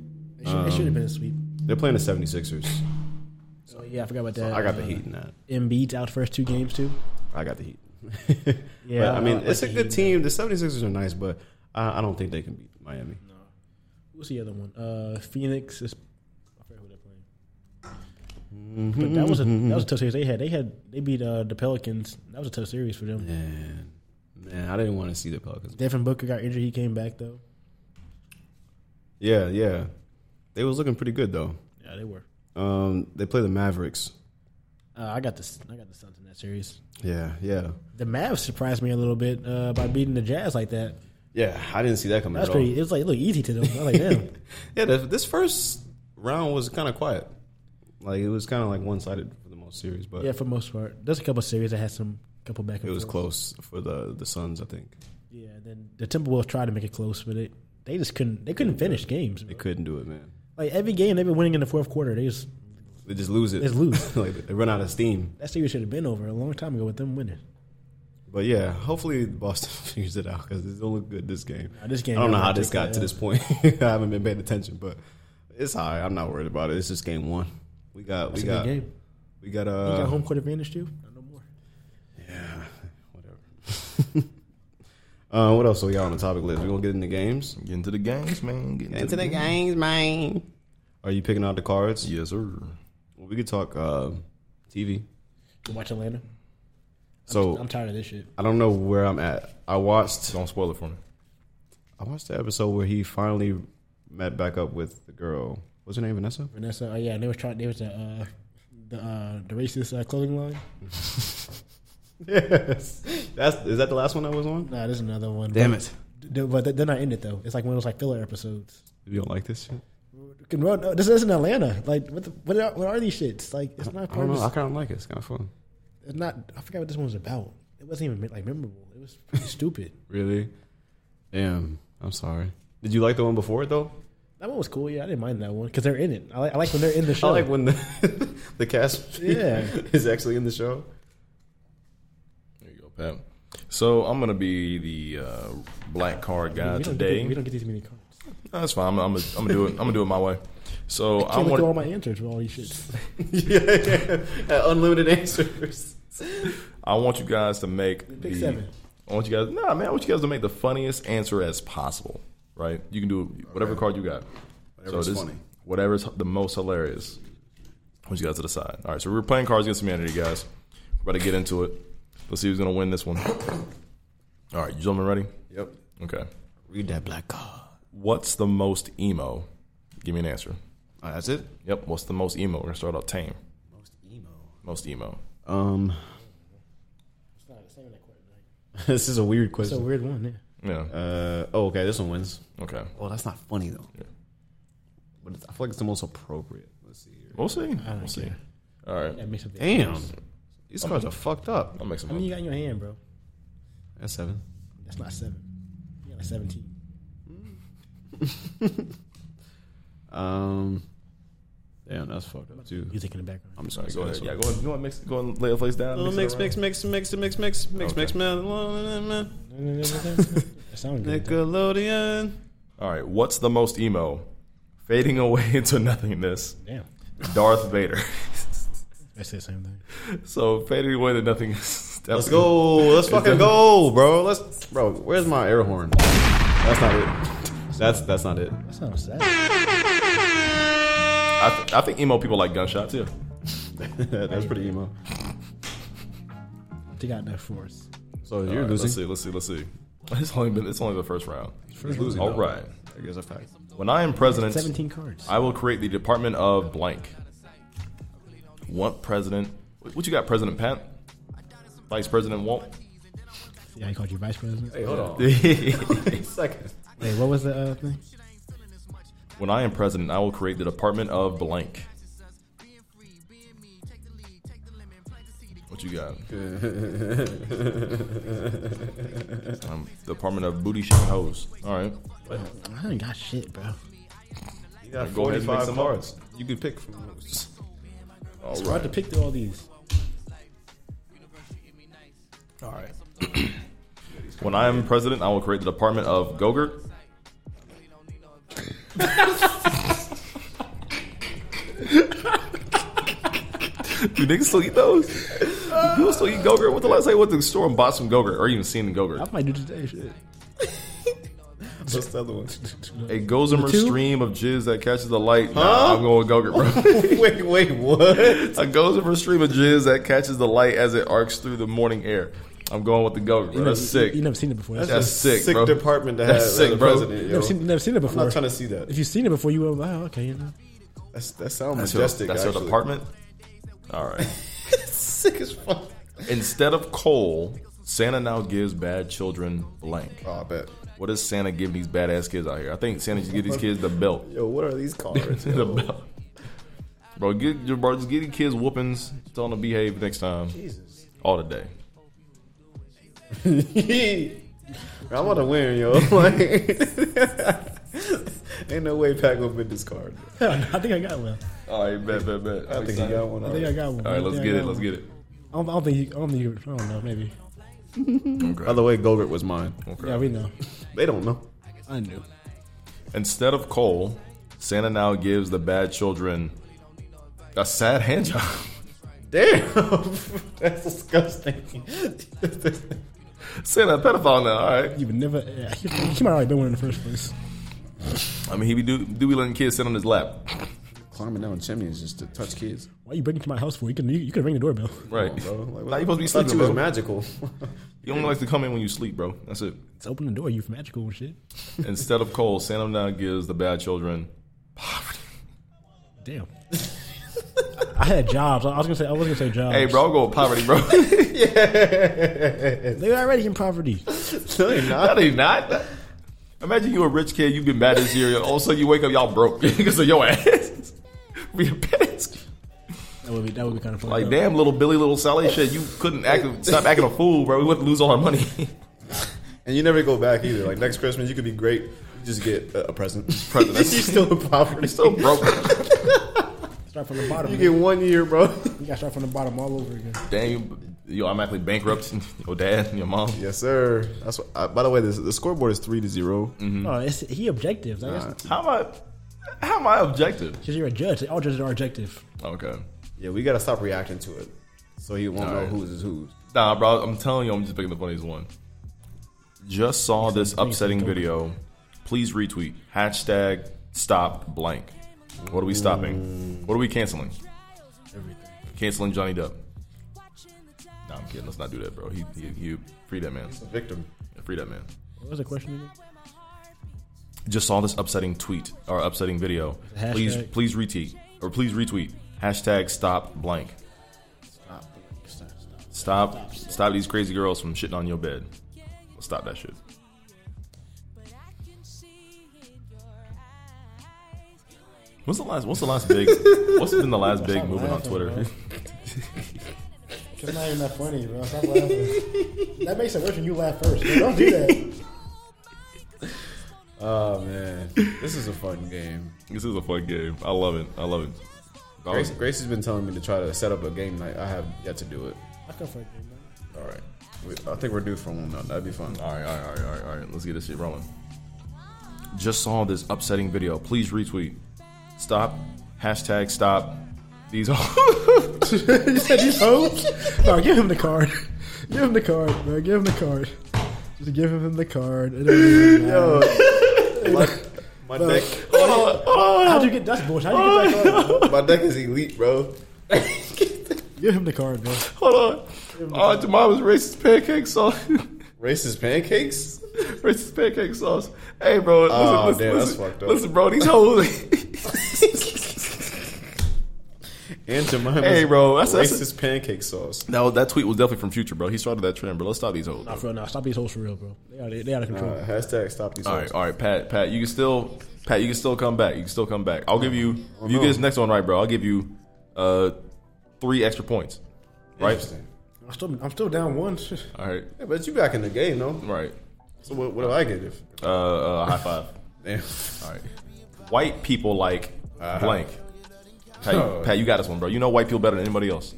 Speaker 2: they should, they should have been a sweep.
Speaker 1: They're playing the 76ers.
Speaker 2: So yeah, I forgot about that. uh,
Speaker 1: I got the Heat in that.
Speaker 2: Embiid's out first two games too.
Speaker 1: I got the Heat.
Speaker 2: Yeah,
Speaker 1: But, I mean
Speaker 2: I like
Speaker 1: it's a
Speaker 2: the
Speaker 1: good
Speaker 2: Heat.
Speaker 1: team. The 76ers are nice, but I, I don't think they can beat Miami.
Speaker 2: What's the other one? Uh, Phoenix is. I forgot who they're playing.
Speaker 1: Mm-hmm.
Speaker 2: But that was a that was a tough series they had. They had they beat uh, the Pelicans. That was a tough series for them.
Speaker 1: Man, man, I didn't want to see the Pelicans.
Speaker 2: Devin Booker got injured. He came back though.
Speaker 1: Yeah, yeah. They was looking pretty good though.
Speaker 2: Yeah, they were.
Speaker 1: Um, they play the Mavericks.
Speaker 2: Uh, I got this. I got the Suns in that series.
Speaker 1: Yeah, yeah,
Speaker 2: The Mavs surprised me a little bit uh, by beating the Jazz like that.
Speaker 1: yeah. I didn't see that coming.
Speaker 2: That's
Speaker 1: at all.
Speaker 2: pretty. It was like look easy to them. I was like, damn.
Speaker 1: Yeah, the, this first round was kind of quiet. Like it was kind of like one sided for the most series, but
Speaker 2: yeah, for most part, there's a couple series that had some couple back and
Speaker 1: it was
Speaker 2: forth.
Speaker 1: close for the the Suns. I think
Speaker 2: Yeah, and then the Timberwolves tried to make it close, but it they just couldn't. They couldn't finish games.
Speaker 1: they
Speaker 2: bro.
Speaker 1: couldn't do it, man.
Speaker 2: Like every game they've been winning in the fourth quarter, they just
Speaker 1: They just lose it.
Speaker 2: They just lose.
Speaker 1: like they run out of steam.
Speaker 2: that series should have been over a long time ago with them winning.
Speaker 1: But yeah, hopefully Boston figures it out because it don't look good this game.
Speaker 2: Nah, this game-
Speaker 1: I don't know
Speaker 2: I'm
Speaker 1: how
Speaker 2: gonna
Speaker 1: this
Speaker 2: take
Speaker 1: got
Speaker 2: that
Speaker 1: to
Speaker 2: L.
Speaker 1: this point. I haven't been paying attention, but it's all right. I'm not worried about it. It's just game one. We got
Speaker 2: That's
Speaker 1: we
Speaker 2: a
Speaker 1: got
Speaker 2: good game.
Speaker 1: we got
Speaker 2: You
Speaker 1: uh
Speaker 2: got home court advantage too. Not no more.
Speaker 1: whatever. Uh, what else are y'all on the topic list? We gonna get into games.
Speaker 5: Get into the games, man. Get
Speaker 1: into, the, games, man. Are you picking out the cards? Yes, sir. Well, we could talk uh, TV.
Speaker 2: Watch Atlanta.
Speaker 1: So
Speaker 2: I'm tired of this shit.
Speaker 1: I don't know where I'm at. I watched.
Speaker 5: Don't spoil it for me.
Speaker 1: I watched the episode where he finally met back up with the girl. What's her name? Vanessa.
Speaker 2: Vanessa. Oh yeah, and they was trying. They was the uh, the uh, the racist uh, clothing line.
Speaker 1: yes. That's is that the last one I was on?
Speaker 2: Nah, there's another one.
Speaker 1: Damn
Speaker 2: but, it! But th- they're not in it though. It's like one of those like filler episodes.
Speaker 1: You don't like this shit?
Speaker 2: Can run- no, This isn't Atlanta. Like what? The, what, are, what are these shits? Like it's not.
Speaker 1: I
Speaker 2: Part
Speaker 1: don't
Speaker 2: of
Speaker 1: know.
Speaker 2: this-
Speaker 1: I kind of like it. It's kind of fun.
Speaker 2: it's not. I forgot what this one was about. It wasn't even like memorable. It was pretty stupid.
Speaker 1: Really? Damn. I'm sorry. Did you like the one before it though?
Speaker 2: That one was cool. Yeah, I didn't mind that one because they're in it. I like, I like when they're in the show.
Speaker 1: I like when the the cast
Speaker 2: Yeah.
Speaker 1: is actually in the show.
Speaker 5: There you go, Pat. So I'm gonna be the uh, black card guy
Speaker 2: we don't,
Speaker 5: today.
Speaker 2: Get, we don't get these many cards.
Speaker 5: No, that's fine. I'm, I'm, gonna, I'm gonna do it. I'm gonna do it my way. So
Speaker 2: I
Speaker 5: I,
Speaker 2: can't look
Speaker 5: want.
Speaker 2: through all my answers with all these shits.
Speaker 1: Unlimited answers.
Speaker 5: I want you guys to make the,
Speaker 2: seven.
Speaker 5: I want you guys. Nah, man. I want you guys to make the funniest answer as possible. Right? You can do whatever card you got.
Speaker 1: Whatever's funny.
Speaker 5: Whatever's the most hilarious. I want you guys to decide. All right. So we're playing Cards Against Humanity, guys. We're about to get into it. Let's see who's gonna win this one. All right. You gentlemen ready?
Speaker 1: Yep.
Speaker 5: Okay.
Speaker 1: Read that black card.
Speaker 5: What's the most emo? Give me an answer.
Speaker 1: that's it.
Speaker 5: Yep. What's the most emo? We're gonna start out tame. Most emo. Most emo.
Speaker 1: Um,
Speaker 2: It's not the same that question.
Speaker 1: this is a weird
Speaker 2: It's a
Speaker 1: question.
Speaker 2: weird one. Yeah.
Speaker 5: Yeah.
Speaker 1: Uh, oh, okay. This one wins.
Speaker 5: Okay.
Speaker 1: Oh, that's not funny though. But it's, I feel like it's the most appropriate. Let's see here.
Speaker 5: We'll see. We'll see. All right.
Speaker 2: That makes up the
Speaker 1: Damn, these cards are fucked up.
Speaker 5: I'll make some.
Speaker 2: How many you got in your hand, bro?
Speaker 1: That's seven.
Speaker 2: That's not seven. You got like seventeen.
Speaker 1: Um, damn, that's fucked up too.
Speaker 2: Music in the background.
Speaker 1: I'm just
Speaker 5: All
Speaker 1: gonna
Speaker 5: right,
Speaker 1: go
Speaker 5: go ahead.
Speaker 1: this
Speaker 5: Yeah,
Speaker 1: one.
Speaker 5: go ahead. Go ahead. Mix. Go ahead. and Lay the place down.
Speaker 1: Little mix, mix, mix, mix, mix, mix, mix, mix, man.
Speaker 2: That sounds good.
Speaker 1: Nickelodeon.
Speaker 5: All right. What's the most emo? Fading away into nothingness.
Speaker 2: Damn.
Speaker 5: Darth Vader.
Speaker 2: I say the same thing.
Speaker 5: so fading away to nothingness.
Speaker 1: Let's go. Let's fucking go, bro. Let's, bro. Where's my air horn? That's not it. That's that's not it.
Speaker 2: That sounds sad.
Speaker 5: I, th- I think emo people like gunshots. Yeah.
Speaker 1: that's pretty emo.
Speaker 2: They got no force.
Speaker 1: So
Speaker 5: All
Speaker 1: you're
Speaker 5: right, let's
Speaker 1: losing.
Speaker 5: see. Let's see. Let's see. It's only been. It's only the first round.
Speaker 1: You're losing.
Speaker 5: All
Speaker 1: though.
Speaker 5: right.
Speaker 1: I guess a fact.
Speaker 5: When I am president,
Speaker 2: Seventeen cards.
Speaker 5: I will create the Department of Blank. What president? What you got, President Pat? Vice President Walt?
Speaker 2: Yeah, he called you vice president. Hey,
Speaker 1: Hold on. Second.
Speaker 2: what was the uh, thing?
Speaker 5: When I am president, I will create the Department of Blank. What you got? um, Department of Booty Shit Hoes. All right.
Speaker 2: I ain't got shit, bro.
Speaker 1: You got
Speaker 5: Go ahead and make
Speaker 1: 45
Speaker 5: some
Speaker 1: cards. You could pick from those.
Speaker 5: All
Speaker 2: Hard to
Speaker 5: right.
Speaker 2: pick through all these.
Speaker 5: All right. when I am president, I will create the Department of Gogurt. Do niggas still eat those? Do people still eat Gogurt? What the last time I went to the store and bought some Gogurt or even seen Gogurt?
Speaker 2: I might do today shit.
Speaker 1: What's the other one?
Speaker 5: A Gossamer
Speaker 2: Two?
Speaker 5: stream of jizz that catches the light. Nah, I'm going with Gogurt, bro.
Speaker 1: wait, wait, what?
Speaker 5: a Gossamer stream of jizz that catches the light as it arcs through the morning air. I'm going with the Gogurt, bro. That's sick.
Speaker 2: You, never seen it before.
Speaker 5: That's
Speaker 1: a
Speaker 5: sick,
Speaker 1: sick
Speaker 5: bro.
Speaker 1: department to
Speaker 5: That's
Speaker 1: have as
Speaker 5: sick,
Speaker 1: a
Speaker 5: bro.
Speaker 1: president,
Speaker 2: you
Speaker 1: yo.
Speaker 2: never seen, never seen it
Speaker 1: I'm
Speaker 2: before.
Speaker 1: not trying to see that.
Speaker 2: If you've seen it before, you were like, oh, okay, you know.
Speaker 1: That's, that sounds
Speaker 5: That's your-
Speaker 1: majestic.
Speaker 5: That's your
Speaker 1: actually.
Speaker 5: department? All right.
Speaker 1: Sick as fuck.
Speaker 5: Instead of coal, Santa now gives bad children blank.
Speaker 1: Oh, I bet.
Speaker 5: What does Santa give these badass kids out here? I think Santa should give these kids the belt.
Speaker 1: Yo, what are these cards?
Speaker 5: the belt. Bro, get bro, just give these kids whoopings. Tell them to behave next time.
Speaker 1: Jesus.
Speaker 5: All today.
Speaker 1: I'm about to win, yo. Like, ain't no way Pac will win this card.
Speaker 2: I think I got one.
Speaker 5: All right, bet, bet, bet.
Speaker 1: I think he got one.
Speaker 2: I think I got one.
Speaker 5: All right, let's
Speaker 2: I
Speaker 5: get
Speaker 2: got
Speaker 5: it. Let's
Speaker 2: one.
Speaker 5: get it.
Speaker 2: I don't, I don't think you. I don't think you. I don't know. Maybe.
Speaker 1: By the way, Gogurt was mine.
Speaker 2: Yeah, we know.
Speaker 1: They don't know.
Speaker 2: I knew.
Speaker 5: Instead of coal, Santa now gives the bad children a sad hand job.
Speaker 1: Damn, that's disgusting.
Speaker 5: Saying that pedophile now, all right.
Speaker 2: You would never. Yeah, he, he might have already been one in the first place.
Speaker 5: I mean, he be do do be letting kids sit on his lap,
Speaker 9: climbing down chimneys just to touch kids.
Speaker 2: Why you breaking into my house for? You can you, you could ring the doorbell.
Speaker 5: right?
Speaker 9: bro. Like,
Speaker 5: Nah, you supposed
Speaker 9: I
Speaker 5: to be
Speaker 9: thought
Speaker 5: sleeping.
Speaker 9: you was
Speaker 5: bro.
Speaker 9: magical.
Speaker 5: You only like to come in when you sleep, bro. That's it.
Speaker 2: It's open the door. You magical and shit.
Speaker 5: Instead of coal, Santa now gives the bad children.
Speaker 2: Damn. I had jobs. I was gonna say. I was gonna say jobs.
Speaker 5: Hey, bro, I'll go with poverty, bro.
Speaker 2: they were already in poverty.
Speaker 5: no, they not. No, they not. Imagine you a rich kid, you've been mad as year, all of a sudden you wake up, y'all broke because of your ass. Repentance.
Speaker 2: That would be that would be kind of funny.
Speaker 5: Like, damn, little Billy, little Sally, shit, you couldn't act, stop acting a fool, bro. We wouldn't lose all our money.
Speaker 1: And you never go back either. Like next Christmas, you could be great. You just get a a present.
Speaker 5: Present.
Speaker 1: You're still in poverty.
Speaker 5: Still broke.
Speaker 2: Start from the bottom.
Speaker 1: You
Speaker 2: You,
Speaker 1: get one year, bro.
Speaker 2: you gotta start from the bottom all over again.
Speaker 5: Damn, you, you automatically bankrupt your dad and your mom.
Speaker 1: Yes, sir. That's what, uh, by the way, this, the scoreboard is three to 0
Speaker 5: Mm.
Speaker 2: No, Oh, it's he objectives. I guess
Speaker 5: How am I? How am I objective?
Speaker 2: because you're a judge. All judges are objective.
Speaker 5: Okay.
Speaker 1: Yeah, we gotta stop reacting to it, so you won't know
Speaker 5: Alright.
Speaker 1: who's is whose.
Speaker 5: Nah, bro, I'm telling you, I'm just picking the funniest one. Just saw this upsetting video. Please retweet. Hashtag stop blank. What are we stopping? What are we canceling?
Speaker 2: Everything.
Speaker 5: Canceling Johnny Depp. Nah, I'm kidding. Let's not do that, bro. He, he, he free that man.
Speaker 1: Victim.
Speaker 5: Yeah, Free that man.
Speaker 2: What was the question again?
Speaker 5: Just saw this upsetting tweet or upsetting video.
Speaker 2: Hashtag.
Speaker 5: Please, please retweet or please retweet. Hashtag stop blank. Stop, stop these crazy girls from shitting on your bed. Stop that shit. What's the last? What's the last big? What's been the last big
Speaker 2: Stop
Speaker 5: movement on
Speaker 2: laughing,
Speaker 5: Twitter?
Speaker 2: It's not even that funny, bro. Stop laughing. that makes it worse when you laugh first. Bro, don't do that.
Speaker 1: Oh man, this is a fun game.
Speaker 5: this is a fun game. I love it. I love it. I
Speaker 1: Grace,
Speaker 5: was-
Speaker 1: Grace has been telling me to try to set up a game night. I have yet to do it.
Speaker 2: I come for a game, man.
Speaker 1: All right, we, I think we're due for one though. That'd be fun.
Speaker 5: All right, all right, all right, all right, all right. Let's get this shit rolling. Just saw this upsetting video. Please retweet. Stop. Hashtag stop. These are.
Speaker 2: you said these hoes? No, give him the card. Give him the card, bro. Give him the card. Just give him the card. It don't even matter.
Speaker 1: My deck,
Speaker 2: How'd you get that bullshit? How'd you get that card?
Speaker 1: my deck is elite, bro.
Speaker 2: Give him the card, bro.
Speaker 5: Hold on. Oh, Jamal was racist pancake sauce.
Speaker 1: Racist pancakes.
Speaker 5: racist pancake sauce. Hey, bro. Listen,
Speaker 1: Oh,
Speaker 5: listen,
Speaker 1: damn, that's
Speaker 5: listen,
Speaker 1: fucked up.
Speaker 5: Listen, bro. These hoes.
Speaker 1: And Jemima's
Speaker 5: Hey, bro, that's- that's-
Speaker 1: racist pancake sauce.
Speaker 5: no, that tweet was definitely from Future, bro. He started that trend, bro. Let's stop these hoes.
Speaker 2: Nah,
Speaker 5: bro.
Speaker 2: for real, nah. Stop these hoes for real, bro. They out of, they out of control.
Speaker 1: Uh, hashtag stop these.
Speaker 5: All
Speaker 1: hoes.
Speaker 5: right, all right, Pat. Pat, you can still, Pat, you can still come back. You can still come back. I'll give you. If you get this next one right, bro, I'll give you uh, three extra points. Right.
Speaker 1: Interesting.
Speaker 2: I'm, still, I'm still down one.
Speaker 5: All right.
Speaker 1: Yeah, but you back in the game, though.
Speaker 5: Right.
Speaker 1: So what, what do I get if?
Speaker 5: Uh, uh, high five.
Speaker 1: Damn. Uh-huh.
Speaker 5: All right. White people like blank. Pat you, Pat, you got this one, bro. You know white people better than anybody else.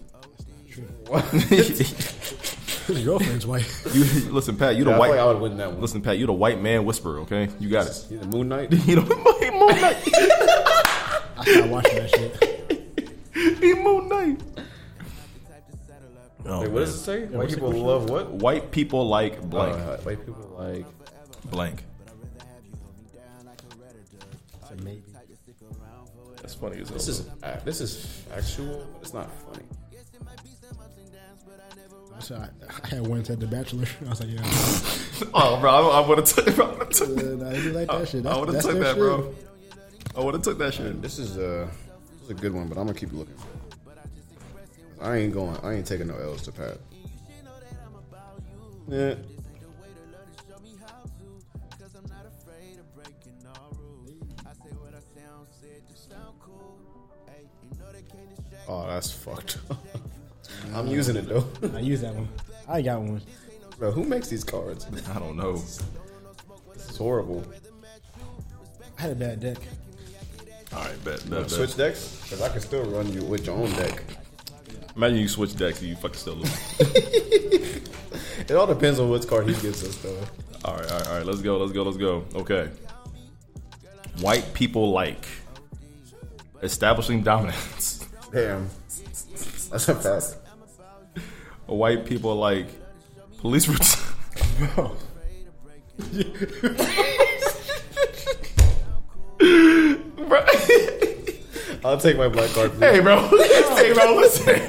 Speaker 2: His girlfriend's wife.
Speaker 5: You listen, Pat. You the
Speaker 1: Yeah, I feel
Speaker 5: white.
Speaker 1: like I would win that one.
Speaker 5: listen, Pat. You the white man whisperer. Okay, you got it.
Speaker 1: Either Moon Knight.
Speaker 5: You know, he Moon Knight.
Speaker 2: I stopped watching that shit.
Speaker 5: He Moon Knight. Oh,
Speaker 1: Wait, what does it say? White
Speaker 5: what's
Speaker 1: people
Speaker 5: the question?
Speaker 1: love what?
Speaker 5: White people like blank.
Speaker 1: Uh, white people like.
Speaker 5: blank. That's funny as hell.
Speaker 1: This is uh, this is factual. but It's not funny.
Speaker 2: So I, I had one said The Bachelor. I was like, yeah.
Speaker 5: oh, bro, I, I would have took, bro, I would've took
Speaker 2: Uh, nah, they do like
Speaker 1: Oh,
Speaker 2: that shit.
Speaker 5: I
Speaker 2: That's,
Speaker 5: would have
Speaker 2: that's
Speaker 5: took
Speaker 2: their
Speaker 5: that,
Speaker 2: shit.
Speaker 5: bro. I would have took that shit.
Speaker 1: This is a this is a good one, but I'm gonna keep looking. I ain't going. I ain't taking no L's to Pat. Yeah. Oh, that's fucked. up. I'm using it though.
Speaker 2: I used that one. I got one.
Speaker 1: Bro, who makes these cards?
Speaker 5: I don't know.
Speaker 1: This is horrible.
Speaker 2: I had a bad deck.
Speaker 5: All right, bet, bet,
Speaker 1: Switch
Speaker 5: bet.
Speaker 1: decks? Because I can still run you with your own deck.
Speaker 5: Imagine you switch decks and you fucking still lose.
Speaker 1: It all depends on what card he gives us, though.
Speaker 5: all right, all right, all right. Let's go, let's go, let's go. Okay. White people like establishing dominance.
Speaker 1: Damn. That's a fact.
Speaker 5: White people like police. Ret-
Speaker 1: Bro. I'll take my black card.
Speaker 5: Hey, bro. hey, bro. Listen.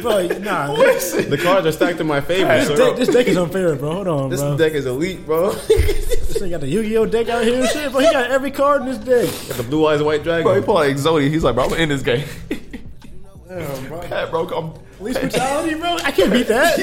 Speaker 2: bro, nah.
Speaker 1: The cards are stacked in my favor.
Speaker 2: This
Speaker 1: so-
Speaker 2: deck, this deck is unfair, bro. Hold on,
Speaker 1: This
Speaker 2: bro.
Speaker 1: deck is elite, bro.
Speaker 2: This ain't got the Yu-Gi-Oh deck out here and shit, bro. He got every card in this deck.
Speaker 1: Got the blue eyes white dragon.
Speaker 5: Bro, he pulled like Zodi. He's like, bro, I'm in this game.
Speaker 2: Damn, bro.
Speaker 5: Pat, bro, come.
Speaker 2: Police brutality, bro. I can't beat that.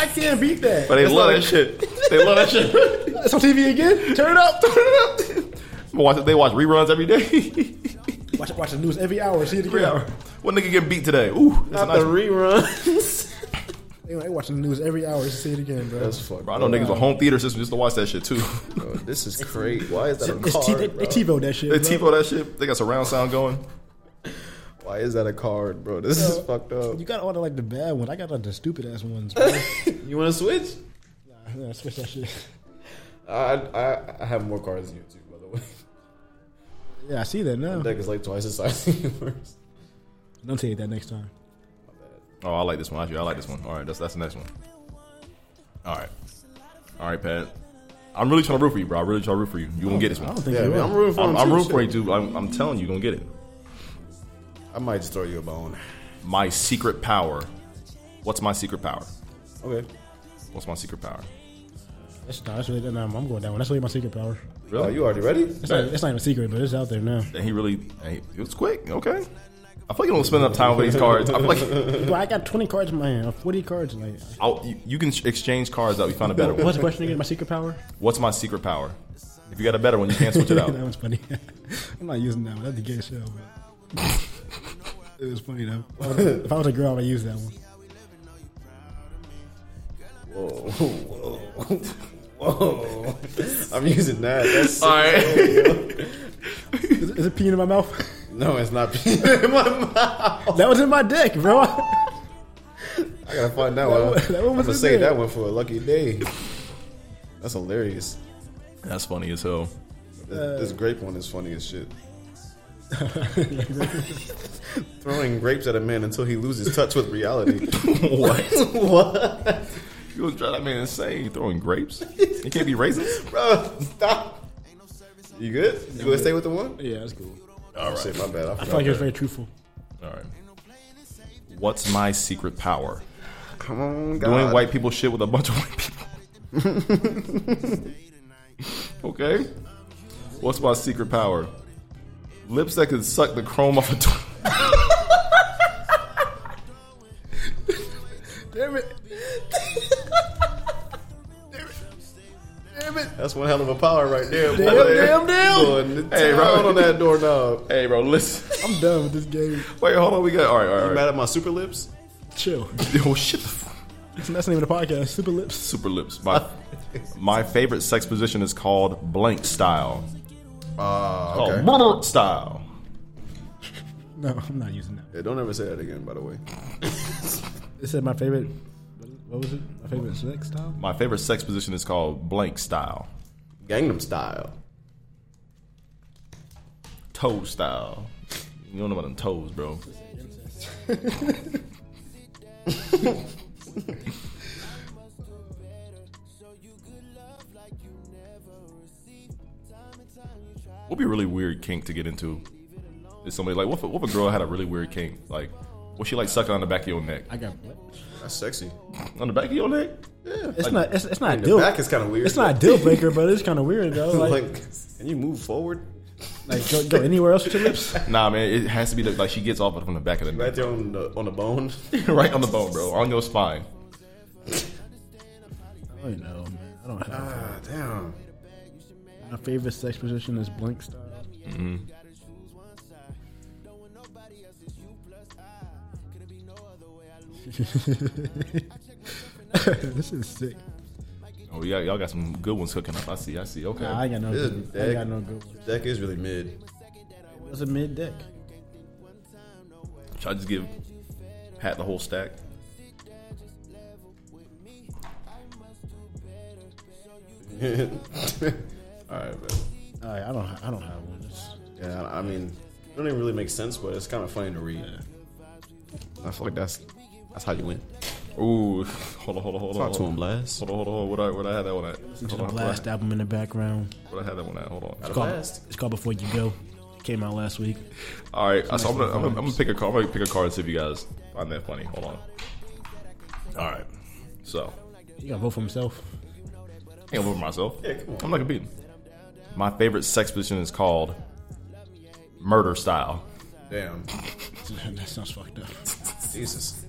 Speaker 2: I can't beat that.
Speaker 5: But they love that shit. They love that shit.
Speaker 2: It's on TV again. Turn it up. Turn it
Speaker 5: Watch, they watch reruns every day.
Speaker 2: up. Watch, watch the news every hour. See it
Speaker 5: Three
Speaker 2: again.
Speaker 5: hour. What nigga get beat today? Ooh, that's a nice.
Speaker 1: reruns.
Speaker 2: They, they watching the news every hour. See it again, bro.
Speaker 1: That's fucked.
Speaker 5: Bro, I know niggas with home theater system just to watch that shit too.
Speaker 1: Bro, This is crazy. Why is that a
Speaker 2: It's T- they,
Speaker 1: card?
Speaker 2: they
Speaker 1: Bro?
Speaker 2: TiVo that shit.
Speaker 5: They
Speaker 2: bro.
Speaker 5: TiVo that shit. They got surround sound going.
Speaker 1: Why is that a card, bro? This is
Speaker 2: Yo.
Speaker 1: fucked up.
Speaker 2: You got all the like the bad ones. I got like the stupid ass ones. Bro.
Speaker 1: You want to switch?
Speaker 2: Yeah, switch that shit.
Speaker 1: I, I I have more cards than you too, by the way.
Speaker 2: Yeah, I see that now.
Speaker 1: The deck is like twice the size of yours.
Speaker 2: Don't take that next time.
Speaker 5: Oh, I like this one. Actually, I like this one. All right, that's that's the next one. All right, all right, Pat. I'm really trying to root for you, bro. I'm really trying to root for you. You gonna get this
Speaker 2: I
Speaker 5: one.
Speaker 2: don't think
Speaker 1: Yeah,
Speaker 2: you
Speaker 1: man,
Speaker 2: will.
Speaker 1: I'm rooting for
Speaker 5: I'm,
Speaker 1: him.
Speaker 5: I'm
Speaker 1: too,
Speaker 5: rooting for you,
Speaker 1: shit.
Speaker 5: dude. I'm, I'm telling you, you gonna get it.
Speaker 1: I might just throw you a bone.
Speaker 5: My secret power. What's my secret power?
Speaker 1: Okay.
Speaker 5: What's my secret power?
Speaker 2: That's, nah, that's really, nah, I'm going that one. That's really my secret power.
Speaker 1: Oh, you already ready?
Speaker 2: It's not, it's not even a secret, but it's out there now.
Speaker 5: And he really, hey, it was quick. Okay. I feel like you don't spend enough time with these cards. I feel like
Speaker 2: Bro, I got 20 cards in my hand. or 40 cards. Like,
Speaker 5: I'll, you, you can exchange cards out. You find a better
Speaker 2: what's
Speaker 5: one.
Speaker 2: the question again? My secret power?
Speaker 5: What's my secret power? If you got a better one, you can't switch it out.
Speaker 2: that one's funny. I'm not using that one. That's the gay show. bro. it was funny though. If I was a- If I was a girl, I'd use that one.
Speaker 1: Whoa, whoa, whoa! I'm using that. That's
Speaker 5: All right.
Speaker 2: Is, it- is it peeing in my mouth?
Speaker 1: no, it's not. in my mouth.
Speaker 2: that was in my dick, bro. that
Speaker 1: I gotta find that,
Speaker 2: one-
Speaker 1: one.
Speaker 2: that one
Speaker 1: I'm
Speaker 2: was
Speaker 1: gonna
Speaker 2: in
Speaker 1: save
Speaker 2: there.
Speaker 1: that one for a lucky day. That's hilarious.
Speaker 5: That's funny as hell.
Speaker 1: This, this grape one is funny as shit. Throwing grapes at a man until he loses touch with reality.
Speaker 5: what?
Speaker 1: what?
Speaker 5: You was trying that man insane. You throwing grapes? It can't be raisins.
Speaker 1: Bro, stop. You good? You gonna stay with the one?
Speaker 2: yeah, that's cool.
Speaker 1: All right. Shit, my bad. I
Speaker 2: I
Speaker 1: forgot.
Speaker 2: feel like it was very truthful.
Speaker 5: All right. What's my secret power?
Speaker 1: Come on, God.
Speaker 5: Doing white people shit with a bunch of white people. okay. What's my secret power? Lips that can suck the chrome off a toilet.
Speaker 2: Damn it.
Speaker 1: That's one hell of a power right there. boy.
Speaker 5: damn, damn.
Speaker 1: Going to
Speaker 5: Hey, bro.
Speaker 1: town on that doorknob.
Speaker 5: Hey, bro, listen.
Speaker 2: I'm done with this game.
Speaker 5: Wait, hold on. We got all right, all right. All
Speaker 1: You
Speaker 5: right.
Speaker 1: mad at my super lips?
Speaker 2: Chill.
Speaker 5: Oh shit! The f-
Speaker 2: That's the name of the podcast. Super Lips.
Speaker 5: super lips. My my favorite sex position is called blank style.
Speaker 1: Ah,
Speaker 5: Oh,
Speaker 1: okay.
Speaker 5: brrr style.
Speaker 2: No, I'm not using that.
Speaker 1: Yeah, don't ever say that again, by the way.
Speaker 2: It said my favorite. What was it? My favorite sex style?
Speaker 5: My favorite sex position is called blank style.
Speaker 1: Gangnam style.
Speaker 5: Toe style. You don't know about them toes, bro. What'd be a really weird kink to get into? Is somebody like what if, what if a girl had a really weird kink? Like, what she like sucking on the back of your neck?
Speaker 2: I got what?
Speaker 1: That's sexy.
Speaker 5: On the back of your neck?
Speaker 2: It's not. It's, it's not
Speaker 1: The
Speaker 2: deal.
Speaker 1: back is kind of weird.
Speaker 2: It's not a deal breaker, but it's kind of weird though.
Speaker 1: like,
Speaker 2: Like, like,
Speaker 1: can you move forward?
Speaker 2: go, go anywhere else with your lips.
Speaker 5: Nah, man, it has to be the, like she gets off from the back of the
Speaker 1: Right
Speaker 5: neck,
Speaker 1: there on the uh, on the bone.
Speaker 5: right on the bone, bro, on your spine.
Speaker 2: I don't know. Man. I don't have.
Speaker 1: ah, damn.
Speaker 2: My favorite sex position is blank style.
Speaker 5: Mm-hmm.
Speaker 2: this is sick.
Speaker 5: Oh yeah, y'all got some good ones hooking up. I see, I see. Okay,
Speaker 2: Nah, I ain't got no.
Speaker 1: This is
Speaker 2: Good, I ain't got
Speaker 1: big.
Speaker 2: no good one.
Speaker 1: Deck is really mid.
Speaker 2: That's a mid deck.
Speaker 5: Should I just give Pat the whole stack?
Speaker 1: All right, man.
Speaker 2: All right, I don't. ha- I don't have one. It's-
Speaker 1: Yeah, I I mean, it don't even really make sense, but it's kind of funny to read. I feel like that's that's how you win.
Speaker 5: Ooh, hold on, hold on, hold on.
Speaker 2: Talk
Speaker 5: hold
Speaker 2: to
Speaker 5: on.
Speaker 2: him, Blast.
Speaker 5: Hold on, hold on, hold on. What I, what I had that one at? Hold
Speaker 2: There's
Speaker 5: on,
Speaker 2: a blast
Speaker 5: what
Speaker 2: album in the background.
Speaker 5: I- What I had that one at? Hold on.
Speaker 2: It's called, it's called Before You Go. It came out last week.
Speaker 5: All right,
Speaker 2: It's
Speaker 5: so I'm
Speaker 2: nice
Speaker 5: gonna, I'm, gonna, I'm gonna
Speaker 2: vibes.
Speaker 5: pick a card. I'm gonna pick a card and see if you guys find that funny. Hold on. All right, so
Speaker 2: He got to vote for himself.
Speaker 5: I can vote for myself. I'm not gonna beat him. My favorite sex position is called murder style.
Speaker 1: Damn.
Speaker 2: that sounds fucked up.
Speaker 1: Jesus.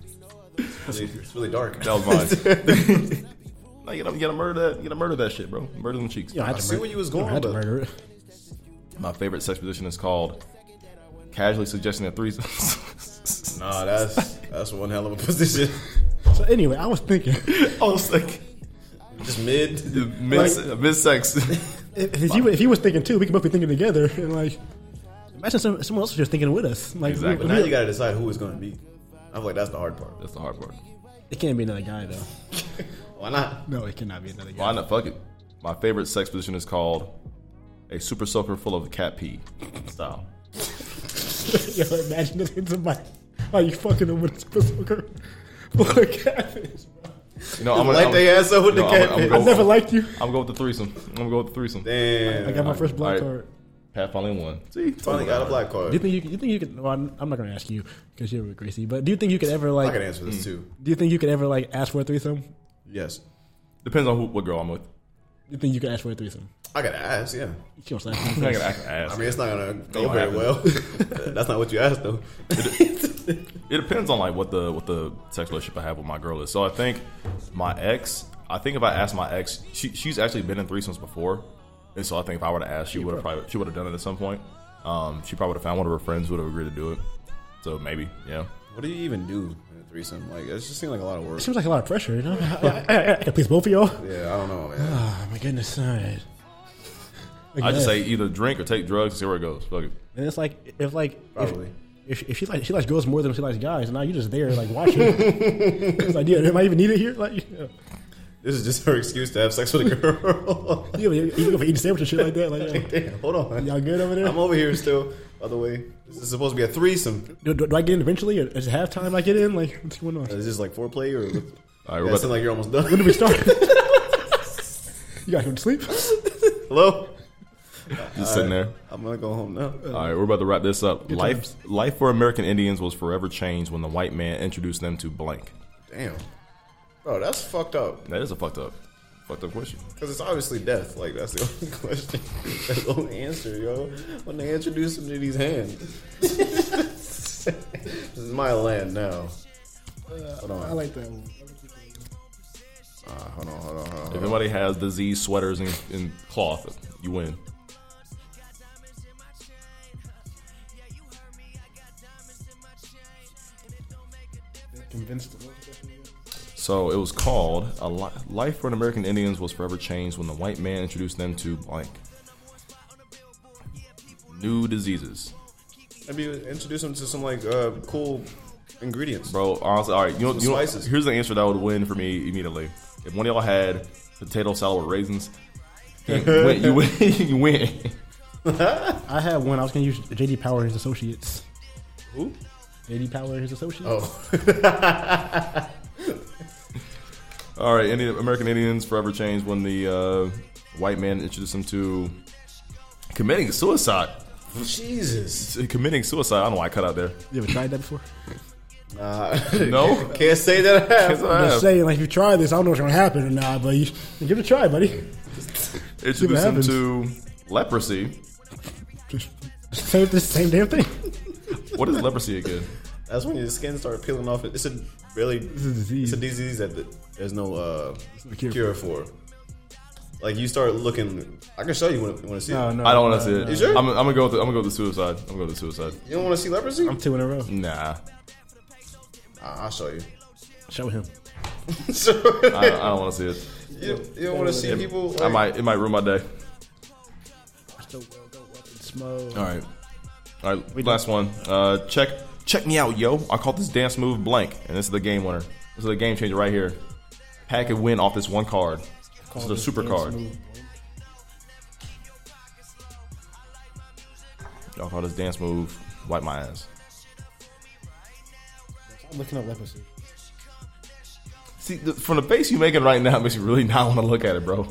Speaker 1: It's really, it's really dark.
Speaker 5: That was mine. no, you gotta, you gotta murder that. You gotta murder that shit, bro. Murder them cheeks.
Speaker 1: You don't have to I see murder- where you was you don't going, have to but- murder
Speaker 2: it.
Speaker 5: My favorite sex position is called casually suggesting a threesome.
Speaker 1: nah, that's that's one hell of a position.
Speaker 2: So anyway, I was thinking.
Speaker 5: I was like,
Speaker 1: just mid,
Speaker 5: Oh, mid, mid sex.
Speaker 2: If, if you, if he was thinking too, we could both be thinking together. And like, imagine some, someone else was just thinking with us. Like, we-
Speaker 1: But
Speaker 2: we-
Speaker 1: now you gotta decide who it's gonna be. I feel like that's the hard part.
Speaker 5: That's the hard part.
Speaker 2: it can't be another guy though.
Speaker 1: Why not?
Speaker 2: No, it cannot be another guy.
Speaker 5: Why not? Fuck it. My favorite sex position is called a super soaker full of cat pee style.
Speaker 2: Yo, imagine this into my. Are you fucking him with this motherfucker? Boy, catfish.
Speaker 5: You know, I'm gonna
Speaker 1: Light
Speaker 5: I'm-
Speaker 1: their ass up with
Speaker 5: you
Speaker 1: the
Speaker 5: I'm gonna-
Speaker 1: cat
Speaker 5: I'm
Speaker 1: pee.
Speaker 5: gonna go
Speaker 1: I never
Speaker 5: for-
Speaker 2: liked you.
Speaker 5: I'm going with the threesome. I'm gonna go with the threesome.
Speaker 1: Damn.
Speaker 2: I got my first
Speaker 5: Alright.
Speaker 2: black card.
Speaker 5: Pat finally won.
Speaker 1: See, finally got a black
Speaker 2: Do
Speaker 1: card.
Speaker 2: you think you, you think you could? Well, I'm I'm not gonna ask you because you're with Gracie. But do you think you could ever like?
Speaker 1: I can answer this too.
Speaker 2: Do you think you could ever like ask for a threesome?
Speaker 1: Yes,
Speaker 5: Depends on who, what girl I'm with.
Speaker 2: You think you could ask for a threesome?
Speaker 1: I gotta ask. Yeah,
Speaker 2: You can't slap
Speaker 5: I'm
Speaker 2: me.
Speaker 5: not gonna act ass.
Speaker 1: I mean it's not gonna go
Speaker 5: Don't
Speaker 1: very
Speaker 5: happen.
Speaker 1: well. that's not what you asked though.
Speaker 5: It depends on like what the what the sex relationship I have with my girl is. So I think my ex. I think if I asked my ex, she, she's actually been in threesomes before, and so I think if I were to ask, she would have probably she would have done it at some point. Um, she probably would have found one of her friends who would have agreed to do it. So maybe, yeah.
Speaker 1: What do you even do in a threesome? Like it just seems like a lot of work.
Speaker 2: It seems like a lot of pressure, you know. I, I, I, I can please both of y'all.
Speaker 1: Yeah, I don't know, man.
Speaker 2: Oh my goodness! All right.
Speaker 5: I just say either drink or take drugs and see where it goes. Fuck it.
Speaker 2: and it's like if like
Speaker 1: Probably.
Speaker 2: if, if, if she like she likes girls more than she likes guys, and now you're just there like watching. it's like, yeah, am I even needed here? Like, yeah,
Speaker 1: This is just her excuse to have sex with a girl.
Speaker 2: yeah, yeah, you go for eating sandwich and shit like that. Like, yeah.
Speaker 1: Damn, hold on.
Speaker 2: y'all good over there?
Speaker 1: I'm over here still. By the way, this is supposed to be a threesome.
Speaker 2: do, do, do I get in eventually? Or is it halftime? I get in? Like, what's going on?
Speaker 1: Is this like foreplay or? What?
Speaker 5: All right, we're
Speaker 1: That
Speaker 5: about
Speaker 1: seems
Speaker 5: to,
Speaker 1: like you're almost
Speaker 2: When do
Speaker 1: done.
Speaker 2: we start? you got him to sleep?
Speaker 1: Hello.
Speaker 5: just sitting there.
Speaker 1: I'm gonna go home now.
Speaker 5: All right, we're about to wrap this up. Life life for American Indians was forever changed when the white man introduced them to blank.
Speaker 1: Damn, bro, that's fucked up.
Speaker 5: That is a fucked up, fucked up question.
Speaker 1: Because it's obviously death. Like, that's the only question. That's the only answer, yo. When they introduce him to these hands. this is my land now. Hold on.
Speaker 2: I like that one.
Speaker 1: Uh, hold on, hold on, hold on.
Speaker 5: If anybody has the Z sweaters and, and cloth, you win.
Speaker 2: Convinced.
Speaker 5: So it was called a li- life for an American Indians was forever changed when the white man introduced them to blank new diseases.
Speaker 1: Maybe introduce him to some, like, uh, cool ingredients.
Speaker 5: Bro, honestly, all right. You know,
Speaker 1: Some
Speaker 5: you know
Speaker 1: spices.
Speaker 5: here's the answer that would win for me immediately. If one of y'all had potato salad with raisins, you win. You win. you win.
Speaker 2: I had one. I was gonna use JD Power and his associates.
Speaker 1: Who?
Speaker 2: JD Power and his associates.
Speaker 1: Oh.
Speaker 5: All right, Indian, American Indians forever changed when the uh, white man introduced them to committing suicide.
Speaker 1: Jesus.
Speaker 5: Committing suicide. I don't know why I cut out there.
Speaker 2: You ever tried that before?
Speaker 1: Nah.
Speaker 5: No.
Speaker 1: Can't say that I have.
Speaker 2: I'm just
Speaker 5: Introduced
Speaker 2: saying, like, if you try this, I don't know what's gonna happen or not, but you, you give it a try, buddy.
Speaker 5: them
Speaker 2: happens.
Speaker 5: to leprosy.
Speaker 2: Same, this same damn thing.
Speaker 5: What is leprosy again?
Speaker 1: That's when your skin started peeling off. It's a really, it's
Speaker 2: a
Speaker 1: a
Speaker 2: disease.
Speaker 1: disease, that th- there's no, uh,
Speaker 2: no
Speaker 1: cure,
Speaker 2: cure
Speaker 1: for. Like you start looking, I can show you when you want to see. it.
Speaker 2: no,
Speaker 5: I don't want to see it.
Speaker 1: You sure?
Speaker 5: I'm, I'm gonna go. With the, I'm gonna go with the suicide. I'm gonna go with the suicide.
Speaker 1: You don't want to see leprosy?
Speaker 2: I'm two in a row.
Speaker 5: Nah,
Speaker 1: I'll show you.
Speaker 2: Show him.
Speaker 5: I,
Speaker 1: So,
Speaker 5: I don't want to see it.
Speaker 1: you, you don't want to see people.
Speaker 5: I
Speaker 1: Like,
Speaker 5: might. It might ruin my day.
Speaker 2: Smoke.
Speaker 5: All right. All right. Last one. Uh, check. Check me out, yo. I call this dance move blank, and this is the game winner. This is the game changer right here. Pack and win off this one card. This is the super card. Y'all call this dance move. Wipe my ass.
Speaker 2: I'm looking up leprosy.
Speaker 5: See, the, from the face you making right now makes you really not want to look at it, bro.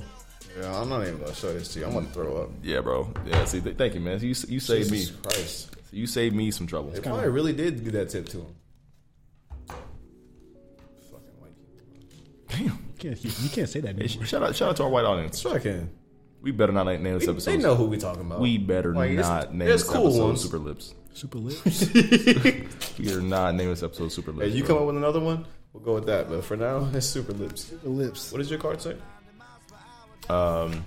Speaker 1: Yeah, I'm not even gonna show this to you. I'm gonna throw up.
Speaker 5: Yeah, bro. Yeah. See, th- thank you, man. You you saved
Speaker 1: Jesus
Speaker 5: me.
Speaker 1: Christ.
Speaker 5: You saved me some trouble.
Speaker 1: They probably really did give that tip to him.
Speaker 2: You can't, you can't say that.
Speaker 5: Hey,
Speaker 2: Anymore.
Speaker 5: sh- shout out, shout out to our white audience.
Speaker 1: Sure, I can.
Speaker 5: We better not name this episode.
Speaker 1: They know who we talking about.
Speaker 5: We better
Speaker 1: Like, it's-
Speaker 5: not name
Speaker 1: there's
Speaker 5: this
Speaker 1: cool
Speaker 5: episode
Speaker 1: ones.
Speaker 5: Super Lips.
Speaker 2: Super lips.
Speaker 5: We are not naming this episode Super
Speaker 1: Hey,
Speaker 5: Lips.
Speaker 1: you
Speaker 5: bro.
Speaker 1: come up with another one, we'll go with that. But for now, it's super lips. Super
Speaker 2: lips.
Speaker 1: What does your card say?
Speaker 5: Um,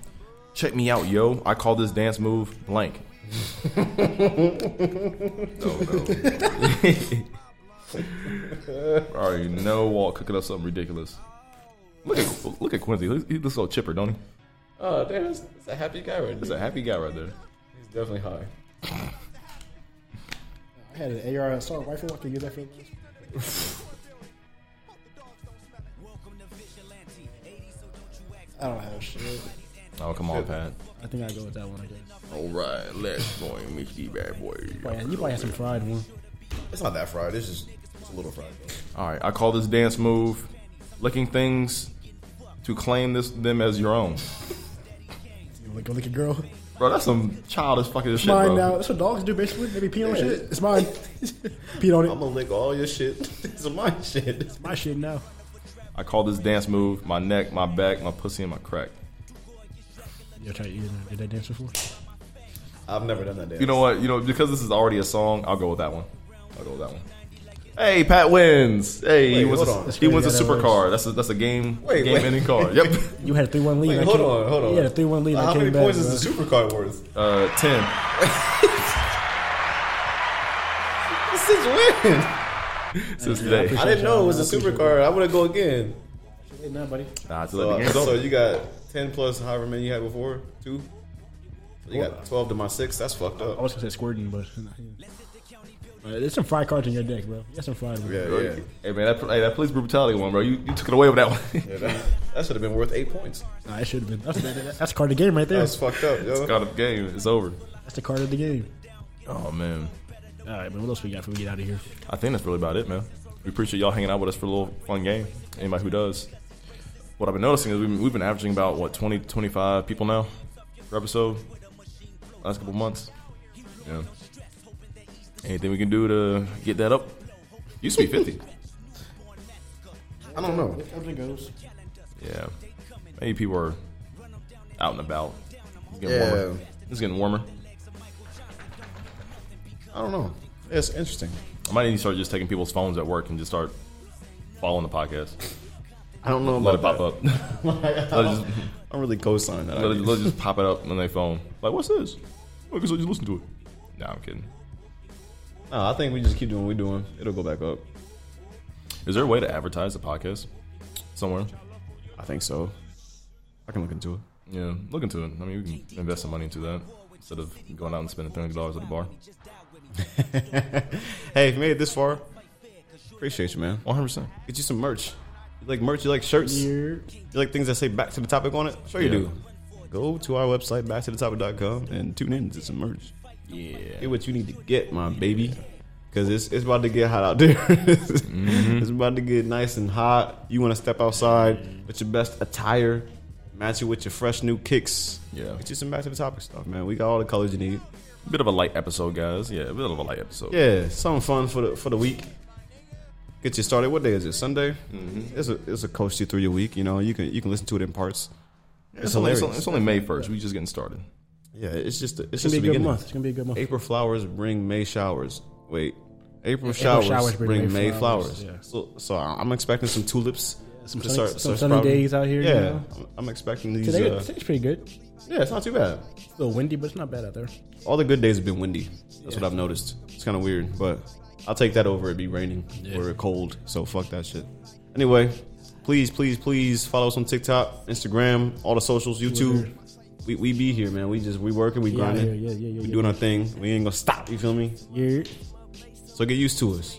Speaker 5: check me out, yo. I call this dance move blank. I already know Walt cooking up something ridiculous. Look at look at Quincy. He he looks so chipper, don't he?
Speaker 1: Oh, damn, that's, that's a happy guy right
Speaker 5: He's
Speaker 1: there.
Speaker 5: a happy guy right there.
Speaker 1: He's definitely high.
Speaker 2: I had an AR assault rifle. I could use that for. I don't have shit.
Speaker 5: Oh come on, Pat.
Speaker 2: I think I go with that one. I guess.
Speaker 5: All right, let's go and meet the bad boy.
Speaker 2: Probably- you probably had some fried one.
Speaker 1: It's not that fried. It's just it's a little fried.
Speaker 5: All right, I call this dance move licking things to claim this them as your own.
Speaker 2: You wanna go lick a girl.
Speaker 5: Bro, that's some childish fucking shit,
Speaker 2: mine
Speaker 5: bro.
Speaker 2: now. That's what dogs do basically. Maybe pee on shit. It's mine. Pee on it.
Speaker 1: I'm gonna lick all your shit. This is my shit. It's
Speaker 2: my shit now.
Speaker 5: I call this dance move my neck, my back, my pussy, and my crack.
Speaker 2: You ever tried you ever did that dance before?
Speaker 1: I've never done that dance.
Speaker 5: You know what? You know because this is already a song. I'll go with that one. I'll go with that one. Hey, Pat wins. Hey,
Speaker 1: Wait,
Speaker 5: he wins.
Speaker 1: hold
Speaker 5: A,
Speaker 1: on.
Speaker 5: he wins a
Speaker 2: That's
Speaker 5: super
Speaker 2: crazy how that
Speaker 5: card. That's a, that's a game
Speaker 1: Wait,
Speaker 5: game
Speaker 1: wait.
Speaker 5: ending card. Yep.
Speaker 2: You had a three one lead.
Speaker 1: Wait,
Speaker 2: I
Speaker 1: hold
Speaker 2: came-
Speaker 1: on, hold on.
Speaker 2: You had a three one lead.
Speaker 1: How
Speaker 2: I
Speaker 1: many
Speaker 2: came back.
Speaker 1: points is the
Speaker 2: bro.
Speaker 1: super card worth?
Speaker 5: Uh, ten.
Speaker 1: This is win.
Speaker 5: Since
Speaker 2: Yeah, I
Speaker 5: today.
Speaker 2: appreciate
Speaker 1: I didn't know it was a
Speaker 2: y'all, man.
Speaker 1: super card. I would to go again.
Speaker 2: Hey, nah, buddy.
Speaker 5: Nah, till
Speaker 1: So,
Speaker 5: the game's
Speaker 1: so
Speaker 5: over.
Speaker 1: you got ten plus however many you had before two. So you got twelve to my six. That's fucked
Speaker 2: I
Speaker 1: up.
Speaker 2: was gonna say squirting, but nah, yeah. Alright, there's some fried cards in your deck, bro. You got some fried ones.
Speaker 1: Yeah, yeah.
Speaker 5: Hey man, that, hey, that police brutality one, bro. You, you took it away with that one.
Speaker 1: Yeah, that, that should have been worth eight points.
Speaker 2: Nah, it should have been. That's, that, that's the card of the game right there.
Speaker 1: That's fucked up, yo.
Speaker 5: Got the game. It's over.
Speaker 2: That's the card of the game.
Speaker 5: Oh man,
Speaker 2: All right, man. What else we got before we get out of here?
Speaker 5: I think that's really about it, man. We appreciate y'all hanging out with us for a little fun game. Anybody who does. What I've been noticing is we've been, we've been averaging about what 20, 25 people now per episode. Last couple months. Yeah. Anything we can do to get that up? Used to be fifty.
Speaker 1: I don't know.
Speaker 2: Everything goes.
Speaker 5: yeah. Maybe people are out and about. It's getting
Speaker 1: Yeah,
Speaker 5: warmer. It's getting warmer.
Speaker 1: I don't know. It's interesting.
Speaker 5: I might need to start just taking people's phones at work and just start following the podcast.
Speaker 1: I don't know
Speaker 5: Let it
Speaker 1: about
Speaker 5: pop up.
Speaker 1: that.
Speaker 5: Let it just,
Speaker 1: I'm really co-signing that.
Speaker 5: let it,
Speaker 1: idea.
Speaker 5: let it just pop it up on their phone. Like, what's this? Oh, I guess I just listen to it. Nah, I'm kidding.
Speaker 1: No, I think we just keep doing what we're doing. It'll go back up.
Speaker 5: Is there a way to advertise the podcast somewhere?
Speaker 1: I think so. I can look into it.
Speaker 5: Yeah, look into it. I mean, we can invest some money into that instead of going out and spending three hundred dollars at the bar.
Speaker 1: hey, if you made it this far, appreciate you, man.
Speaker 5: One hundred percent.
Speaker 1: Get you some merch. You like merch? You like shirts? You like things that say back to the topic on it? Sure you
Speaker 5: Yeah.
Speaker 1: do. Go to our website, back to the topic.com, and tune in to some merch.
Speaker 5: Yeah.
Speaker 1: Get what you need to get, my baby. Cause it's it's about to get hot out there.
Speaker 5: Mm-hmm.
Speaker 1: It's about to get nice and hot. You want to step outside with your best attire, match it with your fresh new kicks.
Speaker 5: Yeah.
Speaker 1: get you some back to the topic stuff, man. We got all the colors you need.
Speaker 5: Bit of a light episode, guys. Yeah, a bit of a light episode.
Speaker 1: Yeah, something fun for the for the week. Get you started. What day is it? Sunday.
Speaker 5: Mm-hmm.
Speaker 1: It's a it's a coach you through your week. You know you can you can listen to it in parts.
Speaker 5: it's, only, it's,
Speaker 1: hilarious.
Speaker 5: only, it's only May first. We just getting started.
Speaker 1: Yeah, it's just a, it's,
Speaker 2: It's
Speaker 1: just
Speaker 2: gonna
Speaker 1: the
Speaker 2: be a good
Speaker 1: beginning.
Speaker 2: month. It's gonna be a good month.
Speaker 1: April flowers bring May showers. Wait, April,
Speaker 2: April
Speaker 1: showers, bring, May, flowers.
Speaker 2: yeah.
Speaker 1: So so I'm expecting some tulips.
Speaker 2: Some
Speaker 1: to
Speaker 2: sunny-
Speaker 1: start-
Speaker 2: some
Speaker 1: start
Speaker 2: sunny
Speaker 1: sprouting.
Speaker 2: days out here, you
Speaker 1: Yeah,
Speaker 2: know?
Speaker 1: I'm- I'm expecting these.
Speaker 2: Today,
Speaker 1: uh,
Speaker 2: today's pretty good.
Speaker 1: yeah, it's not too bad.
Speaker 2: It's a little windy, but it's not bad out there.
Speaker 1: All the good days have been windy. That's what I've noticed. It's kind of weird, but I'll take that over it be raining or cold. So fuck that shit. Anyway, please, please, please follow us on TikTok, Instagram, all the socials, YouTube. We, we be here, man. We just we working, we
Speaker 2: Yeah, out
Speaker 1: grinding,
Speaker 2: here. Yeah, yeah, yeah,
Speaker 1: we
Speaker 2: yeah,
Speaker 1: doing our thing. We ain't gonna stop. You feel me?
Speaker 2: Yeah.
Speaker 1: So get used to us.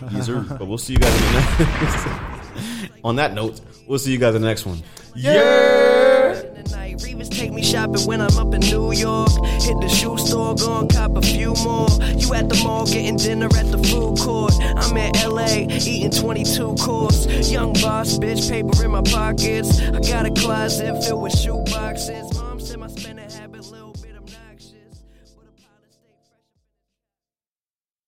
Speaker 1: But we'll see you guys in the next. on that note, we'll see you guys in the next one.
Speaker 12: Tonight, Revis take me shopping when I'm up in New York. Hit the shoe store, go and cop a few more. You
Speaker 13: You at the mall getting dinner at the food court. I'm in LA eating 22 course. Young boss bitch, paper in my pockets. I got a closet filled with shoe boxes.